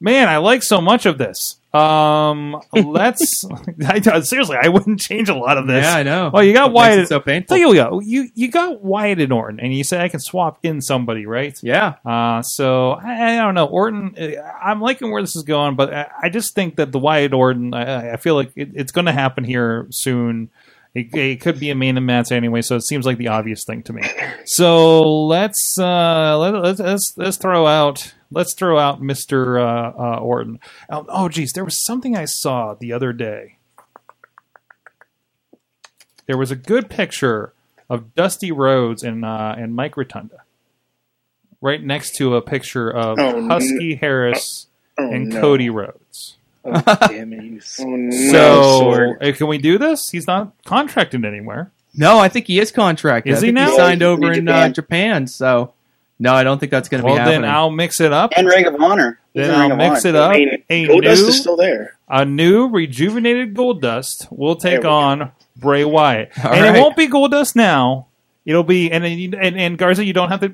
B: Man, I like so much of this. Um, [LAUGHS] let's. I, seriously, I wouldn't change a lot of this.
G: Yeah, I know.
B: Well, you got
G: What makes
B: Wyatt.
G: it so painful?
B: Tell you what, you you got Wyatt and Orton, and you say I can swap in somebody, right?
G: Yeah.
B: Uh, so I, I don't know, Orton. uh, I'm liking where this is going, but I, I just think that the Wyatt Orton. I, I feel like it, it's going to happen here soon. It, it could be a main event anyway, so it seems like the obvious thing
D: [CLEARS THROAT]
B: to me. So let's uh, let, let's let's let's throw out let's throw out Mister uh, uh, Orton. Um, oh, geez, there was something I saw the other day there was a good picture of Dusty Rhodes and uh, and Mike Rotunda, right next to a picture of
D: Oh, no.
B: Husky Harris
D: Oh,
B: and
D: no.
B: Cody Rhodes.
L: Oh, [LAUGHS] damn it. You...
D: Oh, no,
B: So
D: Sorg.
B: uh, can we do this? He's not contracted anywhere.
G: No, I think he is contracted.
B: Is he
G: I think
B: now?
G: signed
C: Yeah, he's
G: over
C: in
G: in
C: Japan.
G: Uh, Japan. So no, I don't think that's going to
B: Well,
G: be happening.
B: then I'll mix it up.
C: And Ring of Honor. He's
B: Then
C: in
B: I'll
C: Ring of
B: mix
C: Honor.
B: it up.
D: I mean,
B: A
D: Goldust is
B: new,
D: still there.
B: a new rejuvenated Gold Dust will
D: There we
B: take
D: go.
B: on Bray Wyatt,
G: [LAUGHS] All
B: and
G: right.
B: it won't be Goldust now. It'll be and and, and Garza, you don't have to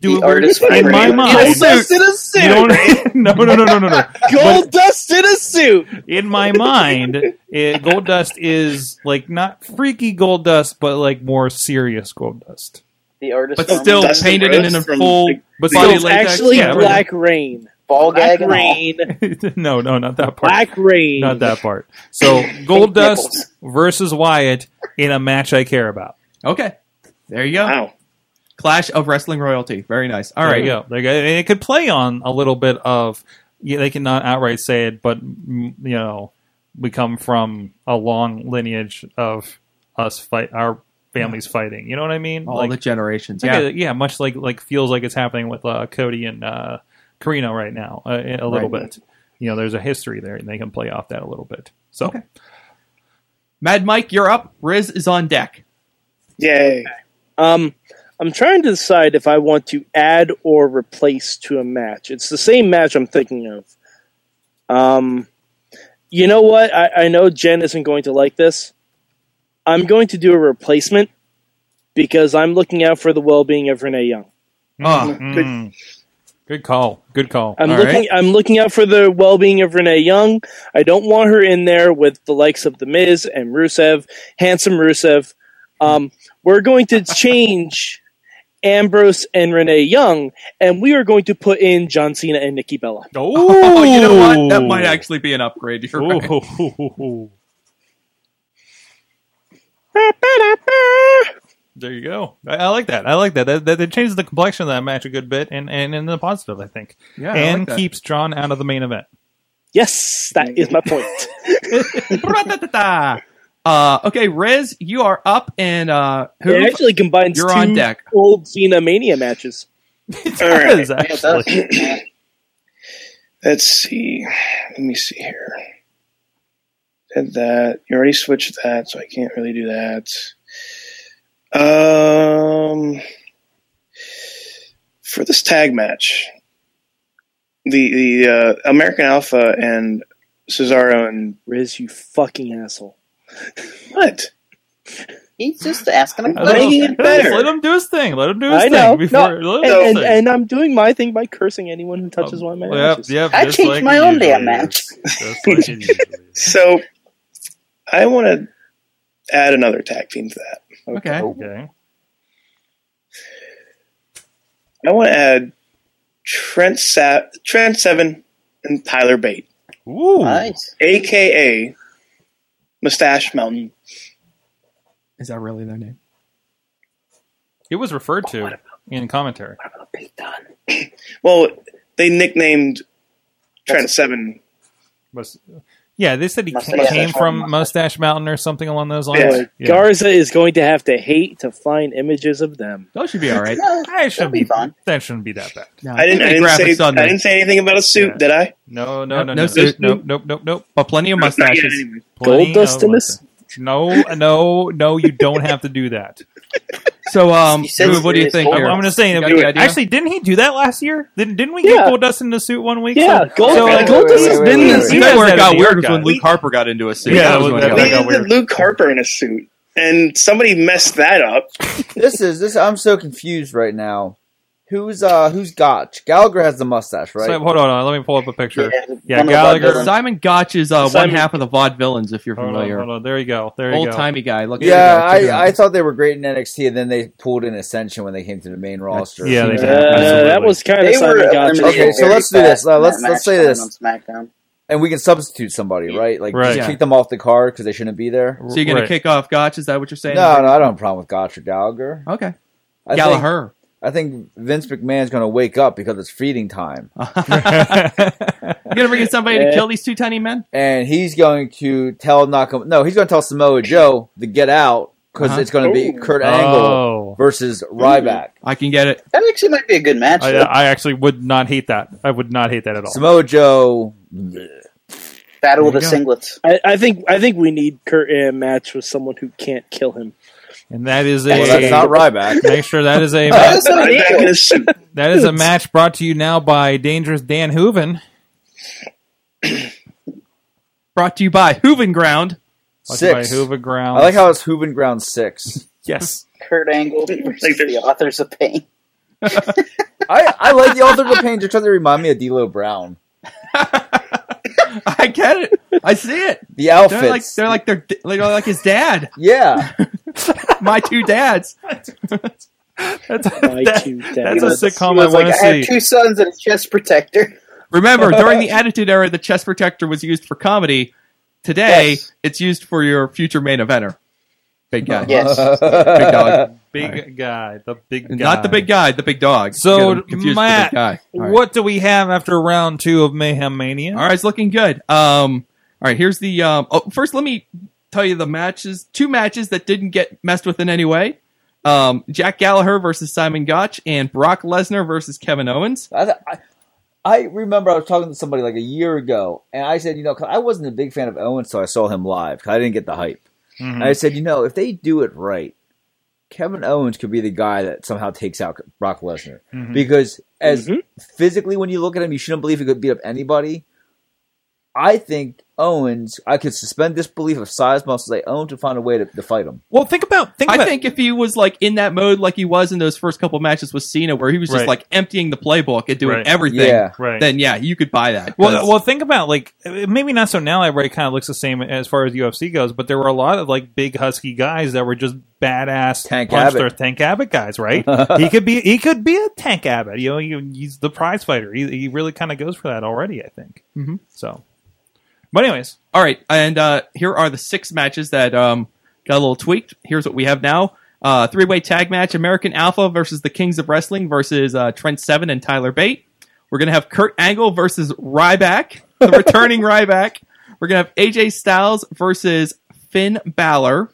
B: do
L: The
B: it.
L: artist
B: with- in
L: vibrator.
B: my mind.
L: Goldust in a suit.
B: You don't- [LAUGHS] no, no,
L: [LAUGHS]
B: no, no, no, no.
L: Gold dust in a suit.
B: in my mind, it, gold dust is like not freaky gold dust, but like more serious gold dust.
C: The artist,
B: But still painted in a full
L: But
B: body
L: it's
B: latex.
L: actually
B: Yeah, everything.
L: Black Rain.
C: Ball
L: Black
C: gag and all.
L: Rain.
B: [LAUGHS] no, no, not that part.
L: Black Rain.
B: Not that part. So gold dust versus Wyatt in a match I care about.
G: Okay. There you go.
L: Ah.
G: Clash of Wrestling Royalty. Very nice. All
B: All right,
G: right.
B: there you go. There you go. And it could play on a little bit of yeah, they cannot outright say it, but mm, you know, we come from a long lineage of us fight our families fighting. You know what I mean?
G: All the generations.
B: Like
G: Yeah.
B: a- yeah, much like like feels like it's happening with uh, Cody and uh, Carino right now uh, a little
G: Right.
B: bit. You know, there's a history there, and they can play off that a little bit. So
G: Mad Mike, you're up. Riz is on deck.
L: Yay. Um, I'm trying to decide if I want to add or replace to a match. It's the same match I'm thinking of. Um, you know what? I, I know Jen isn't going to like this. I'm going to do a replacement because I'm looking out for the well being of Renee Young.
B: Ah, mm. good call. Good call.
L: I'm looking. I'm looking out for the well-being of Renee Young. I don't want her in there with the likes of the Miz and Rusev, handsome Rusev. Um, we're going to change Ambrose and Renee Young, and we are going to put in John Cena and Nikki Bella.
G: Oh, [LAUGHS] you know what? That might actually be an upgrade. You're right.
B: There you go. I, I like that. I like that. That, that. that changes the complexion of that match a good bit, and and in the positive, I think.
L: Yeah, I like
B: and
L: that.
B: keeps John out of the main event.
L: Yes, that is my
F: [LAUGHS]
L: point.
G: Ta-ta. Uh, okay, Riz, you are up and uh, who? [LAUGHS]
L: it actually combines
G: You're
L: two
G: on deck.
L: old Cena Mania matches.
D: does,
L: All right.
B: [LAUGHS]
D: Let's see. Let me see here. Did that. You already switched that, so I can't really do that. Um, for this tag match, the the uh, American Alpha and Cesaro and
L: Riz, you fucking asshole.
D: What?
C: He's just asking a
D: I don't-
C: question.
B: Let him do his thing. Let him do his
L: I
B: thing
L: know.
B: before.
L: No,
B: let
L: and,
B: him
L: and,
B: do his thing.
L: and I'm doing my thing by cursing anyone
G: Um,
L: who touches one of my
B: Yep,
L: matches.
B: yep,
C: I just changed like my own usually. damn
B: uh,
C: match.
D: so I want to add another tag team to that.
G: Okay.
B: Okay.
D: I want to add Trent Sa- Trent Seven and Tyler Bate.
B: Ooh.
C: Nice.
D: AKA Mustache Mountain.
G: Is that really their name?
B: It was referred to in commentary.
D: Well, they nicknamed Trent Seven.
B: Yeah, they said he
D: Mustache
B: ca- came
D: Mountain.
B: from Mustache Mountain or something along those lines.
L: Boy,
B: Yeah.
L: Garza is going to have to hate to find images of them.
G: That should be all right.
B: that should be fun. That shouldn't be that bad.
G: No,
D: I didn't. I didn't, say, I didn't say anything about a suit, did I?
B: No, no, no,
G: no
B: no,
G: suit.
B: no, nope, nope, nope.
G: But plenty of
D: Not yet,
G: mustaches.
D: anyway.
B: Plenty
L: dust
B: of
L: in this?
B: mustache. No, no, no. You don't have to do that.
G: So, um,
B: said
G: Drew, what do you
B: serious
G: think?
B: gold.
G: here?
B: I'm gonna say-
G: You got any idea?
B: Actually, didn't he do that last year? Didn't didn't we
L: Yeah.
B: get Goldust in the suit one week? uh,
L: Yeah, Gold-
B: like,
L: Goldust has been in the
B: you
L: suit.
B: guys
G: where it
B: had
G: got
B: a
G: weird was
B: guy.
G: when Luke Harper got into a suit.
B: Yeah,
G: was
B: that-
G: when it
B: that-
G: got
D: We
G: weird.
D: did Luke Harper in a suit, and somebody messed that up.
E: this is this. I'm so confused right now. Who's uh who's Gotch? Gallagher has the mustache, right?
B: So, hold on, hold on, let me pull up a picture.
E: Yeah,
B: Yeah,
E: one of the
B: Gallagher.
E: vaudevillains.
G: Simon Gotch is uh,
B: Simon-
G: one half of the vaudevillains, if you're
B: Hold on,
G: familiar.
B: hold on. There you go. There you go.
G: Old timey guy. Look at
E: yeah,
G: that. Check it out.
E: I, I thought they were great in NXT, and then they pulled in Ascension when they came to the main roster.
B: yeah, they did.
L: Uh, that was kind of Simon Gotch.
E: Okay, so let's do this. Uh, let's
C: That
E: let's
C: match
E: say
C: going
E: this.
C: on SmackDown.
E: and we can substitute somebody, right? Like,
B: Right.
E: just
B: Yeah.
E: kick them off the card because they shouldn't be there.
G: So you're gonna
E: Right.
G: kick off Gotch? Is that what you're saying?
E: No, no, I don't have a problem with Gotch or Gallagher.
B: Oh,
G: Okay.
E: I think-
G: Gallagher.
E: I think Vince McMahon's going to wake up because it's feeding time,
G: You're gonna bring in somebody to kill these two tiny men?
E: and he's going to tell Nakamura. No, he's going to tell Samoa Joe to get out because
G: Uh-huh.
E: it's going to be
G: Ooh.
E: Kurt Angle
B: Oh.
E: versus Ryback.
G: I can get it.
C: That actually might be a good match.
B: I, I actually would not hate that. I would not hate that at all.
E: Samoa Joe.
C: Battle
B: of
C: of
B: the
C: the
B: There you go.
C: [LAUGHS] singlets.
L: I, I think I think we need Kurt in a match with someone who can't kill him.
B: And that is a.
E: Well, that's not Ryback.
B: Make sure that is [LAUGHS] a.
L: That's not Ryback
D: in
L: [LAUGHS]
D: a suit.
B: That is a match brought to you now by Dangerous Dan [CLEARS THROAT] Hooven.
G: Brought to you by Hooven Ground.
B: Six. by Hooven Grounds.
E: [LAUGHS] I like how it's Hooven Ground six. [LAUGHS]
B: yes. [LAUGHS]
C: Kurt Angle versus the authors of pain.
E: I, I like the author of the pain just because they remind me of D'Lo Brown.
G: I get it. I see it.
E: [LAUGHS] The outfits.
G: They're like they're like their like, they're like his dad.
E: Yeah.
G: My two dads.
B: That's,
G: [LAUGHS] that-
B: that's a sitcom
C: He
B: I want
C: was like,
B: to
C: I have
B: see.
C: two sons and a chest protector.
G: Remember, during the Attitude Era, the chest protector was used for comedy. Today, it's used for your future main eventer. Big guy.
E: [LAUGHS]
B: Yes.
G: Big dog.
B: Big
G: All right.
B: guy. The big guy.
G: Not the big guy, the big dog. You get
B: So,
G: him confused with the big
B: Matt,
G: guy. All right.
B: what do we have after round two of Mayhem Mania?
G: All right, it's looking good. Um, all right, here's the. Um, oh, first, let me tell you the matches. Two matches that didn't get messed with in any way. Um, Jack Gallagher versus Simon Gotch and Brock Lesnar versus Kevin Owens.
E: I remember I was talking to somebody like a year ago, and I said, you know, 'cause I wasn't a big fan of Owens, so I saw him live. 'cause I didn't get the hype.
G: Mm-hmm.
E: And I said, you know, if they do it right, Kevin Owens could be the guy that somehow takes out Brock Lesnar
G: Mm-hmm.
A: Mhm.
E: because as physically, when you look at him, you shouldn't believe he could beat up anybody. I think Owens, I could suspend disbelief of size, muscles. I Owens would find a way to, to fight him.
B: Well, think about.
G: I think if he was like in that mode, like he was in those first couple matches with Cena, where he was just
B: Right.
G: like emptying the playbook and doing
B: Right.
G: everything,
B: Yeah. Right.
G: then yeah, you could buy that.
B: Well, well, think about like uh, maybe not so now. Everybody kind of looks the same as far as UFC goes, but there were a lot of like big husky guys that were just badass
E: Tank
B: punch
E: Abbott.
B: throw- Tank Abbott guys,
E: [LAUGHS]
B: right? he could be he could be a Tank Abbott. You know, he, he's the prize fighter. He, he really kind of goes for that already. I think.
G: Mhm.
B: So, but anyways,
G: All right, and uh, here are the six matches that um, got a little tweaked. Here's what we have now: uh, three-way tag match, American Alpha versus the Kings of Wrestling versus uh, Trent Seven and Tyler Bate. We're gonna have Kurt Angle versus Ryback, the returning Ryback. We're gonna have AJ Styles versus Finn Balor.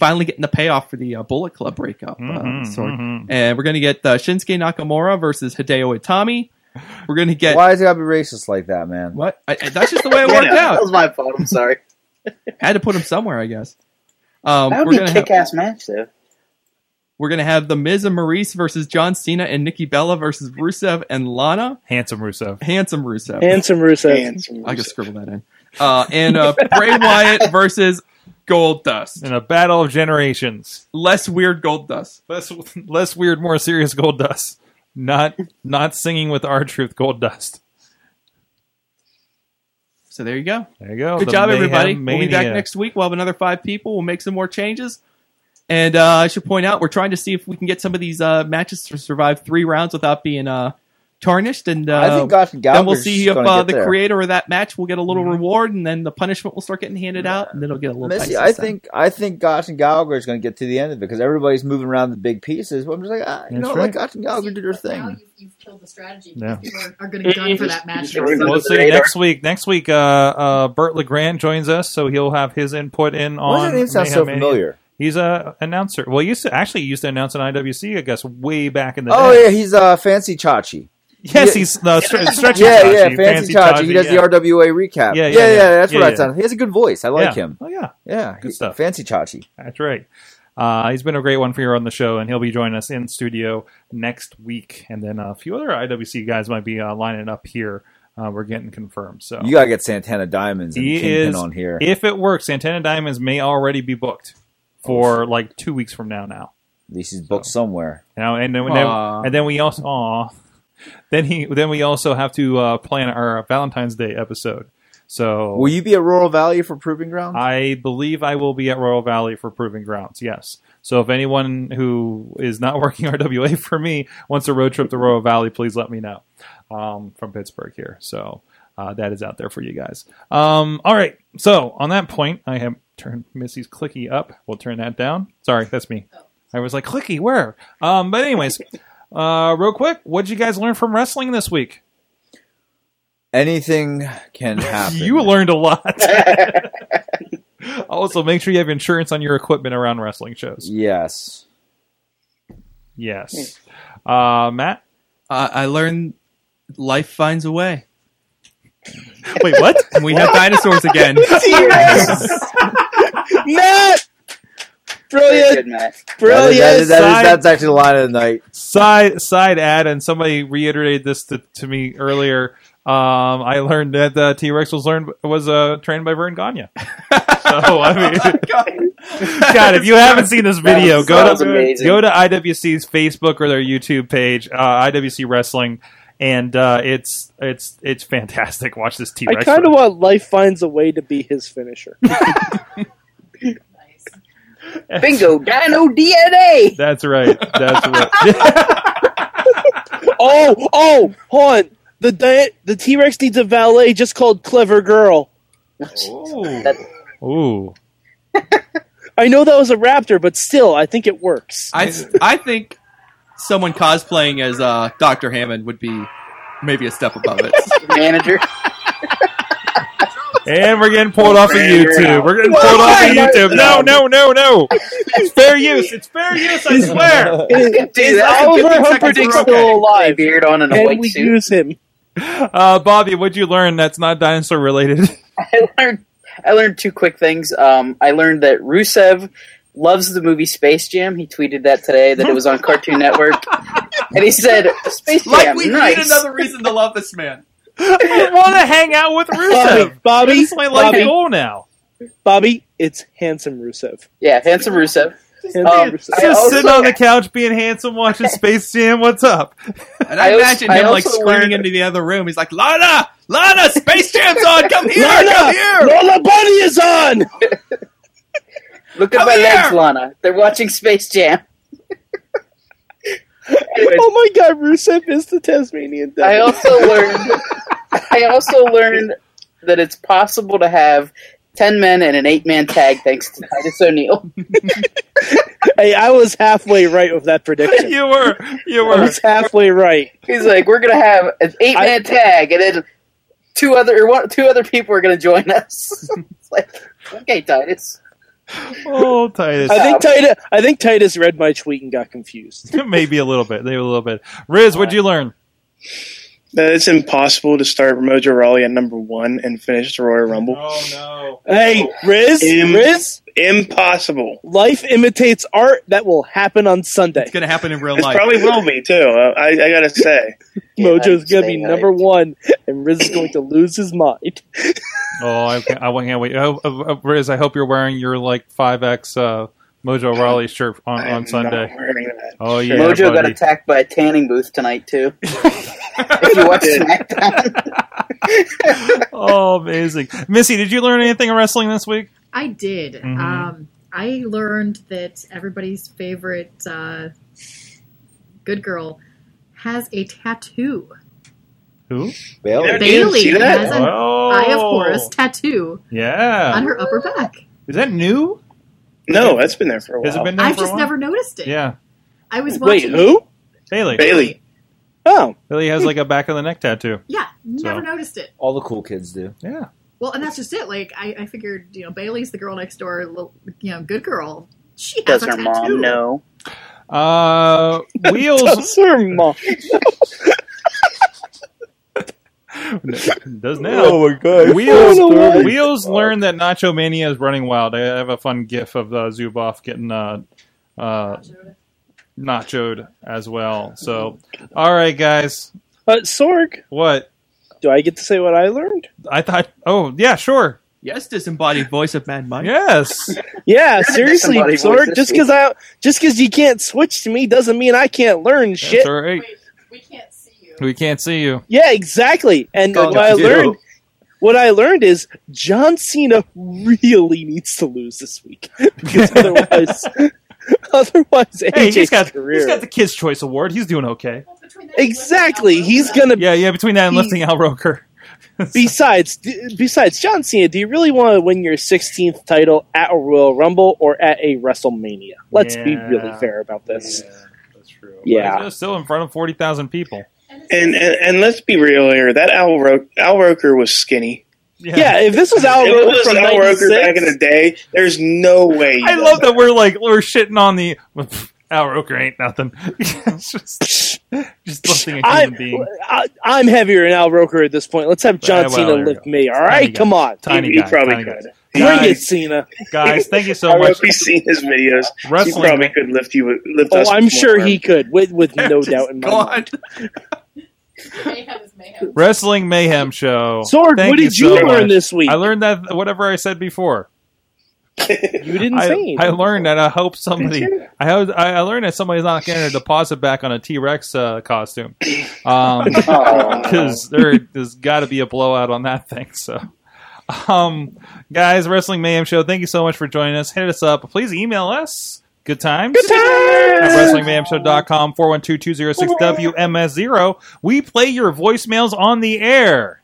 G: Finally getting the payoff for the uh, Bullet Club breakup. uh,
B: Mhm,
G: sort of.
B: mhm.
G: And we're gonna get uh, Shinsuke Nakamura versus Hideo Itami. We're gonna get
E: Why is it gotta be racist like that, man?
G: what? I, I- that's just the way it
C: [LAUGHS] Yeah,
G: worked out.
C: That was my fault.
B: [LAUGHS]
C: I'm sorry.
G: Had to put him somewhere, I guess. Um,
C: that
G: we're
C: would be
G: gonna
C: a
G: have,
C: kick-ass match, though.
G: we're gonna have the Miz and Maurice versus John Cena and Nikki Bella versus Rusev and Lana.
B: handsome Russo.
G: Handsome Rusev.
L: Handsome Rusev.
G: I can scribble that in. Uh, and
C: [LAUGHS]
G: uh, Bray Wyatt versus Gold Dust.
B: in a battle of generations.
G: Less weird Gold Dust.
B: Less less weird, more serious. Gold Dust, not not singing with our truth. Gold Dust.
G: So there you go.
B: There you go.
G: Good
B: Oh, The
G: job,
B: Mayhem
G: everybody. We'll be back
B: Mania.
G: next week. We'll have another five people. We'll make some more changes. And uh, I should point out, we're trying to see if we can get some of these uh, matches to survive three rounds without being uh, tarnished. And uh,
E: I think Gosh and
G: then we'll
E: Gallagher's
G: see if
E: gonna
G: uh,
E: get
G: the
E: there.
G: creator of that match will get a little reward, and then the punishment will start getting handed out, and then it'll get a little.
E: Missy,
G: dicey
E: I
G: side.
E: think I think Gosh and Gallagher is going to get to the end of it because everybody's moving around the big pieces. But I'm just like, ah, you
B: That's
E: know,
B: right.
E: like Gosh and Gallagher did their thing.
F: You've killed the strategy.
B: Yeah.
F: People are, are going to gun for that match.
B: We'll see next week. Next week, uh, uh, Bert Legrand joins us, so he'll have his input in on.
E: Why does that name sound so
B: Mayhem Mania.
E: familiar?
B: He's a announcer. Well, he used to actually he used to announce an IWC, I guess, way back in the
E: Oh
B: day.
E: yeah, he's uh, Fancy Chachi.
B: [LAUGHS] yes, he's
E: [LAUGHS]
B: uh, stre- stretchy.
E: yeah,
B: Chachi,
E: yeah, Fancy, Chachi. He does
B: yeah.
E: the RWA recap.
B: Yeah,
E: Yeah,
B: yeah,
E: yeah, yeah.
B: yeah.
E: that's
B: Yeah,
E: what
B: yeah.
E: I sound. He has a good voice. I
B: Yeah.
E: like him.
B: Oh yeah,
E: Yeah,
B: Good
E: he-
B: stuff.
E: Fancy Chachi.
B: that's right. Uh, he's been a great one for you on the show, and he'll be joining us in studio next week. And then a few other IWC guys might be uh, lining up here. Uh, we're getting confirmed. So
E: You gotta get Santana Diamonds and Kingpin on here.
B: If it works, Santana Diamonds may already be booked for like two weeks from now. Now,
E: At least he's booked somewhere.
B: now and then,
G: Aw.
B: and then we also, aw. then he, then we also have to uh, plan our Valentine's Day episode. So
E: Will you be at Rural Valley for Proving Ground?
B: I believe I will be at Royal Valley for Proving Grounds. Yes. So if anyone who is not [LAUGHS] working RWA for me wants a road trip to Royal Valley, please let me know. Um, from Pittsburgh here. So uh, that is out there for you guys. Um, all right. So on that point, I have turned Missy's clicky up. We'll turn that down. Sorry, that's me. I was like clicky where? Um, but anyways, [LAUGHS] uh, real quick, what did you guys learn from wrestling this week?
E: Anything can
B: [LAUGHS]
E: happen.
B: You learned a lot. [LAUGHS] also, make sure you have insurance on your equipment around wrestling shows.
E: yes.
B: Yes. Uh, Matt?
G: uh, I learned life finds a way.
B: Wait, what?
G: And [LAUGHS] we have
B: [LAUGHS]
G: dinosaurs again.
L: Matt!
C: Very
L: Brilliant!
C: good match.
E: That is,
L: Brilliant!
E: that is, that
B: Side-
E: is, that's actually the line of the night.
B: side side ad, and somebody reiterated this to, to me earlier. Um, I learned that uh, T Rex was learned was uh, trained by Vern Gagne. so I mean, God. if you haven't seen this
A: That
B: video,
A: was- that
B: go
A: was
B: to
A: amazing.
B: go to IWC's Facebook or their YouTube page, uh, IWC Wrestling, and uh, it's it's it's fantastic. Watch this T
L: I
B: Rex.
L: kind of want Life finds a way to be his finisher. [LAUGHS]
C: Bingo, Dino DNA.
B: [LAUGHS] That's right. That's right. [LAUGHS]
L: oh, oh, hold on. The di- the T Rex needs a valet just called Clever Girl.
B: Ooh.
L: I know that was a raptor, but still, I think it works.
G: I [LAUGHS] I think someone cosplaying as uh, Doctor Hammond would be maybe a step above
E: [LAUGHS]
G: it.
C: [LAUGHS] Manager.
B: and we're getting pulled off of YouTube. We're getting
C: Oh
A: Well,
B: pulled off of
A: no,
B: YouTube. No,
A: no.
B: no, no, no. It's fair use. It's fair use. I
C: [LAUGHS]
B: swear.
C: [LAUGHS] Dude, that's a good thing Humperdinck's still alive. Beard on and a white suit.
L: him.
B: Uh, Bobby, what'd you learn that's not dinosaur related?
C: I learned I learned two quick things. Um, I learned that Rusev loves the movie Space Jam. He tweeted that today that it was on Cartoon Network, and he said Space
G: [LAUGHS]
C: Jam.
G: like we
C: nice.
G: need another reason to love this man.
B: [LAUGHS] I want to hang out with Rusev.
L: Bobby,
B: That's my life
L: Bobby.
B: goal now.
L: Bobby, it's handsome Rusev.
C: Yeah, handsome Rusev.
L: Handsome
C: Um,
L: Rusev.
C: I
B: Just
C: also-
B: sitting on the couch, being handsome,
C: [LAUGHS]
B: watching Space Jam. What's up?
G: And I,
C: I also-
G: imagine
C: I
G: him like
C: also
G: screaming into the other room. He's like, "Lana, Lana, Space Jam's on! Come here,
L: Lana!
G: come here!"
L: Lola Bunny is on.
C: Look at
G: Come
C: my
G: here!
C: legs, Lana. They're watching Space Jam.
L: Oh my God, Rusev is the Tasmanian devil.
C: I also learned. I also learned that it's possible to have ten men and an eight-man tag thanks to Titus O'Neil.
L: hey, I was halfway right with that prediction.
B: you were, you
L: I
B: were.
L: was halfway right.
C: He's like, we're gonna have an eight-man tag, and then two other or one, two other people are gonna join [LAUGHS] us. it's like, okay, Titus.
B: Oh, Titus.
L: I think Titus. I think Titus read my tweet and got confused.
B: [LAUGHS] Maybe a little bit. Maybe a little bit. Riz, what'd you learn?
D: That it's impossible to start Mojo Rawley at number one and finish the Royal Rumble.
B: Oh
L: Hey, Riz,
D: Im-
L: Riz,
D: Impossible.
L: life imitates art. That will happen on Sunday.
G: It's gonna happen in real
D: It
G: life.
D: probably will be too. I, I gotta say,
L: Mojo's gonna be
C: stay hyped.
L: number one, and Riz is going to lose his mind.
B: [LAUGHS] Oh, I can't, I can't wait. Oh, uh, uh, Riz, I hope you're wearing your like five X uh, Mojo Raleigh shirt on,
D: I'm
B: on
D: not
B: Sunday.
D: wearing that.
B: Oh yeah,
C: Mojo got
B: buddy.
C: attacked by a tanning booth tonight [LAUGHS] too. if you watch [LAUGHS] SmackDown,
B: oh, amazing. Missy, did you learn anything in wrestling this week?
F: I did.
B: Mhm.
F: Um, I learned that everybody's favorite uh, good girl has a tattoo.
B: Who?
E: Oh,
D: There, did you
F: Bailey
D: see that?
F: has an
B: Oh.
F: Eye of Horus tattoo
B: Yeah.
F: on her upper back.
B: Is that new?
D: No, that's been there for a while.
B: Has it been there
F: I've
B: for a
F: just
B: while?
F: never noticed it.
B: Yeah.
F: I was
L: Wait,
F: watching.
L: who?
B: Bailey.
D: Bailey.
L: Oh,
B: Bailey has like a back of the neck
C: [LAUGHS]
B: tattoo.
F: Yeah, never
B: So.
F: noticed it.
E: All the cool kids do.
B: Yeah.
F: Well, and that's just it. Like I, I figured, you know, Bailey's the girl next door, little, you know, good girl. She has
C: does
F: a
C: her
F: tattoo.
C: mom know?
B: Uh, wheels
L: does her mom?
B: does now.
E: my god.
B: Wheels
L: Oh, no way.
B: Wheels learned that Nacho Mania is running wild. I have a fun GIF of uh, Zuboff getting uh, uh, nachoed as well. So, all right, guys,
L: Uh, Sorg,
B: what
L: do I get to say what I learned?
B: I thought? Oh, yeah, sure,
G: Yes, disembodied voice of Mad Mike.
B: yes.
L: Yeah, seriously,
C: somebody voice
L: Sorg.
C: this
L: Just
C: week.
L: because I, just because you can't switch to me, doesn't mean I can't learn shit.
B: That's all right.
F: we can't see you.
B: We can't see you.
L: Yeah, exactly. And
G: Oh,
L: what I
G: dude.
L: learned, what I learned is John Cena really needs to lose this week because otherwise, otherwise,
B: Hey,
L: AJ's
B: he's got
L: career.
B: he's got the Kids Choice Award. He's doing okay.
L: exactly. He's gonna.
B: Yeah, yeah. Between that and lifting Al Roker, [LAUGHS]
L: Besides, d- besides John Cena, do you really want to win your 16th title at a Royal Rumble or at a WrestleMania? Let's be
B: Yeah.
L: really fair about this.
E: that's true.
L: Yeah.
B: He's still in front of forty thousand people.
D: And, and and let's be real here. That Al, Ro- Al Roker was skinny.
L: yeah, If this was Al
D: If it
L: Roker
D: was
L: from
D: Al Roker back in the
L: '96,
D: day, there's no way. he
B: I
D: does
B: love that we're like we're shitting on the well, pff, Al Roker ain't nothing. [LAUGHS] It's just just lifting a
L: I,
B: human being.
L: I, I'm heavier than Al Roker at this point. Let's have John
B: well,
L: Cena
B: there you
L: lift
B: go.
L: me. All
B: Tiny
L: right,
B: guy.
L: come on,
B: Tiny
D: He
B: guy,
D: probably
B: tiny guy.
D: could.
L: bring it,
B: Guys,
L: Cena.
B: guys, thank
L: [LAUGHS]
B: you so
D: I don't know
B: much.
D: if you've seen his videos. He
B: Wrestling.
D: probably could lift you. Lift
L: Oh,
D: us
L: I'm
D: with
L: sure
B: [LAUGHS]
D: more.
L: he could, with with no
G: Just
L: doubt in my
G: go
L: mind.
G: on.
B: Wrestling Mayhem Show.
L: Sword,
B: Thank
L: what did you
B: so
L: learn
B: much.
L: this week?
B: I learned that whatever I said before.
L: You didn't
B: I,
L: say anything.
B: I learned that I hope somebody.
L: Did you?
B: I hope, I I learned that somebody's not getting their deposit back on a T Rex uh, costume, [LAUGHS] Oh, because there there's got to be a blowout on that thing. So, um, guys, Wrestling Mayhem Show. Thank you so much for joining us. Hit us up, please. Email us. Good times. Good times. At WrestlingMayhemShow.com, 412-206-WMS0. We play your voicemails on the air.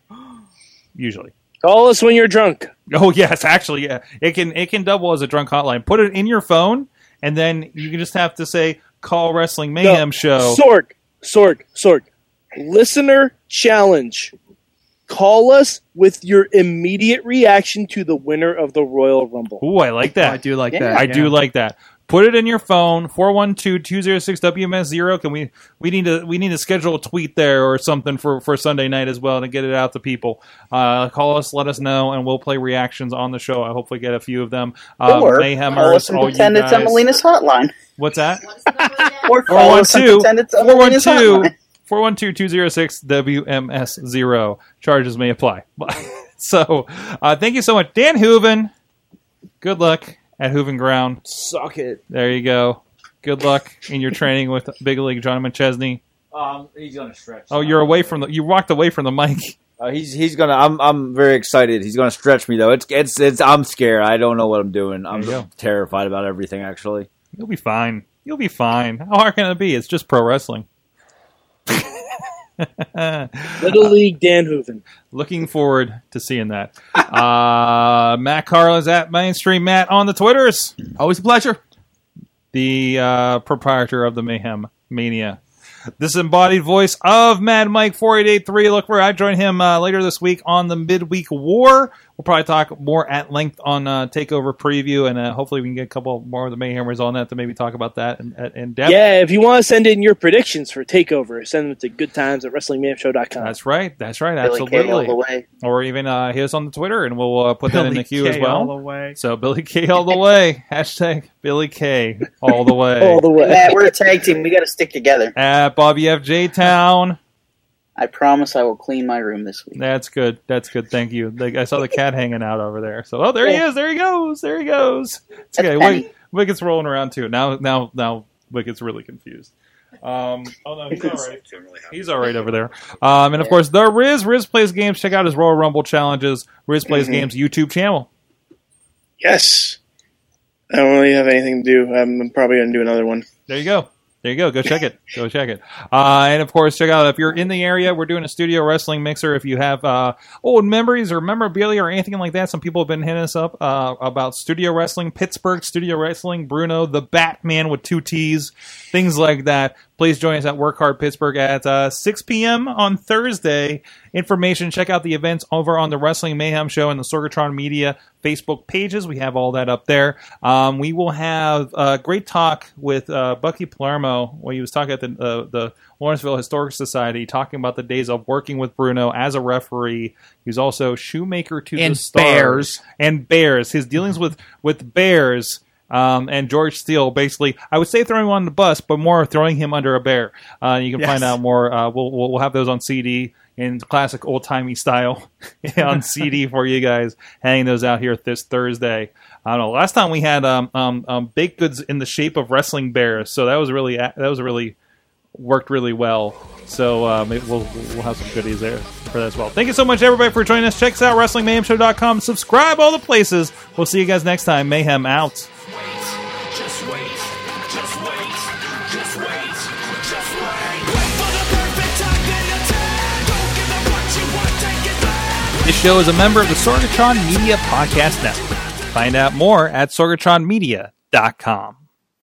B: Usually.
L: Call us when you're drunk.
B: [LAUGHS] Oh yes, actually, yeah. It can it can double as a drunk hotline. Put it in your phone, and then you can just have to say "Call Wrestling Mayhem Show."
L: Sorg, Sorg, Sorg. Listener challenge. Call us with your immediate reaction to the winner of the Royal
B: [LAUGHS]
L: Rumble.
B: Ooh, I like that. I do
L: like Yeah. that,
B: I
L: yeah.
B: do like that. Put it in your phone. 412-206-WMS0. Can we we need to we need to schedule a tweet there or something for for Sunday night as well to get it out to people. Uh, call us, let us know, and we'll play reactions on the show. I hopefully get a few of them. Uh,
C: or
B: Mayhemers,
C: call us and
B: all you
C: pretend it's
B: guys.
C: Emelina's hotline.
B: What's that?
C: [LAUGHS] Or call us and pretend it's Emelina's hotline. [LAUGHS]
B: 412-206-WMS0. Charges may apply. [LAUGHS] so uh, thank you so much. Dan Hooven, good luck at Hooven Ground.
L: Suck it.
B: There you go. Good luck in your training with Big League John McChesney.
E: Um, he's gonna stretch.
B: Oh, you're away from the. You walked away from the mic. [LAUGHS]
E: Uh, he's he's gonna. I'm I'm very excited. He's gonna stretch me though. It's it's it's. I'm scared. I don't know what I'm doing. I'm
B: There you go.
E: terrified about everything. Actually,
B: You'll be fine. You'll be fine. How hard can it be? It's just pro wrestling. [LAUGHS]
L: Little League Dan Hooven.
B: Looking forward to seeing that. Uh, [LAUGHS] Matt Carlin's at Mainstream Matt on the Twitters. Always a pleasure. The uh, proprietor of the Mayhem Mania. This embodied voice of Mad Mike 4883. Look where I join him uh, later this week on the Midweek War. We'll probably talk more at length on uh, Takeover Preview, and uh, hopefully we can get a couple more of the Mayhemers on that to maybe talk about that in, in depth.
L: Yeah, if you want to send in your predictions for Takeover, send them to goodtimes at WrestlingMamShow.com.
B: That's right. That's right.
L: Billy Kay
B: absolutely.
L: all the way.
B: Or even uh, hit us on the Twitter, and we'll uh, put that in
L: Billy
B: the queue as
L: Kay
B: well.
L: all the
B: way. So Billy K all the [LAUGHS] way. Hashtag Billy K all the way.
C: Matt, we're a tag team. We got to stick together.
B: At Bobby FJ Town.
C: I promise I will clean my room this week.
B: That's good. That's good. Thank you. Like, I saw the cat hanging out over there. So oh, there he is. There he goes. There he goes. It's okay. Wick, Wicket's rolling around too. Now now now Wicket's really confused. Um, oh no, he's all right. He's all right over there. Um, and of course, the Riz Riz plays games. Check out his Royal Rumble challenges. Riz plays
D: Mhm.
B: games YouTube channel.
D: Yes. I don't really have anything to do. I'm probably going to do another one.
B: There you go. There you go. Go check it. Go check it. Uh, and of course, check out if you're in the area, we're doing a studio wrestling mixer. If you have uh, old memories or memorabilia or anything like that, some people have been hitting us up uh, about studio wrestling, Pittsburgh studio wrestling, Bruno the Batman with two T's, things like that. Please join us at Work Hard Pittsburgh at uh, 6 p.m. on Thursday. Information, check out the events over on the Wrestling Mayhem Show and the Sorgatron Media Facebook pages. We have all that up there. Um, we will have a great talk with uh, Bucky Palermo when he was talking at the, uh, the Lawrenceville Historic Society, talking about the days of working with Bruno as a referee. He's also shoemaker to
N: And
B: the stars
N: bears.
B: and bears. His dealings with with bears. Um, and George Steele, basically, I would say throwing him on the bus, but more throwing him under a bear. Uh, you can
N: Yes.
B: find out more. Uh, we'll, we'll we'll have those on CD in classic old timey style [LAUGHS] on CD for you guys. Hanging those out here this Thursday. I don't know. Last time we had um, um, um, baked goods in the shape of wrestling bears, so that was really that was really worked really well. So um, it, we'll, we'll have some goodies there for that as well. Thank you so much, everybody, for joining us. Check us out, WrestlingMayhemShow.com. Subscribe all the places. We'll see you guys next time. Mayhem out.
A: Just wait, just wait, just wait, just wait. Wait for the perfect time then attack. Don't give up what you want, take it back.
B: This show is a member of the Sorgatron Media Podcast Network. Find out more at sorgatronmedia.com.